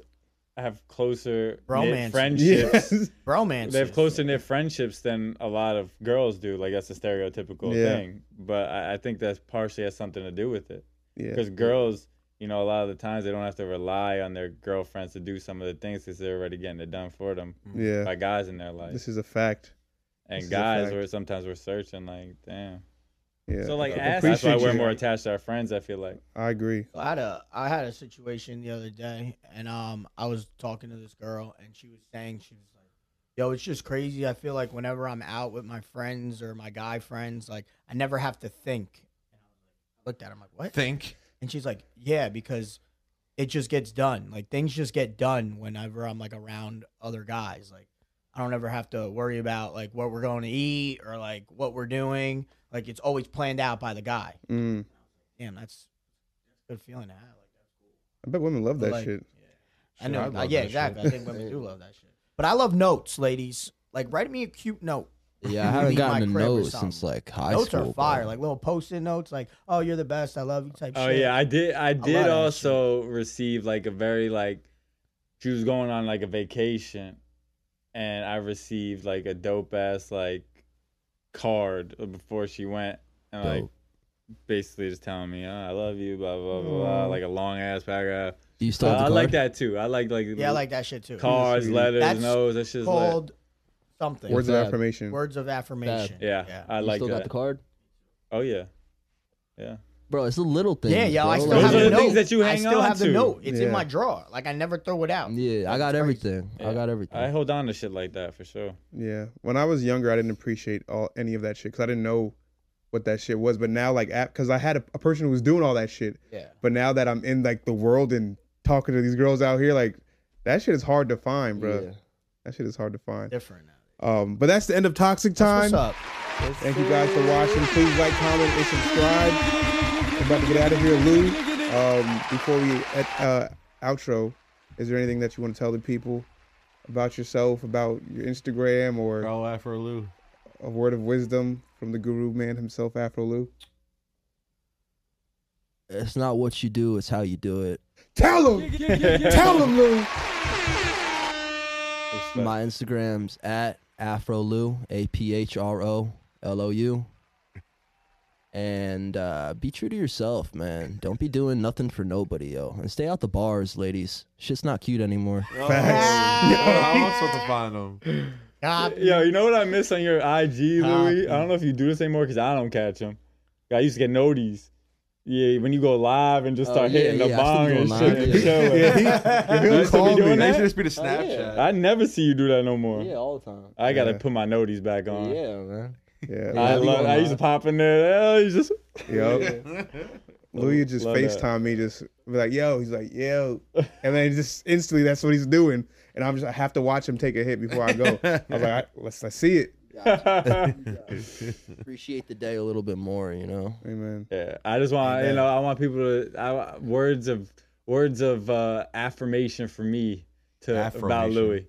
[SPEAKER 4] have closer
[SPEAKER 2] Bromances.
[SPEAKER 4] knit friendships.
[SPEAKER 2] Bromance.
[SPEAKER 4] They have closer knit friendships than a lot of girls do. Like that's a stereotypical
[SPEAKER 5] Yeah.
[SPEAKER 4] thing. But I, I think that's partially has something to do with it.
[SPEAKER 5] yeah.
[SPEAKER 4] Because girls, you know, a lot of the times they don't have to rely on their girlfriends to do some of the things because they're already getting it done for them
[SPEAKER 5] Yeah.
[SPEAKER 4] by guys in their life.
[SPEAKER 5] This is a fact. this
[SPEAKER 4] and
[SPEAKER 5] is a
[SPEAKER 4] guys,
[SPEAKER 5] fact.
[SPEAKER 4] where sometimes we're searching, like, damn.
[SPEAKER 5] Yeah.
[SPEAKER 4] So like,
[SPEAKER 5] I
[SPEAKER 4] ask, that's why
[SPEAKER 5] appreciate
[SPEAKER 4] we're
[SPEAKER 5] you.
[SPEAKER 4] more attached to our friends. I feel like.
[SPEAKER 5] I agree.
[SPEAKER 2] I had a I had a situation the other day, and um, I was talking to this girl, and she was saying she was like, "Yo, it's just crazy. I feel like whenever I'm out with my friends or my guy friends, like I never have to think." And I looked at her, I'm like, "What?"
[SPEAKER 10] Think.
[SPEAKER 2] And she's like, "Yeah, because it just gets done. Like things just get done whenever I'm like around other guys. Like I don't ever have to worry about like what we're going to eat or like what we're doing. Like it's always planned out by the guy.
[SPEAKER 5] Mm.
[SPEAKER 2] Damn, that's that's a good feeling to have. Like that's cool."
[SPEAKER 5] I bet women love that
[SPEAKER 2] Like-
[SPEAKER 5] shit.
[SPEAKER 2] I know.
[SPEAKER 3] I
[SPEAKER 2] uh,
[SPEAKER 3] love
[SPEAKER 2] yeah,
[SPEAKER 3] that
[SPEAKER 2] exactly. I think women do love that shit. But I love notes, ladies. Like, write me a cute note.
[SPEAKER 6] Yeah, I
[SPEAKER 2] You
[SPEAKER 6] haven't
[SPEAKER 2] leave my
[SPEAKER 6] gotten a
[SPEAKER 2] crib or
[SPEAKER 6] note
[SPEAKER 2] something.
[SPEAKER 6] since like high
[SPEAKER 2] notes
[SPEAKER 6] school.
[SPEAKER 2] are fire.
[SPEAKER 6] bro.
[SPEAKER 2] Like little post-it notes. Like, oh, you're the best. I love you. Type.
[SPEAKER 4] Oh
[SPEAKER 2] shit.
[SPEAKER 4] yeah, I did. I
[SPEAKER 2] lot of
[SPEAKER 4] did
[SPEAKER 2] that
[SPEAKER 4] also receive like a very like she was going on like a vacation, and I received like a dope ass like card before she went, and like
[SPEAKER 6] Dope.
[SPEAKER 4] basically just telling me, oh, I love you, blah blah blah, blah
[SPEAKER 6] Mm.
[SPEAKER 4] like a long ass paragraph.
[SPEAKER 6] Do you still
[SPEAKER 4] Uh,
[SPEAKER 6] have the
[SPEAKER 4] I like
[SPEAKER 6] card?
[SPEAKER 4] that too. I like like
[SPEAKER 2] Yeah, I like that shit too.
[SPEAKER 4] cards, letters,
[SPEAKER 2] That's
[SPEAKER 4] notes. That shit's lit.
[SPEAKER 2] called something.
[SPEAKER 5] Words of
[SPEAKER 6] Fab.
[SPEAKER 5] affirmation.
[SPEAKER 2] Words of affirmation.
[SPEAKER 4] Yeah, I
[SPEAKER 6] You
[SPEAKER 4] like
[SPEAKER 6] still got
[SPEAKER 4] that.
[SPEAKER 6] the card,
[SPEAKER 4] Oh yeah, yeah.
[SPEAKER 6] bro. It's the little things.
[SPEAKER 2] Yeah, yo, I
[SPEAKER 6] bro,
[SPEAKER 2] still
[SPEAKER 4] Those
[SPEAKER 6] like-
[SPEAKER 2] have
[SPEAKER 4] are
[SPEAKER 2] the
[SPEAKER 4] the things
[SPEAKER 2] note.
[SPEAKER 4] that you
[SPEAKER 2] I
[SPEAKER 4] hang
[SPEAKER 2] still
[SPEAKER 4] on
[SPEAKER 2] have
[SPEAKER 4] to.
[SPEAKER 2] the note. It's
[SPEAKER 5] Yeah.
[SPEAKER 2] in my drawer. Like I never throw it out.
[SPEAKER 6] Yeah, I got
[SPEAKER 2] That's crazy.
[SPEAKER 6] everything. I got everything.
[SPEAKER 4] I hold on to shit like that for sure.
[SPEAKER 5] Yeah. When I was younger, I didn't appreciate all any of that shit because I didn't know what that shit was. But now, like, because I had a, a person who was doing all that shit.
[SPEAKER 2] Yeah.
[SPEAKER 5] But now that I'm in like the world and talking to these girls out here, like, that shit is hard to find, bro.
[SPEAKER 6] Yeah.
[SPEAKER 5] That shit is hard to find.
[SPEAKER 2] Different. now.
[SPEAKER 5] Um, but that's the end of toxic time.
[SPEAKER 2] What's up?
[SPEAKER 5] Thank you guys for watching. Please like, comment, and subscribe. We're about to get out of here, Lou. Um, before we at, uh, outro, is there anything that you want to tell the people about yourself, about your Instagram, or
[SPEAKER 3] Bro, Afro Lou.
[SPEAKER 5] a word of wisdom from the guru man himself, Afro Lou?
[SPEAKER 6] It's not what you do; it's how you do it.
[SPEAKER 5] Tell him, tell him, Lou.
[SPEAKER 6] My Instagram's at AfroLou, A P H R O L O U. And uh, be true to yourself, man. Don't be doing nothing for nobody, yo. And stay out the bars, ladies. Shit's not cute anymore.
[SPEAKER 7] "Oh,
[SPEAKER 5] Facts.
[SPEAKER 3] I was supposed to find him.
[SPEAKER 2] God,
[SPEAKER 4] Yo, you know what I miss on your IG, Louis? I don't know if you do this anymore because I don't catch them. I used to get noties. Yeah, when you go live and just
[SPEAKER 6] Oh,
[SPEAKER 4] start
[SPEAKER 6] yeah,
[SPEAKER 4] hitting the
[SPEAKER 6] yeah, I still
[SPEAKER 4] bong
[SPEAKER 6] go
[SPEAKER 4] and
[SPEAKER 6] live,
[SPEAKER 4] shit. and
[SPEAKER 6] yeah.
[SPEAKER 4] chilling.
[SPEAKER 5] Yeah, he,
[SPEAKER 4] Nice
[SPEAKER 5] he'll
[SPEAKER 4] to
[SPEAKER 5] call
[SPEAKER 4] be doing
[SPEAKER 5] me.
[SPEAKER 3] That Oh,
[SPEAKER 4] that?
[SPEAKER 3] should just be the Snapchat.
[SPEAKER 4] I never see you do that no more.
[SPEAKER 6] all the time.
[SPEAKER 4] I gotta
[SPEAKER 5] Yeah.
[SPEAKER 4] put my noties back on.
[SPEAKER 6] man.
[SPEAKER 4] I
[SPEAKER 5] Yeah,
[SPEAKER 6] Yeah, we
[SPEAKER 4] love.
[SPEAKER 6] going
[SPEAKER 4] I used to
[SPEAKER 6] live.
[SPEAKER 4] pop in there. Oh, you just
[SPEAKER 5] Yep. Louis just
[SPEAKER 4] Love that.
[SPEAKER 5] FaceTime me, just be like, yo, he's like, yo. And then just instantly that's what he's doing. And I'm just I have to watch him take a hit before I go. I was like, "All right, let's let's see it.
[SPEAKER 6] Appreciate the day a little bit more, you know.
[SPEAKER 5] Amen.
[SPEAKER 4] Yeah, I just want you know I want people to I, words of words of uh, affirmation for me to about
[SPEAKER 3] Affirmation.
[SPEAKER 4] Louis.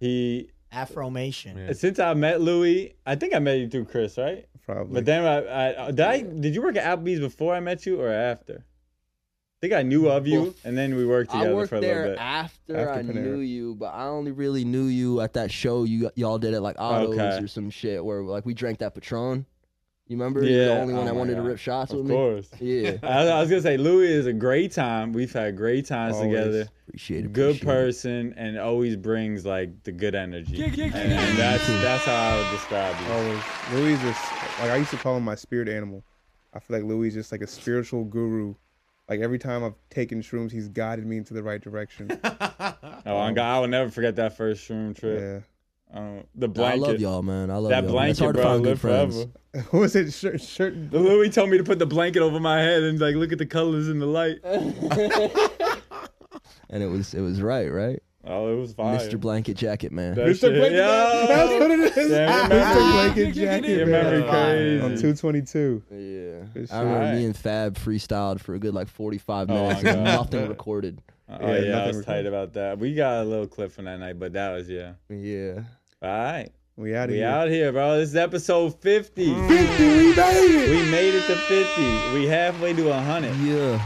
[SPEAKER 4] He
[SPEAKER 2] Affirmation.
[SPEAKER 3] Yeah.
[SPEAKER 4] since I met Louis, I think I met you through Chris, right?
[SPEAKER 5] Probably.
[SPEAKER 4] But then I, I did I did you work at Applebee's before I met you or after? I think I knew of you,
[SPEAKER 6] Bef-
[SPEAKER 4] and then we worked
[SPEAKER 6] I
[SPEAKER 4] together
[SPEAKER 6] worked
[SPEAKER 4] for a little
[SPEAKER 6] there
[SPEAKER 4] bit.
[SPEAKER 6] after,
[SPEAKER 5] After
[SPEAKER 6] I
[SPEAKER 5] Panera.
[SPEAKER 6] knew you, but I only really knew you at that show you y'all did at like Autos
[SPEAKER 4] Okay.
[SPEAKER 6] or some shit where like we drank that Patron. You remember? You were the
[SPEAKER 4] Yeah.
[SPEAKER 6] only
[SPEAKER 4] Oh
[SPEAKER 6] one that
[SPEAKER 4] my
[SPEAKER 6] wanted
[SPEAKER 4] God.
[SPEAKER 6] to rip shots
[SPEAKER 4] Of
[SPEAKER 6] with
[SPEAKER 4] course.
[SPEAKER 6] me. Yeah,
[SPEAKER 4] I, I was gonna say Louis is a great time. We've had great times
[SPEAKER 5] Always.
[SPEAKER 4] together.
[SPEAKER 6] appreciate it.
[SPEAKER 4] Good
[SPEAKER 6] appreciate it.
[SPEAKER 4] person and always brings like the good energy. And that's that's how I would describe
[SPEAKER 6] Oh,
[SPEAKER 4] you.
[SPEAKER 5] Always. Louis is like I used to call him my spirit animal. I feel like Louis is just like a spiritual guru. Like every time I've taken shrooms, he's guided me into the right direction.
[SPEAKER 4] Oh,
[SPEAKER 6] um,
[SPEAKER 4] I'm, go- I will never forget that first shroom trip.
[SPEAKER 5] yeah.
[SPEAKER 4] Um, the
[SPEAKER 6] Nah, I
[SPEAKER 4] blanket.
[SPEAKER 6] love y'all, man. I love
[SPEAKER 4] That
[SPEAKER 6] y'all. man. it's
[SPEAKER 4] blanket,
[SPEAKER 6] hard
[SPEAKER 4] bro,
[SPEAKER 6] to find
[SPEAKER 4] live
[SPEAKER 6] good friends.
[SPEAKER 4] forever.
[SPEAKER 5] What was it? Shirt, shirt.
[SPEAKER 4] The Louis told me to put the blanket over my head and like look at the colors in the light.
[SPEAKER 6] And it was it was right, right?
[SPEAKER 4] Oh, it was fire.
[SPEAKER 6] Mr. Blanket Jacket, man.
[SPEAKER 4] That shit- Yo!
[SPEAKER 5] That's what it is.
[SPEAKER 4] Damn, your
[SPEAKER 5] Mr.
[SPEAKER 4] memory-
[SPEAKER 5] Blanket Jacket.
[SPEAKER 4] your
[SPEAKER 5] man.
[SPEAKER 4] memory
[SPEAKER 2] Fire.
[SPEAKER 5] on
[SPEAKER 4] crazy.
[SPEAKER 5] 222.
[SPEAKER 6] yeah,
[SPEAKER 5] Good
[SPEAKER 6] I remember
[SPEAKER 4] shit.
[SPEAKER 6] me and Fab freestyled for a good like forty five
[SPEAKER 4] Oh,
[SPEAKER 6] minutes
[SPEAKER 4] my
[SPEAKER 6] and
[SPEAKER 4] God.
[SPEAKER 6] nothing recorded.
[SPEAKER 4] Oh
[SPEAKER 5] Yeah,
[SPEAKER 4] yeah, I
[SPEAKER 5] nothing
[SPEAKER 4] was tight
[SPEAKER 5] recorded.
[SPEAKER 4] about that. We got a little clip from that night, but that was yeah.
[SPEAKER 6] Yeah,
[SPEAKER 4] All right,
[SPEAKER 5] We out of
[SPEAKER 4] we
[SPEAKER 5] here.
[SPEAKER 4] out here, bro. This is episode fifty.
[SPEAKER 6] Mm.
[SPEAKER 5] We made it.
[SPEAKER 4] We made it to fifty. We halfway to hundred.
[SPEAKER 6] yeah.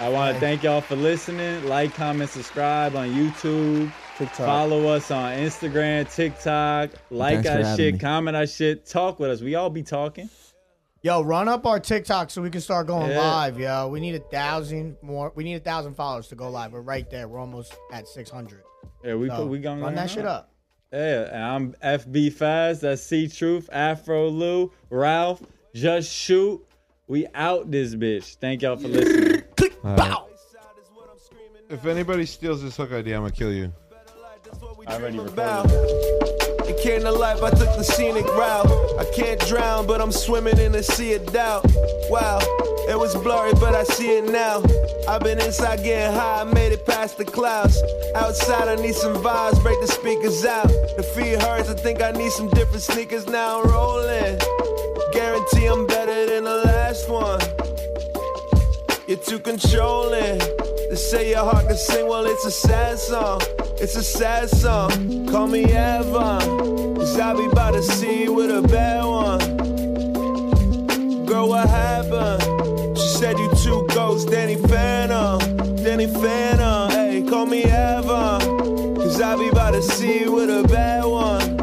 [SPEAKER 4] I want to thank y'all for listening. Like, comment, subscribe on YouTube. Follow us on Instagram, TikTok. Like
[SPEAKER 6] Thanks for
[SPEAKER 4] our
[SPEAKER 6] having
[SPEAKER 4] shit,
[SPEAKER 6] me.
[SPEAKER 4] comment our shit, talk with us. We all be talking.
[SPEAKER 2] Yo, run up our TikTok so we can start going
[SPEAKER 4] Yeah.
[SPEAKER 2] live, yo. We need a thousand more. We need a thousand followers to go live. We're right there. We're almost at six hundred.
[SPEAKER 4] Yeah, we
[SPEAKER 2] So
[SPEAKER 4] put we
[SPEAKER 2] run
[SPEAKER 4] going
[SPEAKER 2] that shit up.
[SPEAKER 4] Yeah, and I'm FB Faz. That's C Truth, Afro Lou, Ralph. Just shoot. We out this bitch. Thank y'all for listening.
[SPEAKER 3] If anybody steals this hook idea, I'm gonna kill you.
[SPEAKER 4] I already recorded
[SPEAKER 7] And came to life, I took the scenic route. I can't drown, but I'm swimming in a sea of doubt. Wow, it was blurry, but I see it now. I've been inside getting high, I made it past the clouds. Outside, I need some vibes, break the speakers out. The feed hurts, I think I need some different sneakers now. I'm rolling. Guarantee I'm better than the last one. You're too controlling. They say your heart can sing, well, it's a sad song. It's a sad song. Call me Evan. Cause I be about to see you with a bad one. Girl, what happened? She said you two ghosts, Danny Phantom. Danny Phantom, hey, call me Evan. Cause I be about to see you with a bad one.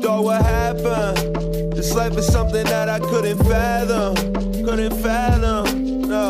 [SPEAKER 7] Dog, what happened? It's life is something that I couldn't fathom. Couldn't fathom. No.